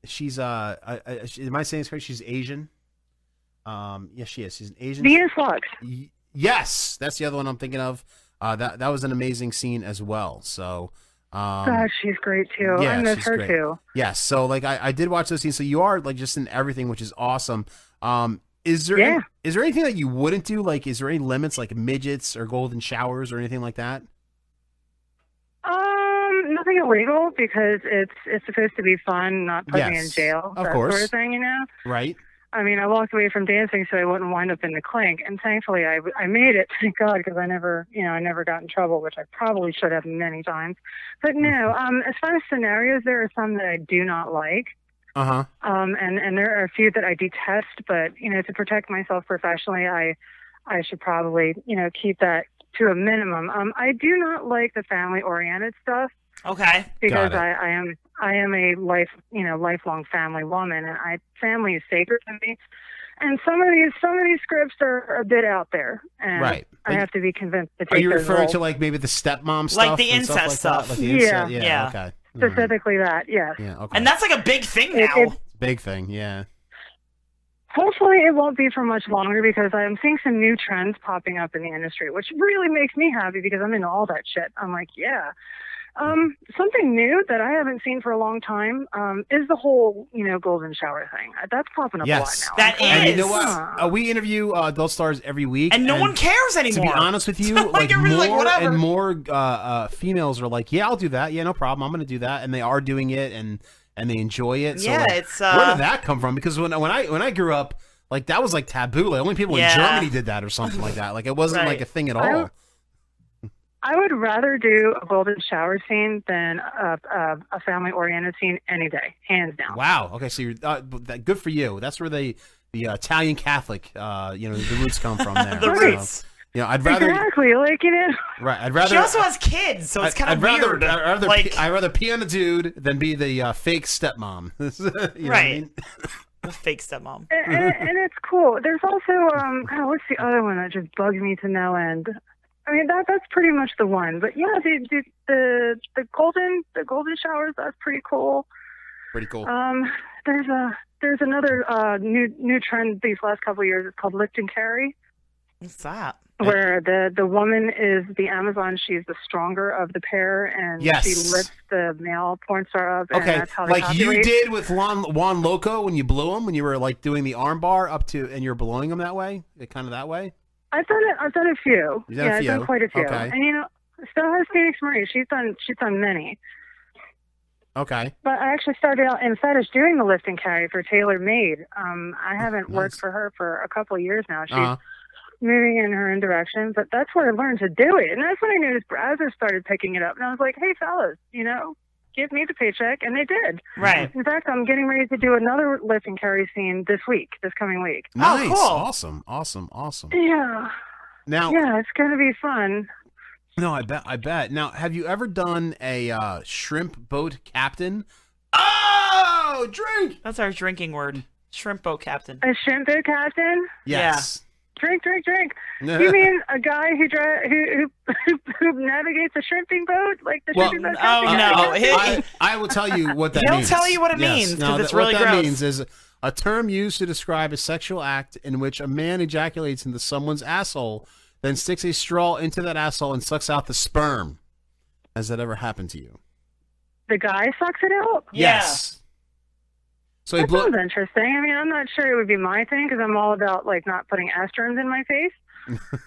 Speaker 21: she's uh I, I, she- am I saying this correct? She's Asian? Um yes she is. She's an Asian
Speaker 30: Venus Lux.
Speaker 21: Y- Yes, that's the other one I'm thinking of. Uh, that that was an amazing scene as well. So Um,
Speaker 30: God, she's great too. I
Speaker 21: yeah,
Speaker 30: miss
Speaker 21: she's
Speaker 30: her
Speaker 21: great.
Speaker 30: too.
Speaker 21: Yes. So like I, I did watch those scenes. So you are like just in everything, which is awesome. Um, is there
Speaker 30: Yeah.
Speaker 21: is there anything that you wouldn't do? Like, is there any limits like midgets or golden showers or anything like that?
Speaker 30: Um, nothing illegal because it's it's supposed to be fun, not put me in
Speaker 21: Yes,
Speaker 30: jail,
Speaker 21: of
Speaker 30: that sort
Speaker 21: course.
Speaker 30: of thing, you know.
Speaker 21: Right.
Speaker 30: I mean, I walked away from dancing so I wouldn't wind up in the clink, and thankfully I I made it, thank God, because I never you know I never got in trouble, which I probably should have many times. But no, um, as far as scenarios, there are some that I do not like.
Speaker 21: Uh huh.
Speaker 30: Um, and, and there are a few that I detest, but you know, to protect myself professionally, I, I should probably, you know, keep that to a minimum. Um, I do not like the family oriented stuff
Speaker 4: Okay.
Speaker 30: because I, I am, I am a life, you know, lifelong family woman and I, family is sacred to me. And some of these, some of these scripts are a bit out there and
Speaker 21: Right.
Speaker 30: I have to be convinced to
Speaker 21: Are
Speaker 30: take
Speaker 21: you
Speaker 30: those
Speaker 21: referring to
Speaker 30: roles.
Speaker 21: like maybe the stepmom stuff,
Speaker 4: the
Speaker 21: and stuff
Speaker 4: incest
Speaker 21: like that?
Speaker 4: stuff.
Speaker 21: Like the incest-
Speaker 30: Yeah.
Speaker 21: yeah,
Speaker 30: Yeah.
Speaker 21: Okay. Mm.
Speaker 30: specifically that? Yes.
Speaker 21: hmm. Yeah. Okay.
Speaker 4: And that's like a big thing
Speaker 30: It-
Speaker 4: now.
Speaker 30: it-
Speaker 21: Big thing. Yeah.
Speaker 30: Hopefully, it won't be for much longer because I'm seeing some new trends popping up in the industry, which really makes me happy because I'm into all that shit. I'm like, yeah. Um, something new that I haven't seen for a long time um, is the whole, you know, golden shower thing. That's popping up
Speaker 21: Yes.
Speaker 30: a lot now.
Speaker 4: That
Speaker 21: and
Speaker 4: is.
Speaker 21: you know what? Uh, we interview uh, adult stars every week,
Speaker 4: And no one cares
Speaker 21: To be
Speaker 4: anymore.
Speaker 21: honest with you, like, more
Speaker 4: everybody's like, whatever.
Speaker 21: and more uh, uh, females are like, "Yeah, I'll do that. Yeah, no problem. I'm going to do that," and they are doing it, and and they enjoy it. So,
Speaker 4: Yeah,
Speaker 21: like,
Speaker 4: it's,
Speaker 21: where
Speaker 4: uh,
Speaker 21: did that come from? Because when when I when I grew up, like that was like taboo. Like only people
Speaker 30: Yeah.
Speaker 21: in Germany did that or something like that. Like it wasn't
Speaker 30: Right.
Speaker 21: like a thing at
Speaker 30: I-
Speaker 21: all.
Speaker 30: I would rather do a golden shower scene than a, a, a family oriented scene any day, hands down.
Speaker 21: Wow. Okay, so you're uh, but that, good for you. That's where they the uh, Italian Catholic, uh, you know, the roots come from there.
Speaker 30: The
Speaker 21: So,
Speaker 30: roots.
Speaker 21: you know, I'd rather
Speaker 30: Exactly. Like, you know.
Speaker 21: right. I'd rather
Speaker 4: she also has kids, so it's
Speaker 21: I-
Speaker 4: kind of
Speaker 21: I'd rather,
Speaker 4: weird.
Speaker 21: I'd rather,
Speaker 4: like,
Speaker 21: pee- I'd rather pee on a dude than be the uh, fake stepmom. You know what I
Speaker 4: Right.
Speaker 21: mean?
Speaker 4: the fake stepmom.
Speaker 30: and,
Speaker 21: Mm-hmm.
Speaker 30: and- and it's cool. There's also um, God, what's the other one that just bugs me to no end? I mean that that's pretty much the one. But yeah, the the the, the golden the golden showers that's pretty cool.
Speaker 21: Pretty cool.
Speaker 30: Um, there's a there's another uh, new new trend these last couple of years. It's called lift and carry,
Speaker 4: What's that?
Speaker 30: where the the woman is the Amazon. She's the stronger of the pair, and
Speaker 21: Yes.
Speaker 30: she lifts the male porn star up. and
Speaker 21: okay,
Speaker 30: that's how they
Speaker 21: like you
Speaker 30: copulate.
Speaker 21: did with Juan, Juan Loco when you blew him when you were like doing the arm bar up to and you're blowing him that way, kind of that way.
Speaker 30: I've done it. I've done a few.
Speaker 21: You've done a
Speaker 30: yeah, I've
Speaker 21: few.
Speaker 30: done quite a few.
Speaker 21: Okay.
Speaker 30: And you know, so has Phoenix Marie. She's done. She's done many.
Speaker 21: Okay,
Speaker 30: But I actually started out in fetish doing the lift and carry for Taylor Made. Um, I haven't
Speaker 21: nice.
Speaker 30: worked for her for a couple of years now. She's
Speaker 21: uh,
Speaker 30: moving in her own direction, but that's where I learned to do it, and that's when I noticed browsers started picking it up, and I was like, hey fellas, you know. Give me the paycheck, and they did.
Speaker 4: Right.
Speaker 30: In fact, I'm getting ready to do another lift and carry scene this week, this coming week.
Speaker 4: Oh,
Speaker 21: nice, awesome, awesome, awesome.
Speaker 30: Yeah.
Speaker 21: Now,
Speaker 30: yeah, it's gonna be fun.
Speaker 21: no, I bet, I bet. Now, have you ever done a uh, shrimp boat captain? Oh, drink.
Speaker 4: That's our drinking word. Shrimp boat captain.
Speaker 30: A shrimp boat captain?
Speaker 21: Yes.
Speaker 30: Drink, drink, drink. you mean a guy who, dri- who who who navigates a shrimping boat like the
Speaker 21: Well,
Speaker 30: shrimping boat?
Speaker 4: oh,
Speaker 30: captain?
Speaker 4: no.
Speaker 21: I, I will tell you what that
Speaker 4: He'll
Speaker 21: means.
Speaker 4: tell you what it
Speaker 21: Yes.
Speaker 4: means, 'cause
Speaker 21: No,
Speaker 4: it's
Speaker 21: that-
Speaker 4: really
Speaker 21: what that
Speaker 4: gross.
Speaker 21: means is a term used to describe a sexual act in which a man ejaculates into someone's asshole, then sticks a straw into that asshole and sucks out the sperm. Has that ever happened to you?
Speaker 30: The guy sucks it out.
Speaker 21: Yes. So he
Speaker 30: That
Speaker 21: blows.
Speaker 30: sounds interesting. I mean, I'm not sure it would be my thing because I'm all about like not putting asterns in my face.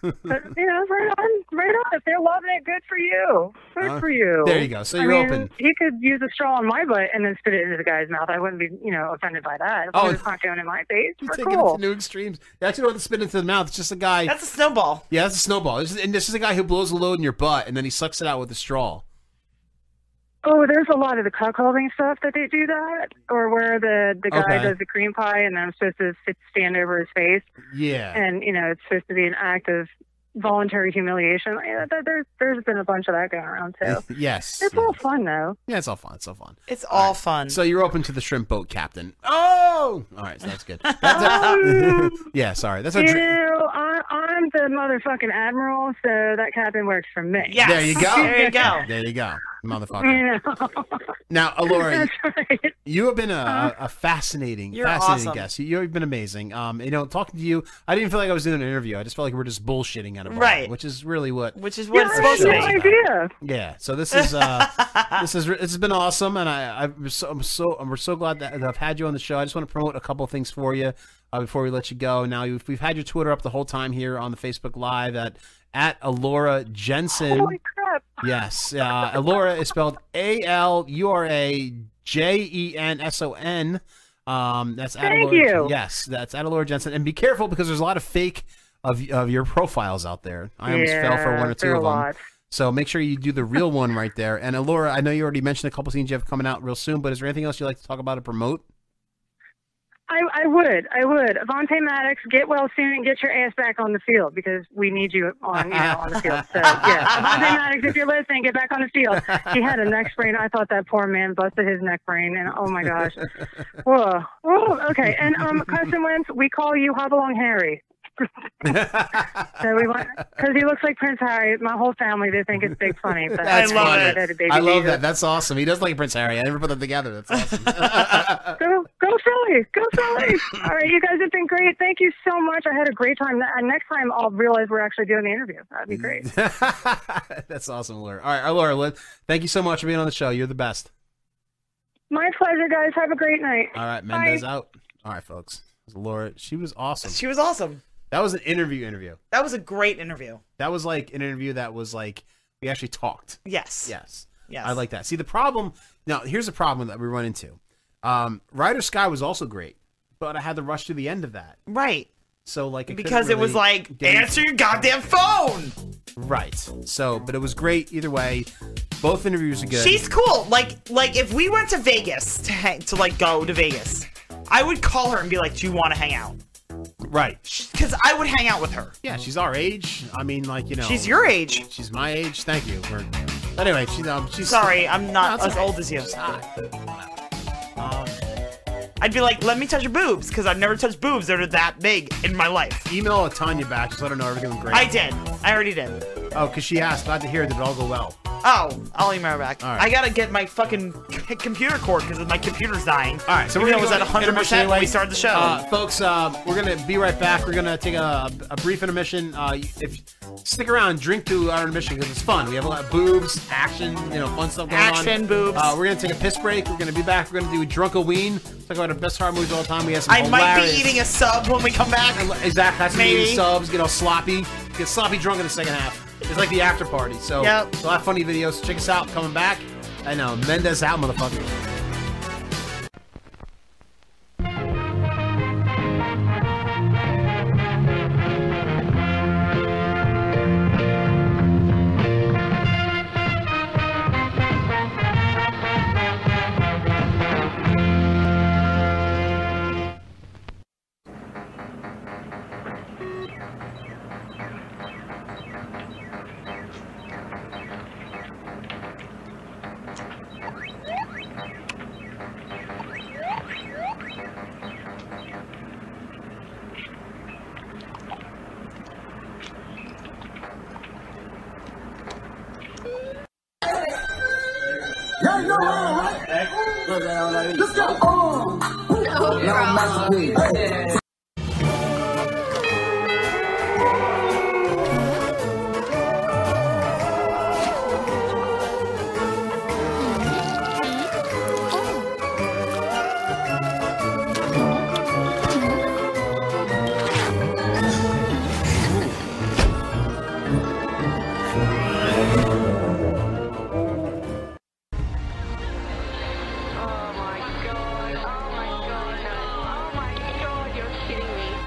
Speaker 30: but you know, right on, right on. If they're loving it, good for you. Good
Speaker 21: Uh,
Speaker 30: for you.
Speaker 21: there you go. So
Speaker 30: I
Speaker 21: you're
Speaker 30: mean,
Speaker 21: open.
Speaker 30: He could use a straw in my butt and then spit it into the guy's mouth. I wouldn't be, you know, offended by that. As
Speaker 21: Oh,
Speaker 30: long as it's not going in my face.
Speaker 21: You're
Speaker 30: we're
Speaker 21: taking
Speaker 30: cool.
Speaker 21: it to new extremes. You actually don't have to spit into the mouth. It's just a guy.
Speaker 4: That's a snowball.
Speaker 21: yeah, that's a snowball. This is, and this is a guy who blows a load in your butt and then he sucks it out with a straw.
Speaker 30: Oh, there's a lot of the cuckolding stuff that they do that, or where the the guy
Speaker 21: Okay.
Speaker 30: does the cream pie and I'm supposed to sit, stand over his face,
Speaker 21: Yeah.
Speaker 30: and you know it's supposed to be an act of voluntary humiliation. Like, yeah, there- there's there's been a bunch of that going around too.
Speaker 21: yes.
Speaker 30: It's all fun though.
Speaker 21: Yeah, it's all fun. It's all fun.
Speaker 4: It's all fun.
Speaker 21: So you're open to the shrimp boat captain. Oh, all right, so that's good. That's a, yeah, sorry, that's a.
Speaker 30: you
Speaker 21: Dr-
Speaker 30: know, I, I'm the motherfucking admiral, so that captain works for me.
Speaker 21: There you go.
Speaker 4: There you go.
Speaker 21: There you go. motherfucker. Now, Alora, you have been a, a fascinating,
Speaker 4: Uh-huh. You're
Speaker 21: fascinating
Speaker 4: awesome.
Speaker 21: guest. You, you've been amazing. Um, you know, talking to you, I didn't feel like I was doing an interview. I just felt like we were just bullshitting out of
Speaker 4: Right.
Speaker 21: which is really what,
Speaker 4: which is what it's supposed
Speaker 21: show is
Speaker 4: to
Speaker 21: about.
Speaker 4: be.
Speaker 21: Yeah. So this is uh, this is this has been awesome, and I I'm so, I'm so we're so glad that, that I've had you on the show. I just want to promote a couple of things for you uh, before we let you go. Now you've, we've had your Twitter up the whole time here on the Facebook Live at at Alora Jensen.
Speaker 30: Holy crap.
Speaker 21: Yes, uh, Alora is spelled A L U R A J E N S O N. Um, that's at
Speaker 30: Thank
Speaker 21: Alora-
Speaker 30: you.
Speaker 21: Yes, that's at Alora Jensen, and be careful because there's a lot of fake of of your profiles out there. I almost fell for
Speaker 30: Yeah,
Speaker 21: one or two
Speaker 30: there are
Speaker 21: of
Speaker 30: a
Speaker 21: them.
Speaker 30: lot.
Speaker 21: So make sure you do the real one right there. And Alora, I know you already mentioned a couple scenes you have coming out real soon, but is there anything else you'd like to talk about or promote?
Speaker 30: I, I would, I would. Avante Maddox, get well soon and get your ass back on the field because we need you on, you know, on the field. So yeah, Avante Maddox, if you're listening, get back on the field. He had a neck sprain. I thought that poor man busted his neck brain, and oh my gosh, whoa, whoa. Okay, and um, Carson Wentz, we call you Hobblong Harry. so we want because he looks like Prince Harry. My whole family they think it's big funny. But
Speaker 21: That's funny.
Speaker 30: I had a baby
Speaker 21: I love
Speaker 30: Jesus.
Speaker 21: that. That's awesome. He does like Prince Harry. I never put them together. That's awesome.
Speaker 30: go, go Philly, go Philly! All right, you guys have been great. Thank you so much. I had a great time. And next time, I'll realize we're actually doing the interview. That'd be great.
Speaker 21: That's awesome, Alora. All right, Alora, let- thank you so much for being on the show. You're the best.
Speaker 30: My pleasure, guys. Have a great night.
Speaker 21: All right, Mendez out. All right, folks. Alora, she was awesome.
Speaker 4: She was awesome.
Speaker 21: That was an interview interview.
Speaker 4: That was a great interview.
Speaker 21: That was like an interview that was like we actually talked.
Speaker 4: Yes.
Speaker 21: Yes.
Speaker 4: Yes.
Speaker 21: I like that. See the problem now here's the problem that we run into. Um Rider Sky was also great, but I had to rush to the end of that.
Speaker 4: Right.
Speaker 21: So like I couldn't
Speaker 4: Because it was
Speaker 21: really
Speaker 4: like,
Speaker 21: get into-
Speaker 4: answer your goddamn phone.
Speaker 21: Right. So but it was great either way. Both interviews are good.
Speaker 4: She's cool. Like, like if we went to Vegas to hang, to like go to Vegas, I would call her and be like, "Do you want to hang out?"
Speaker 21: Right.
Speaker 4: Because I would hang out with her.
Speaker 21: Yeah, she's our age. I mean, like you know,
Speaker 4: She's your age.
Speaker 21: She's my age. Thank you. We're, but anyway, she's um, she's
Speaker 4: Sorry, I'm not
Speaker 21: No, it's
Speaker 4: as
Speaker 21: okay.
Speaker 4: old as you.
Speaker 21: She's hot. Um,
Speaker 4: I'd be like, "Let me touch your boobs," because I've never touched boobs that are that big in my life.
Speaker 21: Email a Tanya back. Just let her know everything went great.
Speaker 4: I did. I already did.
Speaker 21: Oh, because she asked. Glad to hear that it all go well.
Speaker 4: Oh, I'll email her back.
Speaker 21: right.
Speaker 4: I gotta get my fucking c- computer cord because my computer's dying. All
Speaker 21: right, so we're
Speaker 4: Even
Speaker 21: gonna
Speaker 4: though it was
Speaker 21: go
Speaker 4: at
Speaker 21: to
Speaker 4: 100
Speaker 21: intermission
Speaker 4: percent when
Speaker 21: anyway.
Speaker 4: we started the show.
Speaker 21: uh, folks. Uh, we're gonna be right back. We're gonna take a, a brief intermission. Uh, you- if stick around, drink to our intermission because it's fun. We have a lot of boobs, action, you know, fun stuff going on.
Speaker 4: Action, boobs.
Speaker 21: Uh, we're gonna take a piss break. We're gonna be back. We're gonna do Drunkoween. Talk about our best horror movies of all time. We have some
Speaker 4: I might
Speaker 21: hilarious-
Speaker 4: be eating a sub when we come back.
Speaker 21: Exactly. That's
Speaker 4: Maybe.
Speaker 21: Maybe. subs, get all sloppy, get sloppy drunk in the second half. It's like the after party. So
Speaker 4: Yep.
Speaker 21: a lot of funny videos. So check us out. Coming back. I know. Mendez out, motherfucker.
Speaker 8: Oh my god. Oh my god. Oh my god.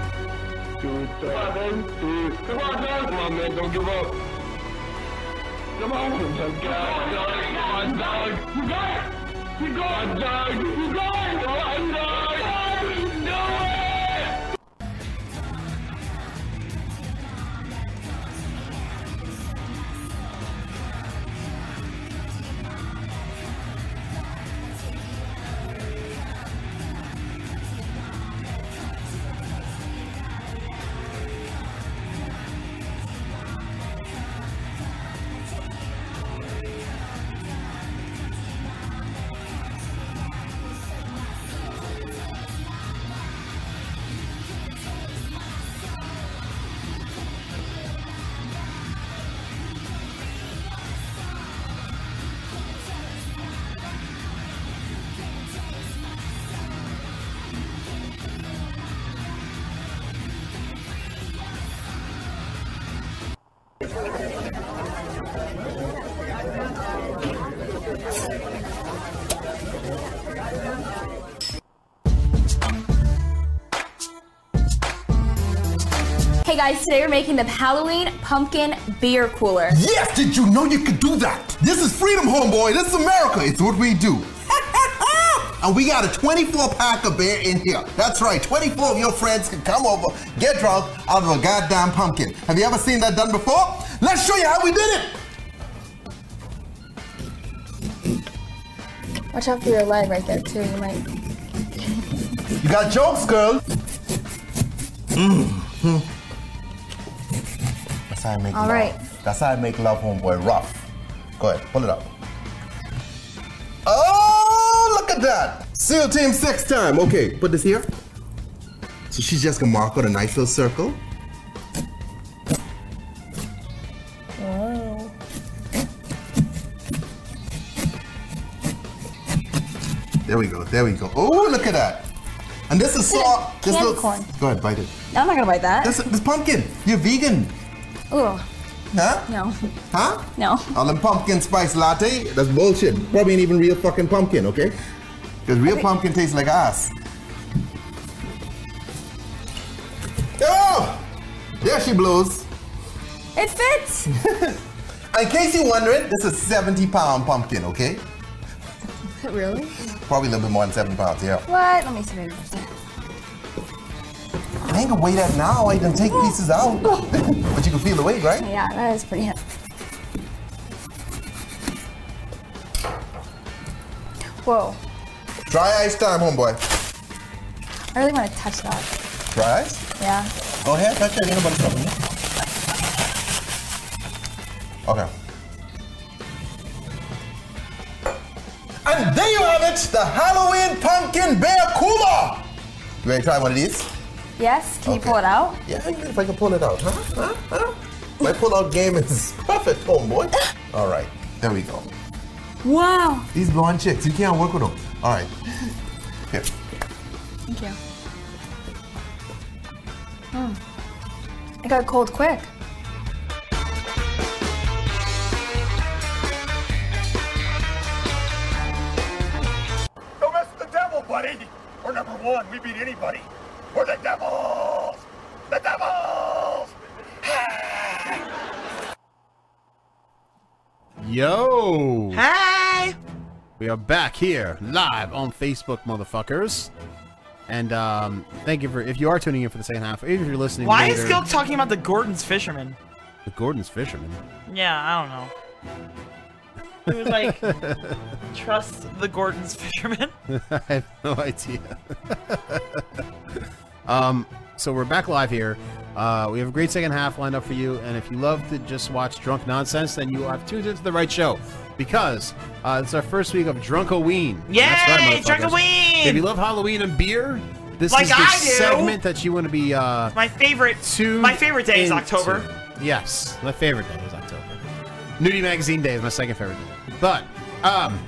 Speaker 8: Come on, man. Dude. Come on, man. Come on, man. Don't give up. Come on. Come on, dog. Come on, dog. You got it. You got it, dog. You got it. Come on, dog. Do
Speaker 18: Hey guys, today we're making the Halloween pumpkin beer cooler.
Speaker 15: Yes, did you know you could do that? This is freedom, homeboy. This is America. It's what we do. and we got a 24 pack of beer in here. That's right, 24 of your friends can come over, get drunk out of a goddamn pumpkin. Have you ever seen that done before? Let's show you how we did it.
Speaker 18: Oh, Watch out for your leg right there too. You might.
Speaker 15: You got jokes, girl. Mm. That's how I make
Speaker 18: All
Speaker 15: love.
Speaker 18: right.
Speaker 15: That's how I make love, homeboy. Rough. Go ahead, pull it up. Oh, look at that. SEAL Team Six time. Okay, put this here. So she's just gonna mark out a nice little circle.
Speaker 18: Wow.
Speaker 15: There we go. There we go. Oh, look at that. And this is saw. This
Speaker 18: Candy
Speaker 15: looks.
Speaker 18: corn.
Speaker 15: Go ahead, bite it.
Speaker 18: I'm not gonna bite that.
Speaker 15: This, this pumpkin. You're vegan.
Speaker 18: Ooh,
Speaker 15: Huh?
Speaker 18: no,
Speaker 15: Huh?
Speaker 18: no.
Speaker 15: All them pumpkin spice latte, that's bullshit. Probably ain't even real fucking pumpkin, okay? Because real pumpkin tastes like ass. Oh! There she blows.
Speaker 18: It fits!
Speaker 15: In case you're wondering, this is 70 pound pumpkin, okay?
Speaker 18: really?
Speaker 15: Probably a little bit more than 70 pounds, yeah.
Speaker 18: What? Let me see. What it is.
Speaker 15: I ain't gonna weigh that now, I can take pieces out. but you can feel the weight, right?
Speaker 18: Yeah, that is pretty heavy. Whoa,
Speaker 15: Dry ice time, homeboy.
Speaker 18: I really want to touch that.
Speaker 15: Dry ice?
Speaker 18: Yeah.
Speaker 15: Go ahead, touch it. Ain't nobody stopping you. Okay. And there you have it, the Halloween pumpkin bear cooler. You ready to try one of these?
Speaker 18: Yes? Can you pull it out?
Speaker 15: Yeah, if I can pull it out, huh? Huh? Huh? My pull-out game is perfect, homeboy. All right, there we go.
Speaker 18: Wow.
Speaker 15: These blonde chicks, you can't work with them. All right. Here.
Speaker 18: Thank you. Hmm. I got cold quick.
Speaker 9: Don't mess with the devil, buddy. We're number one. We beat anybody. We're the devils. The devils.
Speaker 21: Yo!
Speaker 4: Hey!
Speaker 21: We are back here, live on Facebook, motherfuckers. And um, thank you for, if you are tuning in for the second half, or even if you're listening
Speaker 4: Why
Speaker 21: later,
Speaker 4: is Gilk talking about the Gordon's fisherman?
Speaker 21: the Gordon's Fisherman.
Speaker 4: Yeah, I don't know. He was like, trust the Gordon's fisherman.
Speaker 21: I have no idea. um, so we're back live here. Uh, we have a great second half lined up for you, and if you love to just watch drunk nonsense, then you have tuned into the right show because uh, it's our first week of Drunkoween.
Speaker 4: Yay,
Speaker 21: That's right, motherfuckers.
Speaker 4: Drunkoween!
Speaker 21: If you love Halloween and beer, this
Speaker 4: Like
Speaker 21: is the
Speaker 4: I do.
Speaker 21: segment that you want to be. Uh,
Speaker 4: My favorite.
Speaker 21: tuned
Speaker 4: My favorite day is
Speaker 21: into.
Speaker 4: October.
Speaker 21: Yes, my favorite day is October. Nudie Magazine Day is my second favorite day, but um.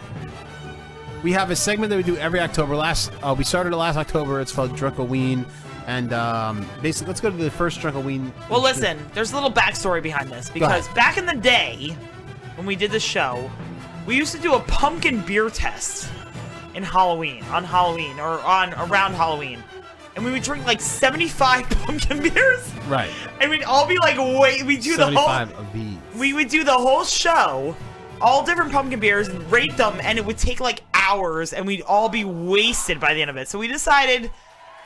Speaker 21: we have a segment that we do every October. Last uh, we started it last October. It's called Drunkoween, and um, basically, let's go to the first Drunkoween.
Speaker 23: Well, listen, there's a little backstory behind this because
Speaker 21: ahead.
Speaker 23: back in the day, when we did the show, we used to do a pumpkin beer test in Halloween, on Halloween, or on around Halloween. And we would drink like 75 pumpkin beers,
Speaker 21: Right.
Speaker 23: and we'd all be like, wait, we do the whole.
Speaker 21: Seventy-five of these.
Speaker 23: We would do the whole show, all different pumpkin beers, and rate them, and it would take like hours, and we'd all be wasted by the end of it. So we decided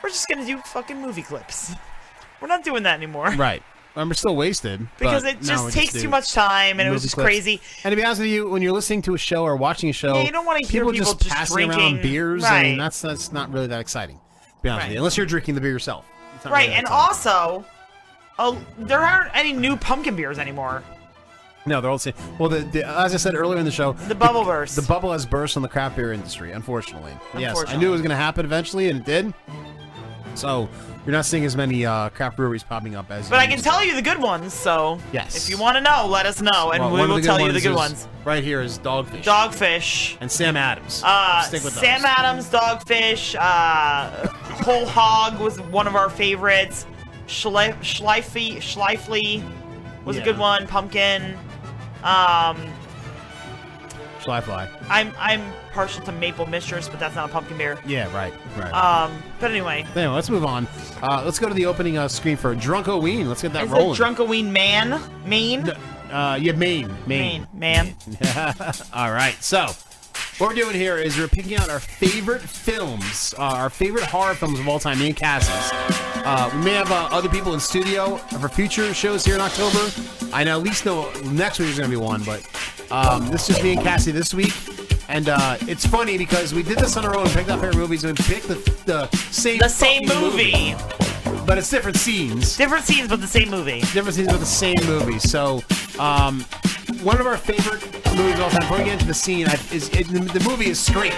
Speaker 23: we're just gonna do fucking movie clips. We're not doing that anymore.
Speaker 21: Right. And we're still wasted
Speaker 23: Because
Speaker 21: but
Speaker 23: it
Speaker 21: now
Speaker 23: just
Speaker 21: we
Speaker 23: takes
Speaker 21: do
Speaker 23: too much time, and it was
Speaker 21: movie
Speaker 23: just
Speaker 21: clips.
Speaker 23: crazy.
Speaker 21: And to be honest with you, when you're listening to a show or watching a show,
Speaker 23: Yeah, you don't wanna hear people
Speaker 21: just
Speaker 23: just
Speaker 21: passing around
Speaker 23: drinking.
Speaker 21: beers. I mean,
Speaker 23: Right.
Speaker 21: that's that's not really that exciting. To be honest with
Speaker 23: Right.
Speaker 21: you, unless you're drinking the beer yourself. It's not really
Speaker 23: Right,
Speaker 21: that
Speaker 23: and
Speaker 21: exciting.
Speaker 23: also, oh, there aren't any new pumpkin beers anymore.
Speaker 21: No, they're all the same. Well, the, the, as I said earlier in the show, the
Speaker 23: bubble burst.
Speaker 21: The bubble has burst on the craft beer industry, unfortunately. Yes, I
Speaker 23: Unfortunately.
Speaker 21: knew it was going to happen eventually, and it did. So you're not seeing as many uh, craft breweries popping up as.
Speaker 23: But
Speaker 21: you
Speaker 23: I can
Speaker 21: used
Speaker 23: tell you the good ones, so
Speaker 21: Yes.
Speaker 23: if you want to know, let us know,
Speaker 21: to.
Speaker 23: and
Speaker 21: Well,
Speaker 23: we
Speaker 21: one of
Speaker 23: will tell you the good
Speaker 21: is-
Speaker 23: ones.
Speaker 21: Right here is Dogfish.
Speaker 23: Dogfish.
Speaker 21: and Sam Adams.
Speaker 23: Uh,
Speaker 21: Stick with
Speaker 23: Sam
Speaker 21: those.
Speaker 23: Adams, Dogfish, uh, Whole Hog was one of our favorites. Schle- Schleifly, Schleifly was
Speaker 21: Yeah.
Speaker 23: a good one. Pumpkin. Um,
Speaker 21: Fly Fly.
Speaker 23: I'm I'm partial to Maple Mistress, but that's not a pumpkin beer.
Speaker 21: Yeah, right, right.
Speaker 23: Um, but anyway,
Speaker 21: anyway, let's move on. Uh, let's go to the opening uh, screen for Drunkoween. Let's get that
Speaker 23: is
Speaker 21: rolling.
Speaker 23: it Drunkoween Man? Maine?
Speaker 21: Uh, yeah, Maine. Maine.
Speaker 23: Maine, man.
Speaker 21: All right. So, what we're doing here is we're picking out our favorite films, uh, our favorite horror films of all time, me and Cass's. Uh, we may have uh, other people in studio for future shows here in October. I know at least know next week is going to be one, but um, this is just me and Cassie this week. And uh, it's funny because we did this on our own, picked out favorite movies, and we picked the, the same
Speaker 23: The same
Speaker 21: fucking
Speaker 23: movie.
Speaker 21: but it's different scenes.
Speaker 23: Different scenes, but the same movie.
Speaker 21: Different scenes, but the same movie. So, um, one of our favorite movies of all time. Before we get into the scene, I, is it, the, the movie is Scream.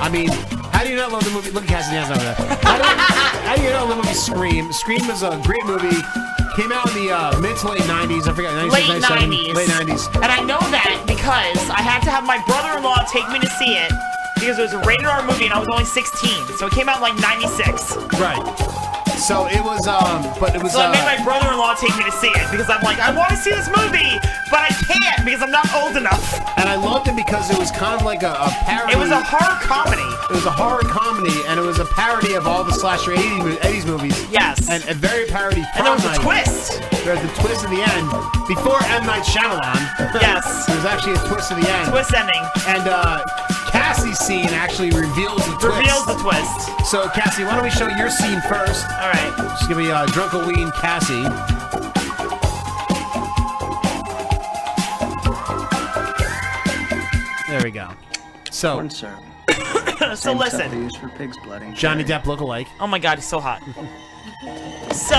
Speaker 21: I mean, how do you not love the movie? Look at Cassidy Dance over there. How do, you, how do you not love the movie Scream? Scream is a great movie. Came out in the uh, mid to late 90s. I forgot. 96,
Speaker 23: Late
Speaker 21: 97,
Speaker 23: 90s.
Speaker 21: Late 90s.
Speaker 23: And I know that because I had to have my brother-in-law take me to see it because it was a rated R movie and I was only 16, so it came out in like 96.
Speaker 21: Right. So it was, um, but it was.
Speaker 23: So I made
Speaker 21: uh,
Speaker 23: my brother-in-law take me to see it because I'm like, I want to see this movie, but I can't because I'm not old enough.
Speaker 21: and I loved it because it was kind of like a, a parody.
Speaker 23: It was a horror comedy.
Speaker 21: It was a horror comedy, and it was a parody of all the slasher 80s, mo- 80s movies.
Speaker 23: Yes.
Speaker 21: And a very parody.
Speaker 23: And there was a
Speaker 21: Prom Night.
Speaker 23: twist.
Speaker 21: There was a twist at the end before M Night Shyamalan.
Speaker 23: Yes.
Speaker 21: there was actually a twist at the end.
Speaker 23: Twist ending.
Speaker 21: And uh, Cassie's scene actually reveals the twist.
Speaker 23: Reveals the twist.
Speaker 21: So Cassie, why don't we show your scene first?
Speaker 23: All right.
Speaker 21: It's gonna be uh, Drunkoween Cassie. There we go. So
Speaker 23: so listen,
Speaker 32: used for pig's blood and
Speaker 21: Johnny Depp lookalike.
Speaker 23: Oh my god, he's so hot. so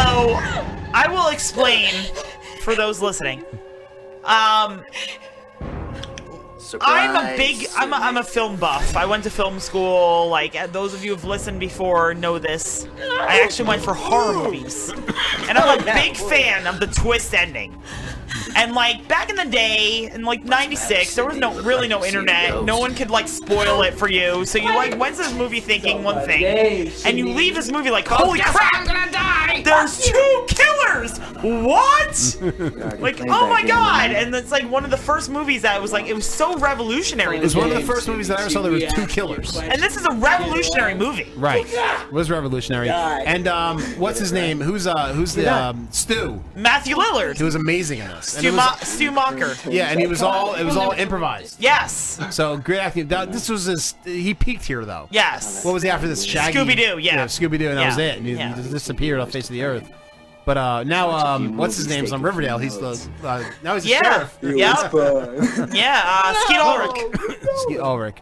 Speaker 23: I will explain for those listening. Um I'm a big I'm a, I'm a film buff. I went to film school. Like uh, those of you who've listened before know this. I actually went for horror movies. And I'm a big fan of the twist ending. And like back in the day, in like '96, there was no really no internet. No one could like spoil it for you. So you like went to this movie thinking one thing, and you leave this movie like, holy crap!
Speaker 19: gonna die!
Speaker 23: There's two killers!
Speaker 21: Mm-hmm.
Speaker 23: What? Like, oh my god!
Speaker 21: It
Speaker 23: And it's like one of the first movies that was like, it was so revolutionary.
Speaker 21: was one of the first movies that I ever saw. There was two killers.
Speaker 23: And this is a revolutionary movie.
Speaker 21: Right. Was revolutionary.
Speaker 23: God.
Speaker 21: And um, what's his name? Who's uh, who's the um, Stu?
Speaker 23: Matthew Lillard.
Speaker 21: He was amazing in this. And
Speaker 23: Stu,
Speaker 21: it
Speaker 23: Ma-
Speaker 21: was-
Speaker 23: Stu Mocker.
Speaker 21: yeah, and he was all it was all improvised.
Speaker 23: Yes.
Speaker 21: So great acting. That- this was his. He peaked here though.
Speaker 23: Yes.
Speaker 21: What was he after this? Shaggy.
Speaker 23: Scooby-Doo, yeah.
Speaker 21: Scooby Doo, and that was
Speaker 23: Yeah,
Speaker 21: it. And he, he
Speaker 23: yeah.
Speaker 21: just disappeared off the face of the earth. But uh, now, um, what's his name's on Riverdale? He's the uh, now he's the
Speaker 23: Yeah.
Speaker 21: sheriff.
Speaker 23: Yep. Yeah. Uh, Skeet Ulrich.
Speaker 21: Skeet Ulrich.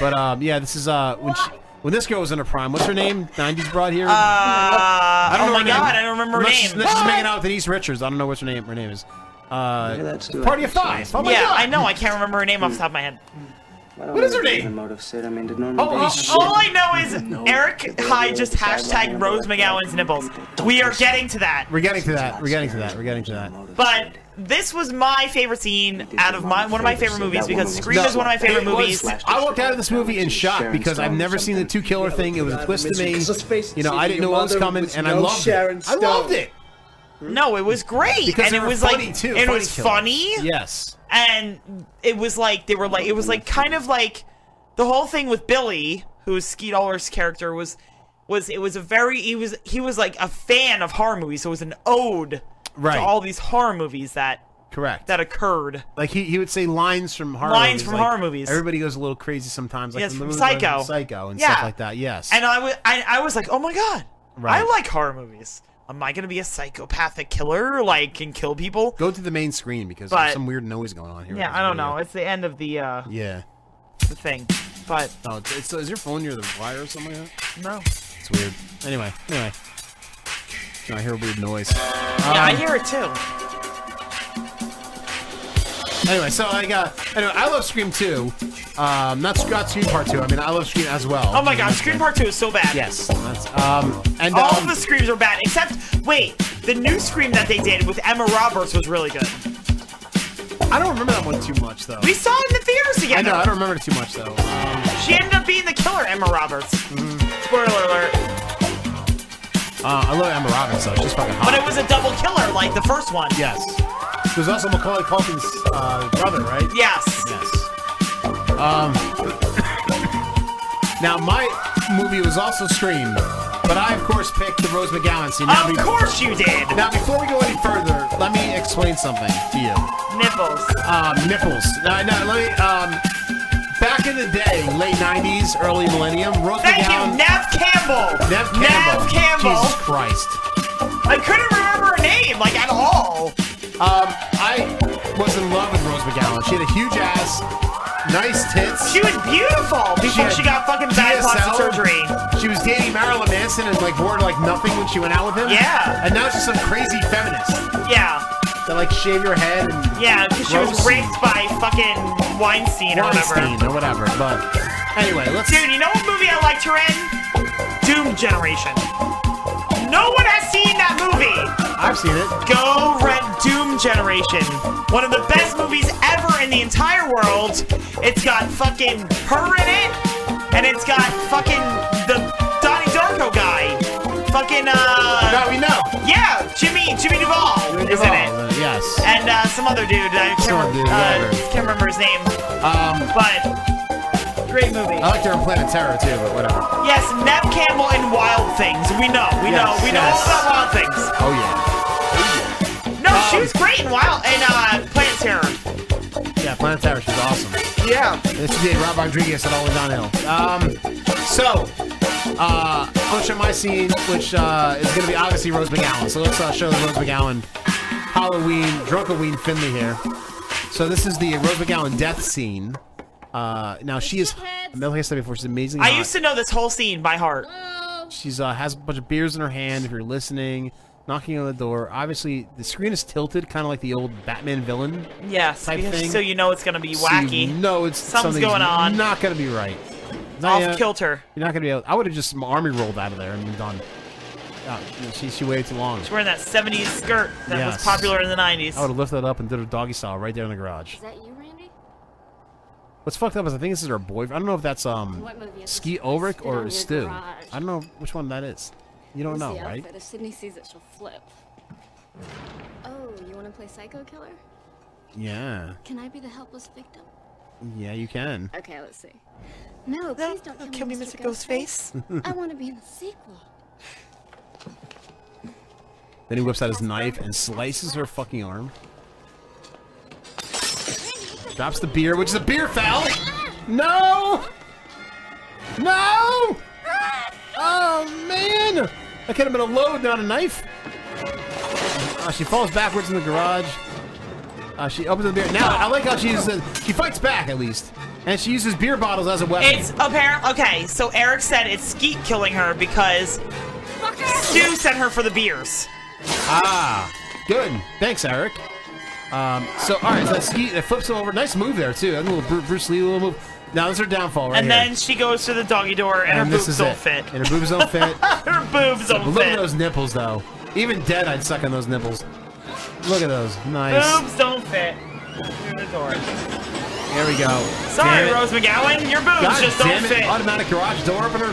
Speaker 21: But um, yeah, this is uh, when she, when this girl was in her prime. What's her name? '90s broad here. Uh, I
Speaker 23: oh my God, I don't remember her
Speaker 21: She's,
Speaker 23: name.
Speaker 21: unless she's making out with Denise Richards. I don't know what's her name. Her name is. Uh, Party of Five. Oh my
Speaker 23: yeah,
Speaker 21: God.
Speaker 23: I know. I can't remember her name off the top of my head.
Speaker 32: What is her name? Oh,
Speaker 23: Oh, all, all I know is Eric High just hashtag Rose McGowan's nipples. We are getting to that.
Speaker 21: We're getting to that. We're getting to that. We're getting to that.
Speaker 23: But This was my favorite scene out of my one of my favorite movies because
Speaker 21: That
Speaker 23: Scream
Speaker 21: woman
Speaker 23: is one of my favorite
Speaker 21: It was-
Speaker 23: movies.
Speaker 21: I walked out of this movie in shock Sharon because I've Stone never seen the two killer thing. It was a twist to me. You know, I didn't know what what was coming, and I loved it. I loved it.
Speaker 23: No, it was great,
Speaker 21: Because
Speaker 23: and
Speaker 21: they
Speaker 23: it
Speaker 21: were
Speaker 23: was
Speaker 21: funny,
Speaker 23: like
Speaker 21: too,
Speaker 23: and it
Speaker 21: funny
Speaker 23: was
Speaker 21: killers.
Speaker 23: funny.
Speaker 21: Yes.
Speaker 23: and it was like they were like it was like kind of like the whole thing with Billy, who is Skeet Ulrich's character, was was it was a very he was he was like a fan of horror movies, so it was an ode
Speaker 21: Right.
Speaker 23: to all these horror movies that
Speaker 21: Correct.
Speaker 23: that occurred.
Speaker 21: Like he, he would say lines from horror movies,
Speaker 23: Lines from
Speaker 21: like,
Speaker 23: horror movies.
Speaker 21: Everybody goes a little crazy sometimes, like
Speaker 23: Yes,
Speaker 21: the
Speaker 23: from
Speaker 21: movie Lines
Speaker 23: Psycho.
Speaker 21: of Psycho, and
Speaker 23: Yeah.
Speaker 21: stuff like that. Yes,
Speaker 23: And I was I, I was like, oh my god,
Speaker 21: Right.
Speaker 23: I like horror movies. Am I gonna be a psychopathic killer like and kill people?
Speaker 21: go to the main screen because
Speaker 23: But-
Speaker 21: there's some weird noise going on here.
Speaker 23: Yeah, I don't know. It's the end of the uh
Speaker 21: Yeah.
Speaker 23: the thing, but
Speaker 21: Oh, it's, it's- is your phone near the wire or something like that?
Speaker 23: No.
Speaker 21: It's weird. Anyway, anyway. No, I hear a weird noise.
Speaker 23: yeah, I
Speaker 21: Um,
Speaker 23: hear it too.
Speaker 21: Anyway, so I got. Anyway, I love Scream 2. Um, not, Sc- not Scream Part 2. I mean, I love Scream as well.
Speaker 23: Oh my god, Scream Part Two is so bad.
Speaker 21: Yes. That's, um, and
Speaker 23: all
Speaker 21: um,
Speaker 23: of the screams are bad except wait, the new scream that they did with Emma Roberts was really good.
Speaker 21: I don't remember that one too much, though.
Speaker 23: We saw it in the theaters
Speaker 21: I
Speaker 23: together.
Speaker 21: know, I don't remember it too much, though.
Speaker 23: She ended up being the killer, Emma Roberts. Spoiler alert.
Speaker 21: Uh, I love Emma Roberts, though. She's fucking hot.
Speaker 23: But it was a double killer, like the first one.
Speaker 21: Yes. There's also Macaulay Culkin's uh, brother, right?
Speaker 23: Yes.
Speaker 21: Yes. Um, now, my movie was also Scream, but I, of course, picked the Rose McGowan scene. Now,
Speaker 23: Of
Speaker 21: be-
Speaker 23: course you did.
Speaker 21: Now, before we go any further, let me explain something to you.
Speaker 23: Nipples.
Speaker 21: Um, nipples. No, no, let me, um, back in the day, late 90s, early millennium, Rose
Speaker 23: Thank
Speaker 21: McGowan.
Speaker 23: you, Nev Campbell.
Speaker 21: Nev Campbell.
Speaker 23: Campbell.
Speaker 21: Jesus Christ.
Speaker 23: I couldn't remember her name, like at all.
Speaker 21: Um, I was in love with Rose McGowan. She had a huge ass, nice tits.
Speaker 23: She was beautiful before she,
Speaker 21: had
Speaker 23: got fucking bad plastic
Speaker 21: DSL.
Speaker 23: surgery.
Speaker 21: She was dating Marilyn Manson and like wore like nothing when she went out with him.
Speaker 23: Yeah.
Speaker 21: And now she's some crazy feminist
Speaker 23: Yeah.
Speaker 21: that like shave your head and
Speaker 23: Yeah, because she was
Speaker 21: Gross.
Speaker 23: raped by fucking Weinstein or whatever.
Speaker 21: Weinstein or whatever. But anyway, let's.
Speaker 23: Dude, you know what movie I liked her in? Doom Generation. No one has seen that movie.
Speaker 21: I've seen it.
Speaker 23: Go rent Doom Generation. One of the best movies ever in the entire world. It's got fucking her in it, and it's got fucking the Donnie Darko guy. Fucking uh.
Speaker 21: No, we know.
Speaker 23: Yeah, Jimmy Jimmy Duvall is in it,
Speaker 21: Oh, yes.
Speaker 23: and uh, some other dude. I can't,
Speaker 21: Some
Speaker 23: remember,
Speaker 21: dude,
Speaker 23: uh,
Speaker 21: whatever.
Speaker 23: can't remember his name.
Speaker 21: Um,
Speaker 23: But great movie.
Speaker 21: I liked her in Planet Terror too, but whatever.
Speaker 23: Yes, Nev Campbell in Wild Things. We know, we
Speaker 21: Yes,
Speaker 23: know, we know
Speaker 21: yes.
Speaker 23: all about Wild Things.
Speaker 21: Oh yeah.
Speaker 23: No, she was great in Wild and uh, Planet Terror.
Speaker 21: Yeah, Planet Terror. She's awesome.
Speaker 23: Yeah.
Speaker 21: This is it, Rob Rodriguez and Ollie Donnell. Um, so, uh, I'm gonna show my scene, which uh, is gonna be obviously Rose McGowan. So let's uh, show the Rose McGowan Halloween, Drunkoween Finley here. So this is the Rose McGowan death scene. Uh, now she is, like I said before, she's amazing.
Speaker 23: I
Speaker 21: hot.
Speaker 23: used to know this whole scene by heart.
Speaker 21: She's uh, has a bunch of beers in her hand. If you're listening, knocking on the door. Obviously, the screen is tilted, kind of like the old Batman villain.
Speaker 23: Yes,
Speaker 21: Type
Speaker 23: because-
Speaker 21: thing.
Speaker 23: so you know it's gonna be
Speaker 21: So
Speaker 23: wacky.
Speaker 21: you know it's
Speaker 23: Something's
Speaker 21: something's
Speaker 23: going on.
Speaker 21: Not gonna be right.
Speaker 23: Off
Speaker 21: Yeah.
Speaker 23: kilter.
Speaker 21: You're not gonna be able. I would have just army rolled out of there and been done. Yeah, she she waited too long.
Speaker 23: She's wearing that '70s skirt that
Speaker 21: Yes.
Speaker 23: was popular in the '90s.
Speaker 21: I would have lifted it up and did a doggy style right there in the garage.
Speaker 11: Is that you, Randy?
Speaker 21: What's fucked up is I think this is her boyfriend. I don't know if that's um
Speaker 11: What movie is
Speaker 21: Ski
Speaker 11: this?
Speaker 21: Ulrich
Speaker 11: Sit on
Speaker 21: or
Speaker 11: your
Speaker 21: Stu.
Speaker 11: garage.
Speaker 21: I don't know which one that is. You don't
Speaker 11: What's
Speaker 21: know,
Speaker 11: the
Speaker 21: right?
Speaker 11: outfit? If Sydney sees it, she'll flip. Oh, you want to play psycho killer?
Speaker 21: Yeah,
Speaker 11: Can I be the helpless victim?
Speaker 21: yeah, you can.
Speaker 11: Okay, let's see. No, please don't kill, me, Mr. Ghostface. I want to be in the sequel.
Speaker 21: Then he whips out his knife and slices her fucking arm. Drops the beer, which is a beer foul. No! No! Oh man! That could have been a load, not a knife. Uh, she falls backwards in the garage. Uh, she opens the beer. Now I like how she uses. She fights back at least, and she uses beer bottles as a weapon.
Speaker 23: It's apparent. Okay, so Eric said it's Skeet killing her because Stu sent her for the beers.
Speaker 21: Ah, good. Thanks, Eric. Um, so all right, so that ski it flips him over. Nice move there too. That little Bru- Bruce Lee little move. Now this is her downfall right
Speaker 23: and
Speaker 21: here.
Speaker 23: then she goes to the doggy door, and, her
Speaker 21: this
Speaker 23: boobs
Speaker 21: is
Speaker 23: don't
Speaker 21: it.
Speaker 23: fit.
Speaker 21: And her boobs don't fit.
Speaker 23: Her boobs don't
Speaker 21: Look at
Speaker 23: fit.
Speaker 21: those nipples though. Even dead, I'd suck on those nipples. Look at those. Nice.
Speaker 23: Boobs don't fit. Through the door.
Speaker 21: There we go. Damn
Speaker 23: Sorry,
Speaker 21: it.
Speaker 23: Rose McGowan, your boobs
Speaker 21: God
Speaker 23: just
Speaker 21: damn
Speaker 23: don't
Speaker 21: it.
Speaker 23: fit.
Speaker 21: Automatic garage door opener.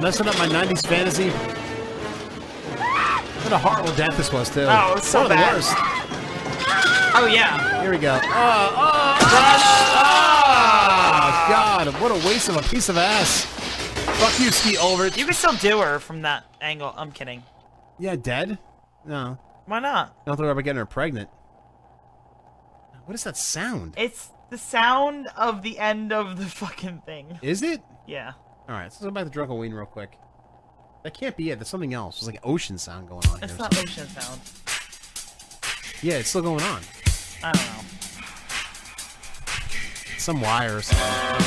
Speaker 21: Messing up my 90s fantasy. What a horrible death this was, too.
Speaker 23: Oh, it's so
Speaker 21: One of the
Speaker 23: bad.
Speaker 21: worst.
Speaker 23: Oh yeah.
Speaker 21: Here we go. Oh,
Speaker 23: Uh, Ah.
Speaker 21: God. What a waste of a piece of ass. Fuck you, Ski Ulrich.
Speaker 23: You can still do her from that angle. I'm kidding.
Speaker 21: Yeah, dead? No.
Speaker 23: Why not?
Speaker 21: I don't think we're ever getting her pregnant. What is that sound?
Speaker 23: It's the sound of the end of the fucking thing.
Speaker 21: Is it?
Speaker 23: Yeah.
Speaker 21: All right, so let's go back to Drunkoween real quick. That can't be it. There's something else. There's like ocean sound going on
Speaker 23: It's
Speaker 21: here.
Speaker 23: not ocean sound.
Speaker 21: Yeah, it's still going on.
Speaker 23: I don't know.
Speaker 21: Some wire or something.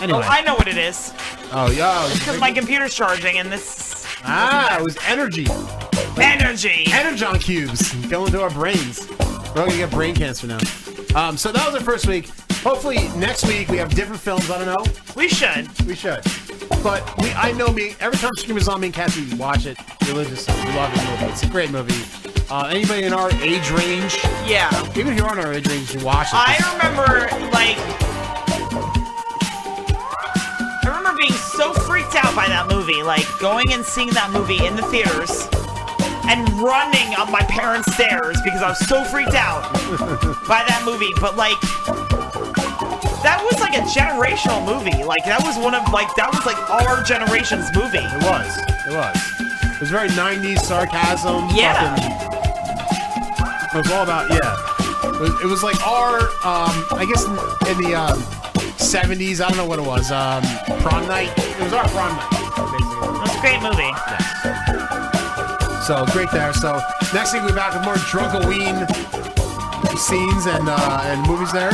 Speaker 21: Anyway.
Speaker 23: Oh, I know what it is.
Speaker 21: Oh, yeah.
Speaker 23: It's because my computer's charging and this
Speaker 21: Ah, it was energy.
Speaker 23: Energy.
Speaker 21: Energon cubes going into our brains. We're all gonna get brain cancer now. Um, so that was our first week. Hopefully next week we have different films. I don't know.
Speaker 23: We should.
Speaker 21: We should. But we, I know me. Every time Screamers on me and Cassie watch it religiously. We love this movie. It's a great movie. Uh, anybody in our age range?
Speaker 23: Yeah.
Speaker 21: Even if you're on our age range, you watch it.
Speaker 23: I remember like I remember being so freaked out by that movie, like going and seeing that movie in the theaters and running up my parents' stairs because I was so freaked out by that movie. But like that was like a generational movie. Like that was one of like that was like our generation's movie. It
Speaker 21: was. It was. It was very 90s sarcasm.
Speaker 23: Yeah.
Speaker 21: fucking- it was all about, yeah. It was, it was like our, um, I guess in, in the um, 70s, I don't know what it was, um, prom night. It was our prom night.
Speaker 23: It's a great movie.
Speaker 21: So great there. So next week we'll be back with more Drunkoween scenes and uh, and movies there.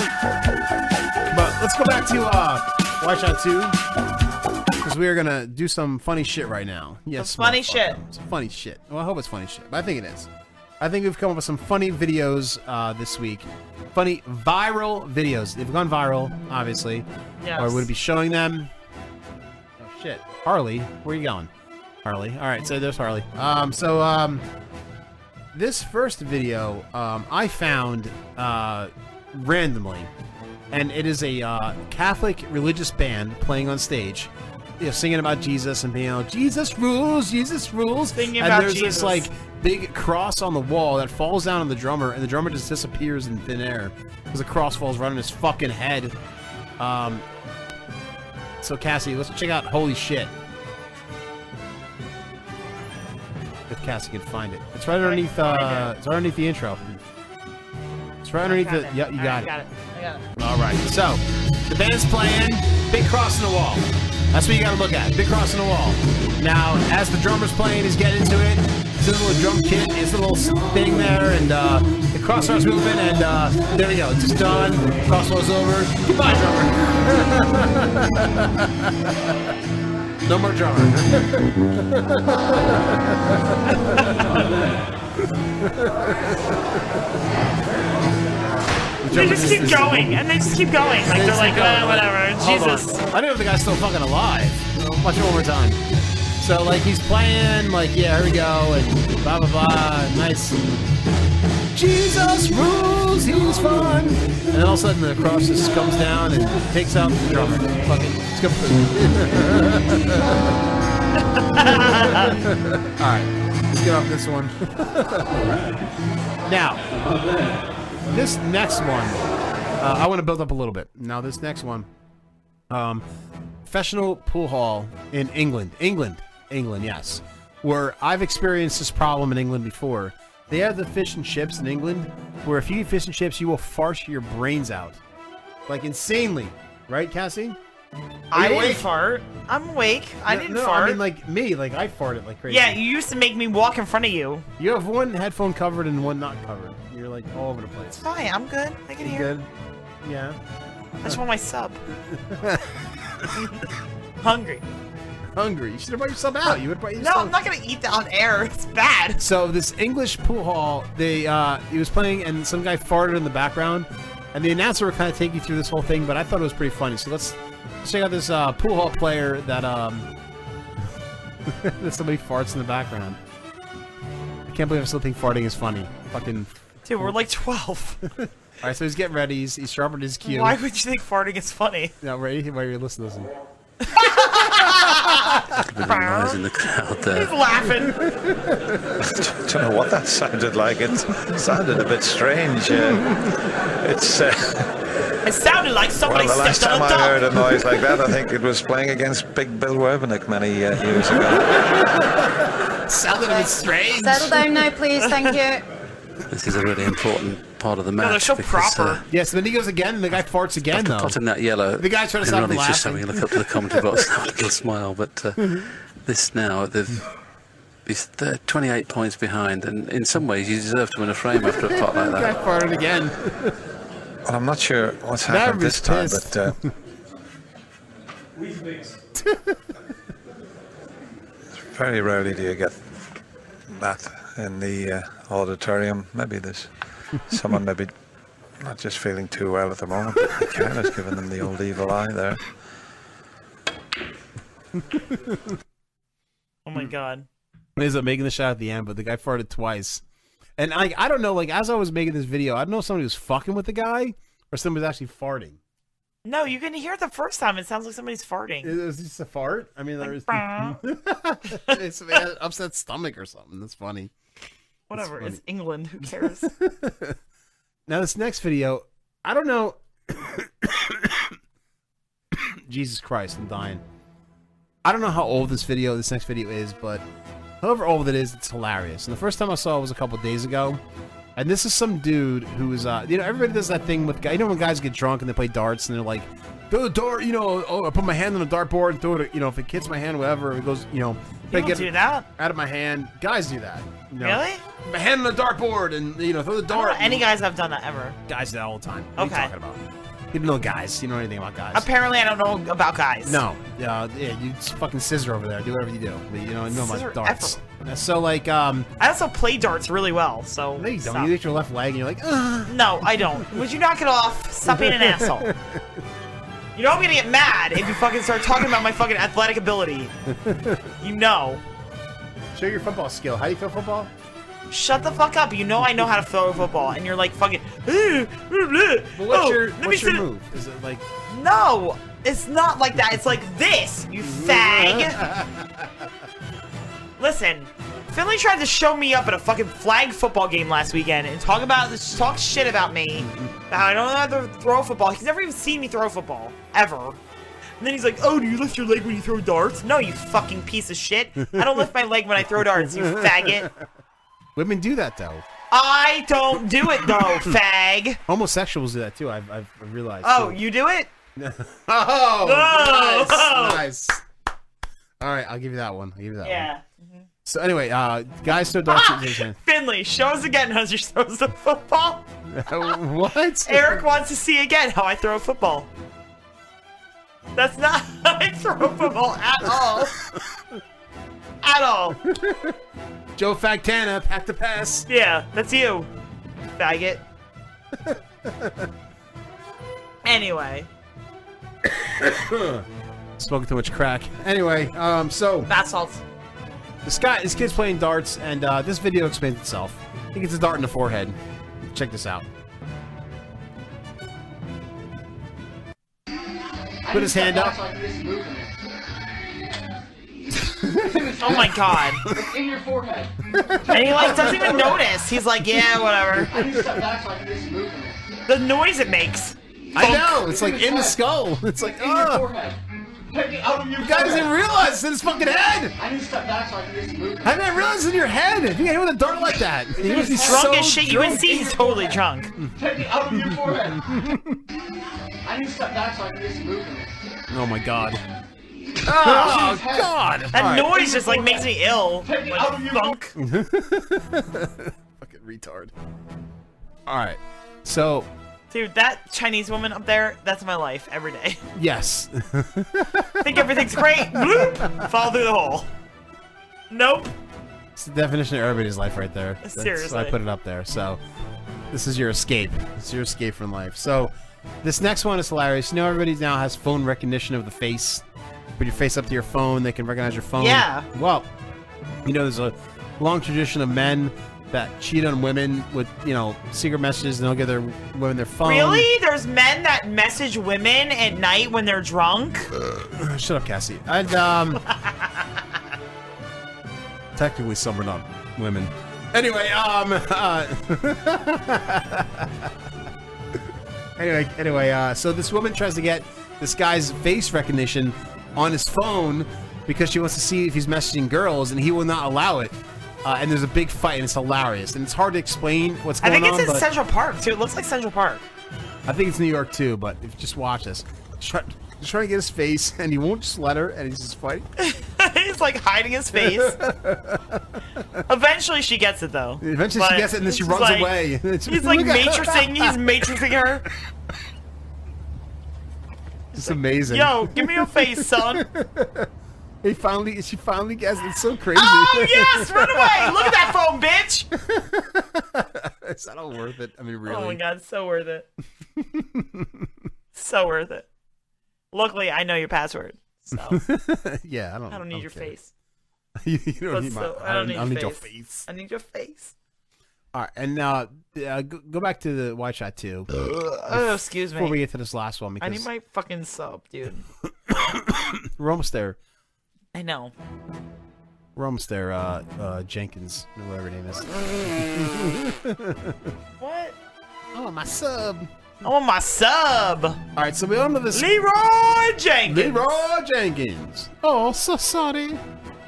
Speaker 21: But let's go back to uh, Watch Out 2 because we are gonna do some funny shit right now. Yes,
Speaker 23: Some funny
Speaker 21: motherfucker.
Speaker 23: shit.
Speaker 21: Some funny shit. Well, I hope it's funny shit, but I think it is. I think we've come up with some funny videos uh, this week. Funny viral videos. They've gone viral, obviously.
Speaker 23: Yes.
Speaker 21: Or would be showing them. Oh shit, Harley, where you going? Harley. All right, so there's Harley. Um, so um, this first video um, I found uh, randomly, and it is a uh, Catholic religious band playing on stage, you know, singing about Jesus and being like, "Jesus rules, Jesus rules."
Speaker 23: Singing
Speaker 21: and
Speaker 23: about
Speaker 21: there's
Speaker 23: uh, Jesus.
Speaker 21: this like big cross on the wall that falls down on the drummer, and the drummer just disappears in thin air because the cross falls right on his fucking head. Um, so Cassie, let's check out "Holy Shit." If Cassie can find it, it's right underneath. Uh, it's right underneath the intro. It's right underneath the. Yeah, you got, it.
Speaker 23: Got it. I got it.
Speaker 21: All right. So the band's playing "Big Cross in the Wall." That's what you got to look at. Big Cross in the Wall. Now, as the drummer's playing, he's getting into it. His little drum kit, his little thing there, and uh, the cross starts moving, and uh, there we go. It's done. Cross goes over. Goodbye, drummer. no more drummer.
Speaker 23: They just keep going, and they just keep going. Like they're like, "Ah, whatever,
Speaker 21: Hold on.
Speaker 23: Jesus.
Speaker 21: I don't know if the guy's still fucking alive. Watch it one more time. So like he's playing, like yeah, here we go, and blah blah blah. Nice. Jesus rules. He's fun. And then all of a sudden the cross just comes down and takes out the drummer. Fucking. It's good. all right, let's get off this one. Now, this next one, uh, I want to build up a little bit. Now, this next one, um, professional pool hall in England, England, England, yes, where I've experienced this problem in England before. They have the fish and chips in England, where if you eat fish and chips, you will fart your brains out, like insanely, right, Cassie?
Speaker 23: I
Speaker 21: Are you
Speaker 23: didn't
Speaker 21: awake?
Speaker 23: fart. I'm awake. I
Speaker 21: No-
Speaker 23: didn't
Speaker 21: no,
Speaker 23: fart.
Speaker 21: I mean, like me, like I farted like crazy.
Speaker 23: yeah, you used to make me walk in front of you.
Speaker 21: You have one headphone covered and one not covered. You're like all over the place.
Speaker 23: Hi, I'm good. I can
Speaker 21: You
Speaker 23: hear.
Speaker 21: good? Yeah.
Speaker 23: I just want my sub. Hungry.
Speaker 21: Hungry. You should have brought yourself out. You would brought
Speaker 23: No,
Speaker 21: yourself.
Speaker 23: I'm not gonna eat that on air. It's bad.
Speaker 21: So this English pool hall, they uh, he was playing, and some guy farted in the background, and the announcer would kind of take you through this whole thing, but I thought it was pretty funny. So let's, let's check out this uh, pool hall player that um, that somebody farts in the background. Can't believe I still think farting is funny. Fucking.
Speaker 23: Dude, we're like 12.
Speaker 21: All right, so he's getting ready. He's, he's sharpened his cue.
Speaker 23: Why would you think farting is funny?
Speaker 21: No, right? Why are you listening? listen.
Speaker 31: The noise in the crowd
Speaker 23: He's
Speaker 31: there.
Speaker 23: laughing.
Speaker 31: I don't know what that sounded like. It sounded a bit strange. Uh, it's. Uh,
Speaker 23: It sounded like somebody
Speaker 31: well, the last
Speaker 23: stepped on
Speaker 31: time
Speaker 23: a
Speaker 31: I
Speaker 23: dog.
Speaker 31: heard a noise like that, I think it was playing against Big Bill Werbenick many uh, years ago.
Speaker 21: Sounded a bit strange.
Speaker 33: Settle down now, please. Thank you.
Speaker 31: This is a really important part of the match. because, uh,
Speaker 21: yes, then he goes again. and The guy farts again,
Speaker 31: after
Speaker 21: though.
Speaker 31: potting that yellow,
Speaker 21: The guy's trying to stop
Speaker 31: and
Speaker 21: him
Speaker 31: Ronnie's just
Speaker 21: laughing.
Speaker 31: having a look up to the commentary box and have a little smile. But uh,
Speaker 21: Mm-hmm.
Speaker 31: this now, they've, he's they're 28 points behind, and in some ways, you deserve to win a frame after a pot
Speaker 21: The
Speaker 31: like
Speaker 21: guy
Speaker 31: that.
Speaker 21: farted again.
Speaker 31: Well, I'm not sure what's
Speaker 21: Now
Speaker 31: happened
Speaker 21: he's
Speaker 31: this time,
Speaker 21: pissed.
Speaker 31: but uh, very rarely do you get that in the uh, auditorium. Maybe there's someone maybe not just feeling too well at the moment. But Karen has given them the old evil eye there.
Speaker 23: Oh my god.
Speaker 21: He ends up making the shot at the end, but the guy farted twice. And I, I don't know, like as I was making this video, I don't know if somebody was fucking with the guy or somebody was actually farting.
Speaker 23: No, you can hear it the first time. It sounds like somebody's farting.
Speaker 21: Is this a fart? I mean, there is it's they had an upset stomach or something. That's funny.
Speaker 23: whatever.
Speaker 21: funny.
Speaker 23: It's England. Who cares?
Speaker 21: Now this next video, I don't know. Jesus Christ, I'm dying. I don't know how old this video, this next video is, but however old it is, it's hilarious. And the first time I saw it was a couple days ago. And this is some dude who is, uh, you know, everybody does that thing with guys. You know when guys get drunk and they play darts and they're like, throw the dart, you know, oh, I put my hand on the dartboard and throw it, you know, if it hits my hand, whatever, it goes, you know, if I
Speaker 23: People
Speaker 21: get
Speaker 23: do
Speaker 21: it
Speaker 23: that?
Speaker 21: out of my hand. Guys do that. You know,
Speaker 23: Really?
Speaker 21: My hand on the dartboard and, you know, throw the dart.
Speaker 23: Any guys have done that ever?
Speaker 21: Guys do that all the time. What
Speaker 23: Okay.
Speaker 21: are you talking about? You don't know guys. You don't know anything about guys.
Speaker 23: Apparently, I don't know about guys.
Speaker 21: No. Uh, yeah, you just fucking scissor over there. Do whatever you do. But you know, no
Speaker 23: Scissor
Speaker 21: about darts. So like, um,
Speaker 23: I also play darts really well, so. No, you
Speaker 21: don't. You hit your left leg and you're like,
Speaker 23: No, I don't. Would you knock it off? Stop being an asshole. You know I'm gonna get mad if you fucking start talking about my fucking athletic ability. You know.
Speaker 21: Show your football skill. How do you throw football?
Speaker 23: Shut the fuck up. You know I know how to throw a football, and you're like fucking. But what's
Speaker 21: what's your what's your move? Is it like
Speaker 23: No, it's not like that. It's like this, you fag. Listen, Finley tried to show me up at a fucking flag football game last weekend and talk about talk shit about me. How I don't know how to throw a football. He's never even seen me throw a football ever. And then he's like, "Oh, do you lift your leg when you throw darts?" No, you fucking piece of shit. I don't lift my leg when I throw darts. You faggot.
Speaker 21: women do that though?
Speaker 23: I don't do it though, fag.
Speaker 21: Homosexuals do that too. I've I've realized.
Speaker 23: Oh,
Speaker 21: too.
Speaker 23: you do it?
Speaker 21: Oh,
Speaker 23: No!
Speaker 21: nice, nice. All right, I'll give you that one. I'll give you that one.
Speaker 23: Yeah. Mm-hmm. Ah!
Speaker 21: So anyway, uh, guys throw darts. at each other.
Speaker 23: Finley, show us again how you throw the football.
Speaker 21: what?
Speaker 23: Eric wants to see again how I throw a football. That's not how I throw a football at all. at all.
Speaker 21: Joe Factana, pack the pass.
Speaker 23: Yeah, that's you, faggot. anyway,
Speaker 21: Smoking too much crack. Anyway, um, so
Speaker 23: basalt.
Speaker 21: This guy, this kid's playing darts, and uh, this video explains itself. He gets a dart in the forehead. Check this out. Put his hand up.
Speaker 23: oh my god.
Speaker 8: It's in your forehead.
Speaker 23: And he like doesn't even notice. He's like, yeah,
Speaker 8: I need to
Speaker 23: whatever.
Speaker 8: step back like this movement.
Speaker 23: The noise it makes.
Speaker 21: I know. It's like in the skull. It's like,
Speaker 8: In your
Speaker 21: oh,
Speaker 8: forehead. Take it out of your
Speaker 21: you guys didn't realize it's in his fucking head.
Speaker 8: I need to step back like this movement.
Speaker 21: I didn't realize it's in your head. If you hit him with a dart like that, he
Speaker 23: He's
Speaker 21: was
Speaker 23: drunk
Speaker 21: so
Speaker 23: as shit. You
Speaker 21: drunk.
Speaker 23: can see he's totally drunk.
Speaker 8: Take it out of your forehead. I need to step back like this movement.
Speaker 21: Oh my god.
Speaker 8: Oh,
Speaker 23: Ah,
Speaker 8: God.
Speaker 23: That
Speaker 21: All right.
Speaker 23: noise just like makes me ill.
Speaker 8: Take it out of your
Speaker 23: Funk.
Speaker 21: fucking retard. All right. So
Speaker 23: Dude, that Chinese woman up there, that's my life every day.
Speaker 21: yes,
Speaker 23: Think everything's great. Bloop! Fall through the hole. Nope.
Speaker 21: It's the definition of everybody's life right there. That's why I
Speaker 23: Seriously.
Speaker 21: put it up there. So this is your escape. This is your escape from life. So this next one is hilarious. You know everybody now has phone recognition of the face. Put your face up to your phone, they can recognize your phone.
Speaker 23: Yeah.
Speaker 21: Well, you know there's a long tradition of men that cheat on women with you know secret messages, and they'll give their women their phone.
Speaker 23: Really? There's men that message women at night when they're drunk?
Speaker 21: Shut up, Cassie. And um, technically, some are not women. Anyway, um, uh, anyway, anyway, uh, so this woman tries to get this guy's face recognition on his phone because she wants to see if he's messaging girls, and he will not allow it. Uh, and there's a big fight, and it's hilarious, and it's hard to explain what's
Speaker 23: I
Speaker 21: going on.
Speaker 23: think it's in
Speaker 21: but-
Speaker 23: Central Park too. It looks like Central Park.
Speaker 21: I think it's New York too, but if, just watch this. He's try- he's trying to get his face, and he won't just let her, and he's just fighting.
Speaker 23: He's like hiding his face. Eventually she gets it though.
Speaker 21: Eventually she
Speaker 23: But
Speaker 21: gets it, and then she
Speaker 23: she's
Speaker 21: runs
Speaker 23: like-
Speaker 21: away. It's-
Speaker 23: He's like
Speaker 21: Look at-
Speaker 23: matrixing. Oh, He's matrixing her.
Speaker 21: It's amazing.
Speaker 23: Yo, give me your face, son.
Speaker 21: He finally, she finally gets it. It's so crazy.
Speaker 23: Oh yes, run away! Look at that phone, bitch.
Speaker 21: it's not all worth it. I mean, really.
Speaker 23: Oh my god, so worth it. so worth it. Luckily, I know your password. So
Speaker 21: yeah, I don't.
Speaker 23: I don't need your
Speaker 21: care.
Speaker 23: face.
Speaker 21: you, you don't
Speaker 23: But
Speaker 21: need my.
Speaker 23: still,
Speaker 21: I don't, I don't need your face.
Speaker 23: I need your face.
Speaker 21: All right, and uh, uh, go, go back to the wide shot too.
Speaker 23: Oh, excuse me.
Speaker 21: Before we get to this last one,
Speaker 23: I
Speaker 21: because
Speaker 23: need my fucking sub, dude.
Speaker 21: we're almost there.
Speaker 23: I know.
Speaker 21: We're almost there. Uh, uh, Jenkins, or whatever her name is.
Speaker 23: What?
Speaker 21: I want Oh, my sub.
Speaker 23: I want my sub. All
Speaker 21: right, so we all know this.
Speaker 23: Leroy Jenkins.
Speaker 21: Leroy Jenkins. Oh, so sorry.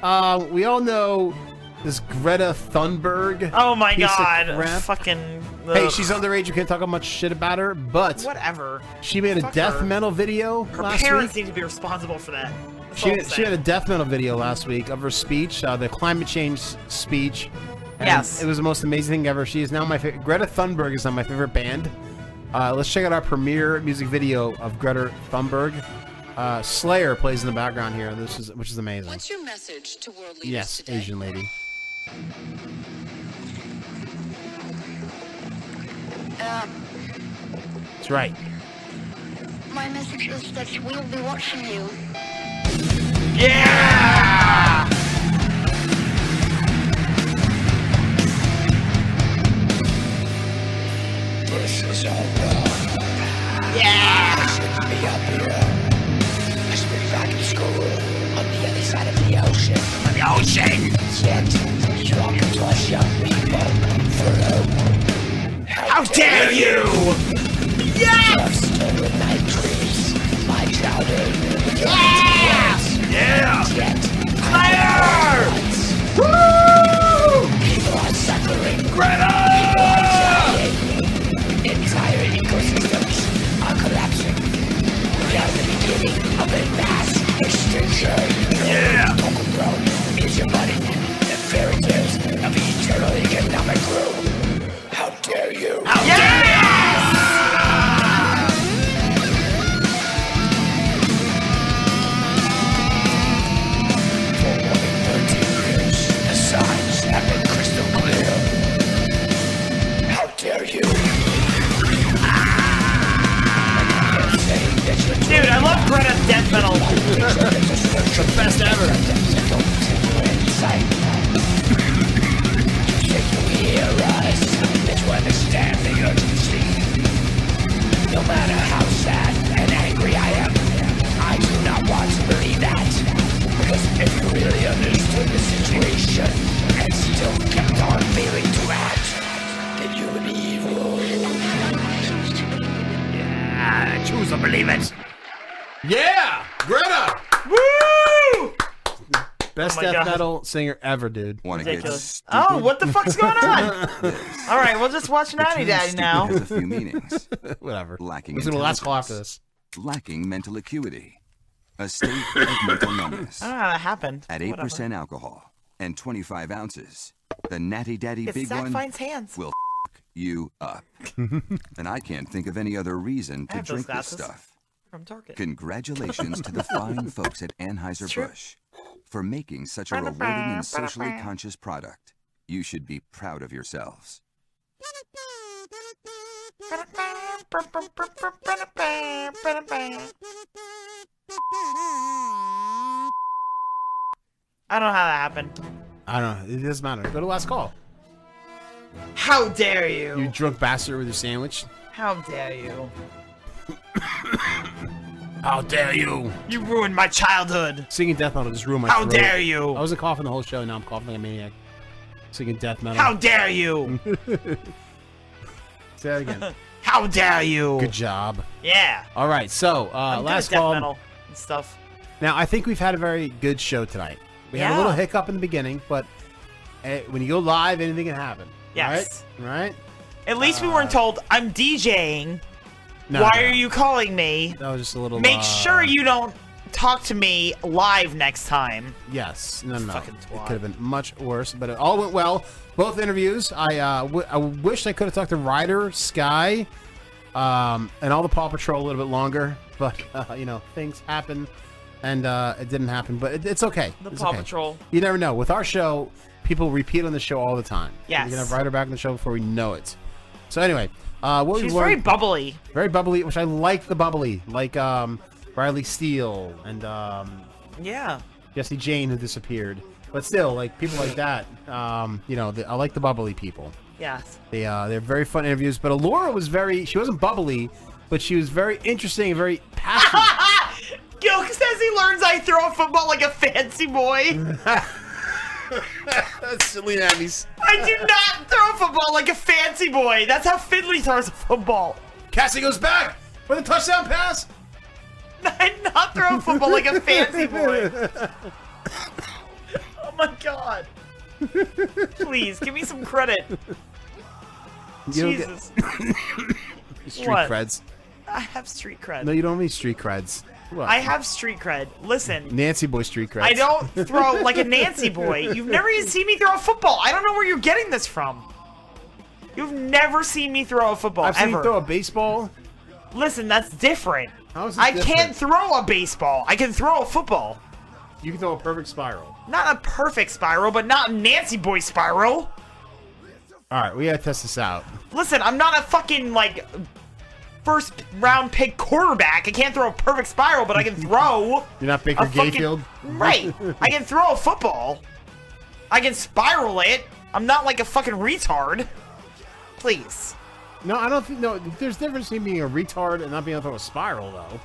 Speaker 21: Uh, we all know this Greta Thunberg.
Speaker 23: Oh my
Speaker 21: piece of
Speaker 23: god.
Speaker 21: crap.
Speaker 23: Fucking.
Speaker 21: Hey,
Speaker 23: ugh.
Speaker 21: she's underage. You can't talk much shit about her, but
Speaker 23: Whatever.
Speaker 21: she made a
Speaker 23: Fuck
Speaker 21: death
Speaker 23: her.
Speaker 21: metal video
Speaker 23: Her
Speaker 21: last
Speaker 23: parents
Speaker 21: week.
Speaker 34: need to be responsible for that.
Speaker 23: That's all
Speaker 21: She,
Speaker 23: I'm
Speaker 21: she had a death metal video last week of her speech, uh, the climate change speech. and
Speaker 23: Yes.
Speaker 21: It was the most amazing thing ever. She is now my favorite. Greta Thunberg is now my favorite band. Uh, let's check out our premiere music video of Greta Thunberg. Uh, Slayer plays in the background here, this is, which is amazing.
Speaker 35: What's your message to world leaders
Speaker 21: Yes,
Speaker 35: today?
Speaker 21: Asian lady.
Speaker 35: Uh,
Speaker 21: That's right.
Speaker 35: my message is that we'll be watching you.
Speaker 23: Yeah!
Speaker 8: This is all wrong.
Speaker 23: Yeah!
Speaker 8: I shouldn't be up here. I should be back in school on the other side of the ocean. On the ocean! Yet, you're talking to us young people through. How, dare you! Yes! Stolen my dreams, my childhood. Yeah! Yeah! Yet, Fire! Woo! People are suffering. Greta! People are dying. Entire ecosystems are collapsing. We are the beginning of a mass extinction. Yeah! Local growth is embodying the fairy tales of the eternal economic growth. How dare you? How dare you? For more than 13 years, the signs have been crystal clear. How dare you?
Speaker 23: Dude, I love Greta's death metal.
Speaker 8: the
Speaker 23: best ever.
Speaker 8: hear us. It's where they stand the urgency. No matter how sad and angry I am, I do not want to believe that. Because if you really understood the situation and still kept on feeling to act, then you would be evil. Yeah, choose to believe it.
Speaker 21: Yeah! Greta!
Speaker 23: Woo!
Speaker 21: Best
Speaker 23: Oh my
Speaker 21: death
Speaker 23: God.
Speaker 21: metal singer ever, dude.
Speaker 6: Wanna
Speaker 21: get
Speaker 23: Ridiculous. Oh, what the fuck's going on? All right, we'll just watch Naughty Daddy now.
Speaker 6: Has a few meanings.
Speaker 21: Whatever.
Speaker 6: Lacking
Speaker 21: Listen to the
Speaker 6: intelligence.
Speaker 21: last call after this.
Speaker 6: Lacking mental acuity. A state of mental numbness.
Speaker 23: I don't know how Ah, that happened.
Speaker 6: At 8%
Speaker 23: Whatever.
Speaker 6: alcohol and 25 ounces, the Natty Daddy
Speaker 23: It's
Speaker 6: Big
Speaker 23: Zach
Speaker 6: One
Speaker 23: Fine's hands.
Speaker 6: will f- you up. and I can't think of any other reason
Speaker 23: I
Speaker 6: to
Speaker 23: have those
Speaker 6: drink this
Speaker 23: glasses
Speaker 6: stuff.
Speaker 23: from Target.
Speaker 6: Congratulations to the fine folks at Anheuser-Busch for making such a rewarding and socially conscious product. You should be proud of yourselves.
Speaker 23: I don't know how that happened.
Speaker 21: I don't know. It doesn't matter. Go to last call.
Speaker 23: How dare you?
Speaker 21: You drunk bastard with your sandwich.
Speaker 23: How dare you?
Speaker 21: How dare you?
Speaker 23: You ruined my childhood.
Speaker 21: Singing death metal just ruined my
Speaker 23: How
Speaker 21: throat.
Speaker 23: dare you?
Speaker 21: I wasn't coughing the whole show. Now I'm coughing like a maniac. Singing death metal.
Speaker 23: How dare you?
Speaker 21: Say that again.
Speaker 23: How dare you?
Speaker 21: Good job.
Speaker 23: Yeah.
Speaker 21: All right. So uh,
Speaker 23: I'm good
Speaker 21: last
Speaker 23: at death
Speaker 21: call.
Speaker 23: metal and stuff.
Speaker 21: Now, I think we've had a very good show tonight. We had a
Speaker 23: Yeah.
Speaker 21: little hiccup in the beginning, but eh, when you go live, anything can happen.
Speaker 23: Yes.
Speaker 21: Right? Uh,
Speaker 23: At least we weren't told I'm DJing.
Speaker 21: No,
Speaker 23: Why
Speaker 21: no.
Speaker 23: are you calling me?
Speaker 21: That was just a little.
Speaker 23: Make
Speaker 21: uh,
Speaker 23: sure you don't talk to me live next time.
Speaker 21: Yes. No, no. no.
Speaker 23: Fucking
Speaker 21: It could have been much worse, but it all went well. Both interviews. I, uh, w- I wish I could have talked to Ryder, Sky, um, and all the Paw Patrol a little bit longer, but, uh, you know, things happen, and uh, it didn't happen, but it, it's okay.
Speaker 23: The
Speaker 21: It's
Speaker 23: Paw
Speaker 21: okay.
Speaker 23: Patrol.
Speaker 21: You never know. With our show, people repeat on the show all the time.
Speaker 23: Yes.
Speaker 21: We're going to have Ryder back on the show before we know it. So, anyway, uh, what
Speaker 23: She's
Speaker 21: we learned,
Speaker 23: very bubbly.
Speaker 21: very bubbly, which I like the bubbly, like um, Riley Steele and um,
Speaker 23: Yeah.
Speaker 21: Jesse Jane who disappeared. But still, like people like that, um, you know, the, I like the bubbly people.
Speaker 23: Yes.
Speaker 21: They uh, they're very fun interviews. But Alora was very she wasn't bubbly, but she was very interesting and very passionate.
Speaker 23: Yo, says he learns I throw a football like a fancy boy.
Speaker 21: That's silly Abby's.
Speaker 23: I do not throw a football like a fancy boy. That's how Finley throws a football.
Speaker 21: Cassie goes back with a touchdown pass.
Speaker 23: I not throw a football like a fancy boy. Oh my god. Please give me some credit.
Speaker 21: You don't get-
Speaker 23: Jesus.
Speaker 21: Street
Speaker 23: What?
Speaker 21: creds.
Speaker 23: I have street cred.
Speaker 21: No, you don't have any street creds. What?
Speaker 23: I have street cred. Listen,
Speaker 21: Nancy boy street creds.
Speaker 23: I don't throw like a Nancy boy. You've never even seen me throw a football. I don't know where you're getting this from. You've never seen me throw a football
Speaker 21: I've seen you
Speaker 23: ever.
Speaker 21: throw a baseball.
Speaker 23: Listen, that's different.
Speaker 21: is this
Speaker 23: I
Speaker 21: different?
Speaker 23: can't throw a baseball. I can throw a football.
Speaker 21: You can throw a perfect spiral.
Speaker 23: Not a perfect spiral, but not a Nancy boy spiral.
Speaker 21: All right, we gotta test this out.
Speaker 23: Listen, I'm not a fucking like first round pick quarterback. I can't throw a perfect spiral, but I can throw.
Speaker 21: You're not Baker
Speaker 23: a fucking-
Speaker 21: Gayfield.
Speaker 23: Right. I can throw a football. I can spiral it. I'm not like a fucking retard. Please.
Speaker 21: No, I don't think. No, there's difference between being a retard and not being able to throw a spiral, though.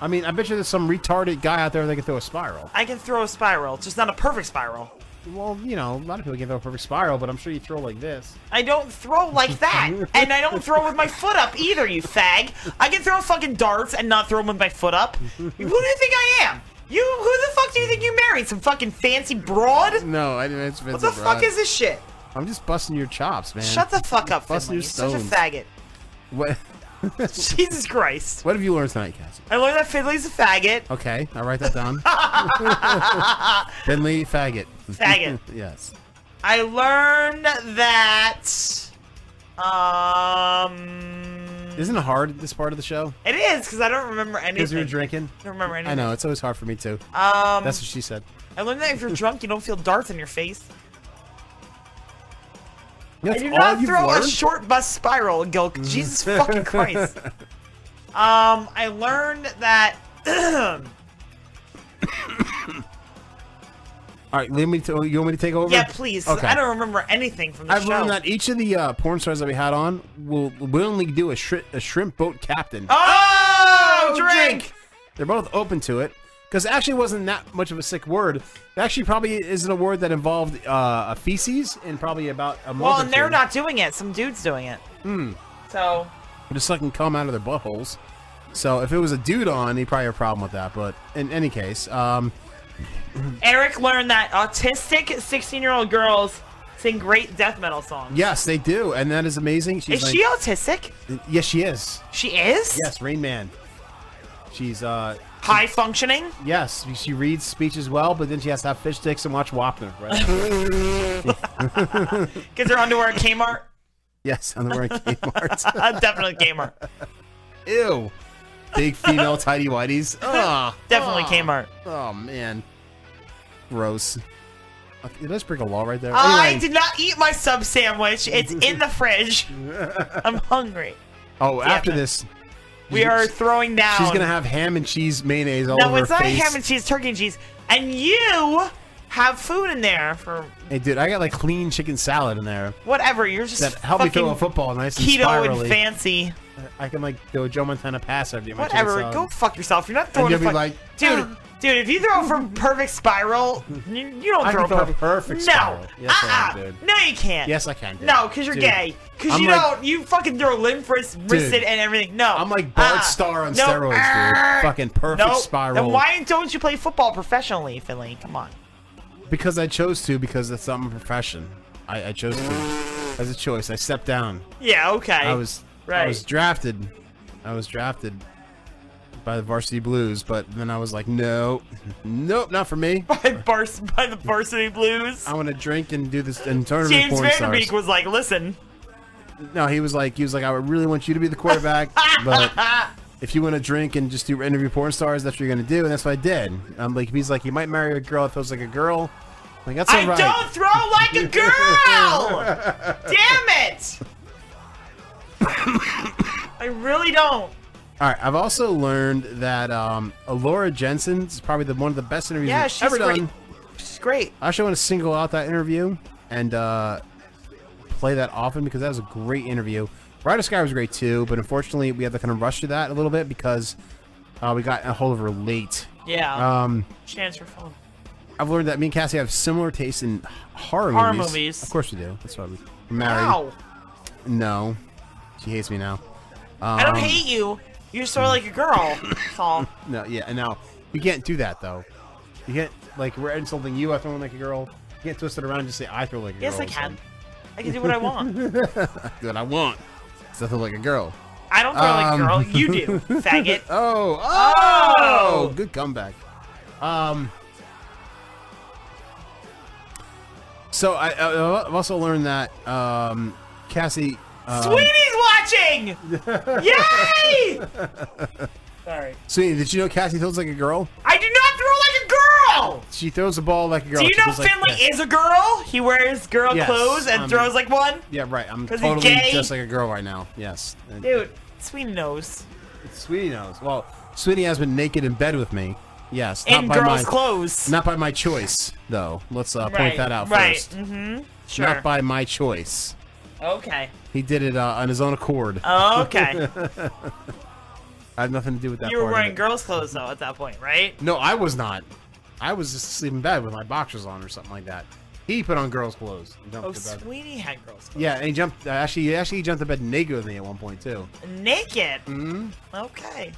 Speaker 21: I mean, I bet you there's some retarded guy out there that can throw a spiral.
Speaker 23: I can throw a spiral, just not a perfect spiral.
Speaker 21: Well, you know, a lot of people can throw a perfect spiral, but I'm sure you throw like this.
Speaker 23: I don't throw like that. and I don't throw with my foot up either, you fag. I can throw fucking darts and not throw them with my foot up. Who do you think I am? You, who the fuck do you think you married? Some fucking fancy broad?
Speaker 21: No, I didn't. It's
Speaker 23: What the fuck is this shit?
Speaker 21: I'm just busting your chops, man.
Speaker 23: Shut the fuck up,
Speaker 21: Bust
Speaker 23: Finley.
Speaker 21: your
Speaker 23: You're such a
Speaker 21: stones.
Speaker 23: faggot.
Speaker 21: What?
Speaker 23: Jesus Christ.
Speaker 21: What have you learned tonight, Cassie?
Speaker 23: I learned that Finley's a faggot.
Speaker 21: Okay, I'll write that down. Finley, faggot.
Speaker 23: Faggot.
Speaker 21: yes.
Speaker 23: I learned that. Um.
Speaker 21: Isn't it hard this part of the show?
Speaker 23: It is, because I don't remember anything.
Speaker 21: Because you're drinking.
Speaker 23: I don't remember anything.
Speaker 21: I know it's always hard for me too.
Speaker 23: Um,
Speaker 21: That's what she said.
Speaker 23: I learned that if you're drunk, you don't feel darts in your face.
Speaker 21: That's
Speaker 23: I do
Speaker 21: all
Speaker 23: not
Speaker 21: you've
Speaker 23: throw
Speaker 21: learned? Mm.
Speaker 23: a short bus spiral, Gilk. Jesus fucking Christ. Um, I learned that.
Speaker 21: All right, leave me to. You want me to take over?
Speaker 23: yeah, please. 'cause I don't remember anything from the
Speaker 21: I've
Speaker 23: show.
Speaker 21: learned that each of the uh, porn stars that we had on will willingly do a, shri- a shrimp boat captain.
Speaker 23: Oh, drink!
Speaker 21: They're both open to it because actually wasn't that much of a sick word. It actually probably is an award that involved uh, a feces and probably about a month. or
Speaker 23: Well, and they're
Speaker 21: two.
Speaker 23: not doing it. Some dude's doing it.
Speaker 21: Hmm.
Speaker 23: So
Speaker 21: They're just sucking cum out of their buttholes. So if it was a dude on, he'd probably have a problem with that. But in any case, um,
Speaker 23: Eric learned that autistic 16 year old girls sing great death metal songs.
Speaker 21: yes, they do, and that is amazing. She's
Speaker 23: is
Speaker 21: like-
Speaker 23: she autistic?
Speaker 21: Yes, she is.
Speaker 23: She is?
Speaker 21: Yes, Rain Man. She's uh
Speaker 23: High functioning?
Speaker 21: yes, she reads speeches well, but then she has to have fish sticks and watch Wapner, right?
Speaker 23: Because her underwear at Kmart?
Speaker 21: yes, on the wearing Kmart.
Speaker 23: Definitely Kmart.
Speaker 21: Ew. Big female tidy whities. Ah,
Speaker 23: Definitely
Speaker 21: ah.
Speaker 23: Kmart.
Speaker 21: Oh man. Gross. Okay, Let's break a law right there.
Speaker 23: I
Speaker 21: Anyway.
Speaker 23: did not eat my sub sandwich. It's in the fridge. I'm hungry.
Speaker 21: Oh,
Speaker 23: Damn
Speaker 21: after
Speaker 23: it.
Speaker 21: this.
Speaker 23: We are throwing down.
Speaker 21: She's gonna have ham and cheese mayonnaise all
Speaker 23: no,
Speaker 21: over
Speaker 23: it's
Speaker 21: her
Speaker 23: not
Speaker 21: face.
Speaker 23: ham and cheese, turkey and cheese. And you have food in there for
Speaker 21: Hey, dude, I got like clean chicken salad in there.
Speaker 23: whatever. You're just
Speaker 21: That helped me throw a
Speaker 23: fucking
Speaker 21: football nice and
Speaker 23: keto
Speaker 21: spirally.
Speaker 23: and fancy.
Speaker 21: I can like go Joe Montana pass after you. my chicken
Speaker 23: Whatever.
Speaker 21: salad.
Speaker 23: Go fuck yourself. You're not throwing.
Speaker 21: you'll
Speaker 23: a
Speaker 21: be
Speaker 23: fuck-
Speaker 21: like, "Ah."
Speaker 23: dude, dude. If you throw from perfect spiral, you, you don't
Speaker 21: I
Speaker 23: throw,
Speaker 21: can throw a
Speaker 23: perfect.
Speaker 21: perfect
Speaker 23: no, Uh-uh.
Speaker 21: spiral. Yes, I can, dude.
Speaker 23: no, you can't.
Speaker 21: Yes, I can, dude.
Speaker 23: No, because you're
Speaker 21: Dude,
Speaker 23: gay. Because
Speaker 21: I'm
Speaker 23: you
Speaker 21: like-
Speaker 23: don't. You fucking throw limp wrist, wristed, and everything. No, Uh-uh. I'm
Speaker 21: like Bart Star on steroids, dude. Fucking perfect spiral.
Speaker 23: Then why don't you play football professionally, Finley? Come on.
Speaker 21: Because I chose to. Because that's not my profession. I, I chose to as a choice. I stepped down.
Speaker 23: Yeah. Okay.
Speaker 21: I was I
Speaker 23: Right.
Speaker 21: was drafted. I was drafted by the Varsity Blues, but then I was like, no, nope, not for me.
Speaker 23: by, vars- by the Varsity Blues.
Speaker 21: I want to drink and do this and turn into
Speaker 23: James
Speaker 21: porn
Speaker 23: Vanderbeek
Speaker 21: stars.
Speaker 23: was like, "Listen,
Speaker 21: No, he was like, he was like, I really want you to be the quarterback, but if you want to drink and just do interview porn stars, that's what you're gonna do, and that's what I did. I'm like, he's like, you might marry a girl that feels like a girl. I'm like that's
Speaker 23: I
Speaker 21: alright.
Speaker 23: don't throw like a girl. Damn it! I really don't.
Speaker 21: All right, I've also learned that um, Laura Jensen is probably the, one of the best interviews
Speaker 23: Yeah,
Speaker 21: I've
Speaker 23: she's
Speaker 21: ever
Speaker 23: great.
Speaker 21: done.
Speaker 23: She's great.
Speaker 21: I actually want to single out that interview and uh, play that often because that was a great interview. Ride of Sky was great too, but unfortunately we had to kind of rush through that a little bit because uh, we got a hold of her late.
Speaker 23: Yeah.
Speaker 21: Um,
Speaker 23: She answered her phone.
Speaker 21: I've learned that me and Cassie have similar tastes in horror,
Speaker 23: Horror
Speaker 21: movies.
Speaker 23: movies.
Speaker 21: Of course we do. That's why we- we're married.
Speaker 23: Wow.
Speaker 21: No, she hates me now. Um,
Speaker 23: I don't hate you. You're sort of like a girl. That's all.
Speaker 21: No, yeah, and now we can't do that though. You can't like we're insulting you. I throw like a girl. You can't twist it around and just say I throw like a
Speaker 23: Yes,
Speaker 21: girl.
Speaker 23: I can. I can do what I want.
Speaker 21: That's what I want. So I throw like a girl.
Speaker 23: I don't throw like a
Speaker 21: Um,
Speaker 23: girl. You do, faggot.
Speaker 21: Oh, oh, good comeback. Um. So I, I- I've also learned that um, Cassie. Um,
Speaker 23: Sweetie's watching. Yay! Sorry.
Speaker 21: Sweetie, did you know Cassie throws like a girl?
Speaker 23: I do not throw like a girl.
Speaker 21: She throws a ball like a girl.
Speaker 23: Do you
Speaker 21: She
Speaker 23: know
Speaker 21: throws like
Speaker 23: Finley
Speaker 21: this.
Speaker 23: is a girl? He wears girl
Speaker 21: Yes,
Speaker 23: clothes and
Speaker 21: um,
Speaker 23: throws like one.
Speaker 21: Yeah, right. I'm
Speaker 23: 'Cause he's
Speaker 21: totally
Speaker 23: gay?
Speaker 21: just like a girl right now. Yes. And
Speaker 23: Dude, Sweetie knows.
Speaker 21: Sweetie knows. Well, Sweetie has been naked in bed with me. Yes. not
Speaker 23: In
Speaker 21: by
Speaker 23: girls'
Speaker 21: my,
Speaker 23: clothes.
Speaker 21: Not by my choice, though. Let's uh, point
Speaker 23: Right,
Speaker 21: that out
Speaker 23: right.
Speaker 21: first.
Speaker 23: Mhm, sure.
Speaker 21: Not by my choice.
Speaker 23: Okay.
Speaker 21: He did it uh, on his own accord.
Speaker 23: Oh, Okay.
Speaker 21: I have nothing to do with that.
Speaker 23: you were
Speaker 21: part of
Speaker 23: wearing
Speaker 21: it.
Speaker 23: girls' clothes though at that point, right?
Speaker 21: No, I was not. I was just sleeping in bed with my boxers on or something like that. He put on girls' clothes. and jumped
Speaker 23: Oh,
Speaker 21: to bed.
Speaker 23: Sweetie had girls' clothes.
Speaker 21: Yeah, and he jumped. Uh, actually, he actually jumped to bed naked with me at one point too.
Speaker 23: Naked.
Speaker 21: Mm-hmm.
Speaker 23: Okay.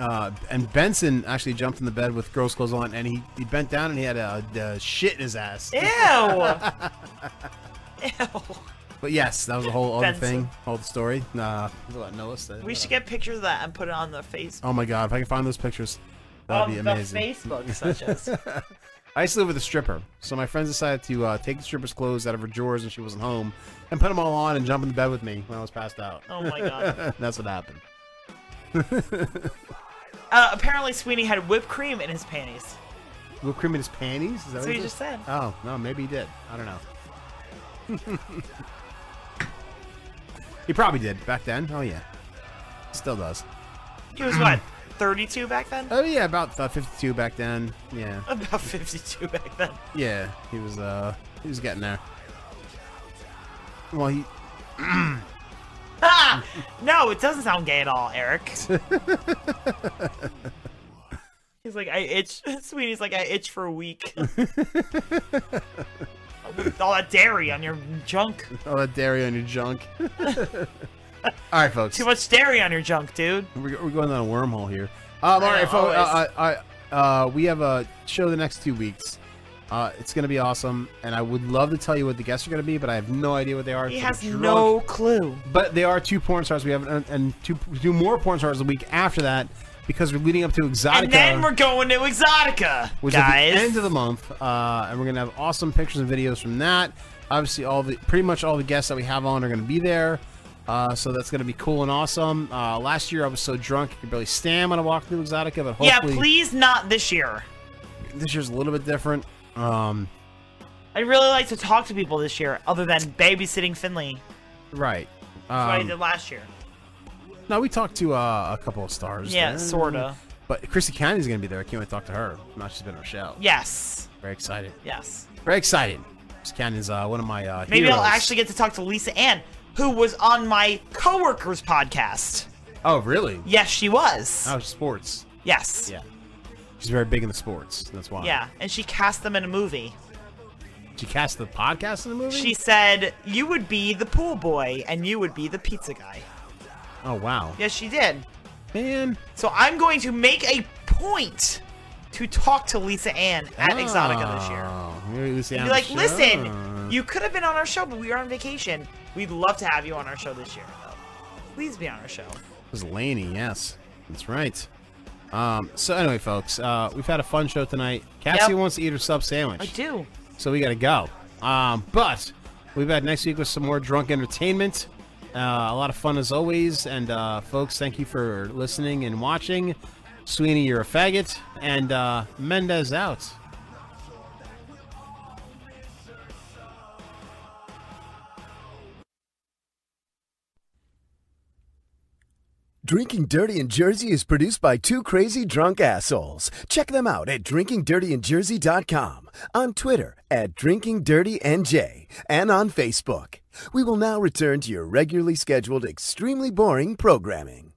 Speaker 21: Uh, and Benson actually jumped in the bed with girls' clothes on, and he, he bent down and he had a, a shit in his ass.
Speaker 23: Ew.
Speaker 21: But yes, that was a whole other
Speaker 23: Benson.
Speaker 21: thing, whole story. Nah, Noah said.
Speaker 23: we should get pictures of that and put it on the face.
Speaker 21: Oh my god, if I can find those pictures, that'd
Speaker 23: On
Speaker 21: be
Speaker 23: the
Speaker 21: amazing.
Speaker 23: Facebook, such as.
Speaker 21: I used to live with a stripper, so my friends decided to uh, take the stripper's clothes out of her drawers when she wasn't home, and put them all on and jump in the bed with me when I was passed out.
Speaker 23: Oh my God.
Speaker 21: that's what happened.
Speaker 23: Uh, apparently, Sweeney had whipped cream in his panties.
Speaker 21: Whipped cream in his panties? Is that
Speaker 23: That's what
Speaker 21: he
Speaker 23: you
Speaker 21: did?
Speaker 23: just said.
Speaker 21: Oh no, maybe he did. I don't know. He probably did back then. Oh yeah, still does.
Speaker 23: He was what, 32 back then?
Speaker 21: Oh yeah, about uh, 52 back then. Yeah,
Speaker 23: About 52 back then.
Speaker 21: yeah, he was uh, he was getting there. Well, he
Speaker 23: Ah! No, it doesn't sound gay at all, Eric. He's like, I itch. Sweetie's like, I itch for a week. With all that dairy on your junk.
Speaker 21: all that dairy on your junk. all right, folks.
Speaker 23: Too much dairy on your junk, dude.
Speaker 21: We're, we're going down a wormhole here. Um, all
Speaker 23: I
Speaker 21: right,
Speaker 23: know,
Speaker 21: folks. Uh,
Speaker 23: always.
Speaker 21: uh, uh, uh, we have a show the next two weeks. Uh, it's going to be awesome, and I would love to tell you what the guests are going to be, but I have no idea what they are.
Speaker 23: He
Speaker 21: so
Speaker 23: has
Speaker 21: I'm drunk.
Speaker 23: no clue.
Speaker 21: But they are two porn stars. We have and, and two do more porn stars a week after that because we're leading up to Exotica,
Speaker 23: And then we're going to Exotica,
Speaker 21: which
Speaker 23: guys.
Speaker 21: is the end of the month, uh, and we're going to have awesome pictures and videos from that. Obviously, all the pretty much all the guests that we have on are going to be there. Uh, so that's going to be cool and awesome. Uh, last year I was so drunk I could barely stand when I walked through Exotica, but
Speaker 23: yeah,
Speaker 21: hopefully
Speaker 23: please not this year.
Speaker 21: this year's a little bit different. Um,
Speaker 23: I'd really like to talk to people this year, other than babysitting Finley.
Speaker 21: right.
Speaker 23: That's what I
Speaker 21: Um,
Speaker 23: did last year.
Speaker 21: No, we talked to uh, a couple of stars.
Speaker 23: Yeah,
Speaker 21: there.
Speaker 23: sorta.
Speaker 21: But Chrissy Candy's going to be there. I can't wait to talk to her. Now she's been on our show.
Speaker 23: Yes.
Speaker 21: Very excited.
Speaker 23: Yes.
Speaker 21: Very excited. Chrissy Candy's uh, one of my uh,
Speaker 23: Maybe
Speaker 21: heroes.
Speaker 23: I'll actually get to talk to Lisa Ann, who was on my coworker's podcast.
Speaker 21: Oh, really?
Speaker 23: Yes, she was.
Speaker 21: Oh, sports.
Speaker 23: Yes.
Speaker 21: Yeah. She's very big in the sports. That's why.
Speaker 23: Yeah, and she cast them in a movie.
Speaker 21: She cast the podcast in the movie?
Speaker 23: She said, You would be the pool boy and you would be the pizza guy.
Speaker 21: Oh, wow.
Speaker 23: Yes, she did.
Speaker 21: Man.
Speaker 23: So I'm going to make a point to talk to Lisa Ann at Exotica this
Speaker 21: Ah,
Speaker 23: year.
Speaker 21: year. Lucy
Speaker 23: And be like, Listen, you could have been on our show, but we were on vacation. We'd love to have you on our show this year, though. Please be on our show.
Speaker 21: It was Laney, yes. That's right. Um, so anyway, folks, uh, we've had a fun show tonight. Cassie wants to eat her sub sandwich.
Speaker 23: I do.
Speaker 21: So we got to go. Um, but we'll be back next week with some more drunk entertainment. Uh, a lot of fun as always. And uh, folks, thank you for listening and watching. Sweeney, you're a faggot. And uh, Mendez out.
Speaker 5: Drinking Dirty in Jersey is produced by two crazy drunk assholes. Check them out at drinkingdirtyinjersey.com, on Twitter at drinkingdirtynj, and on Facebook. We will now return to your regularly scheduled, extremely boring programming.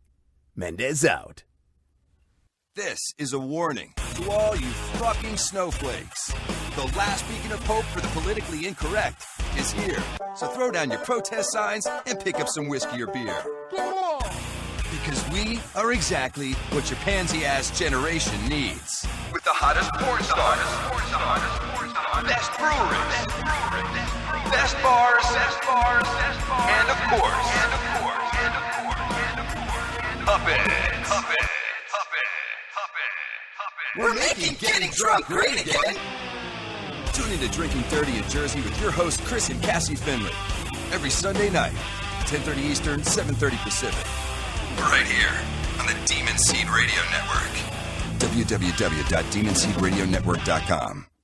Speaker 5: Mendez out.
Speaker 2: This is a warning to all you fucking snowflakes. The last beacon of hope for the politically incorrect is here. So throw down your protest signs and pick up some whiskey or beer. Because we are exactly what your pansy ass generation needs. With the hottest porn stars, best breweries, best bars, and of course, puppets. We're making getting drunk great again. Tune into Drinking Dirty in Jersey with your hosts Chris and Cassie Finley every Sunday night, 10:30 Eastern, 7:30 Pacific, right here on the Demon Seed Radio Network. www.demonseedradionetwork.com.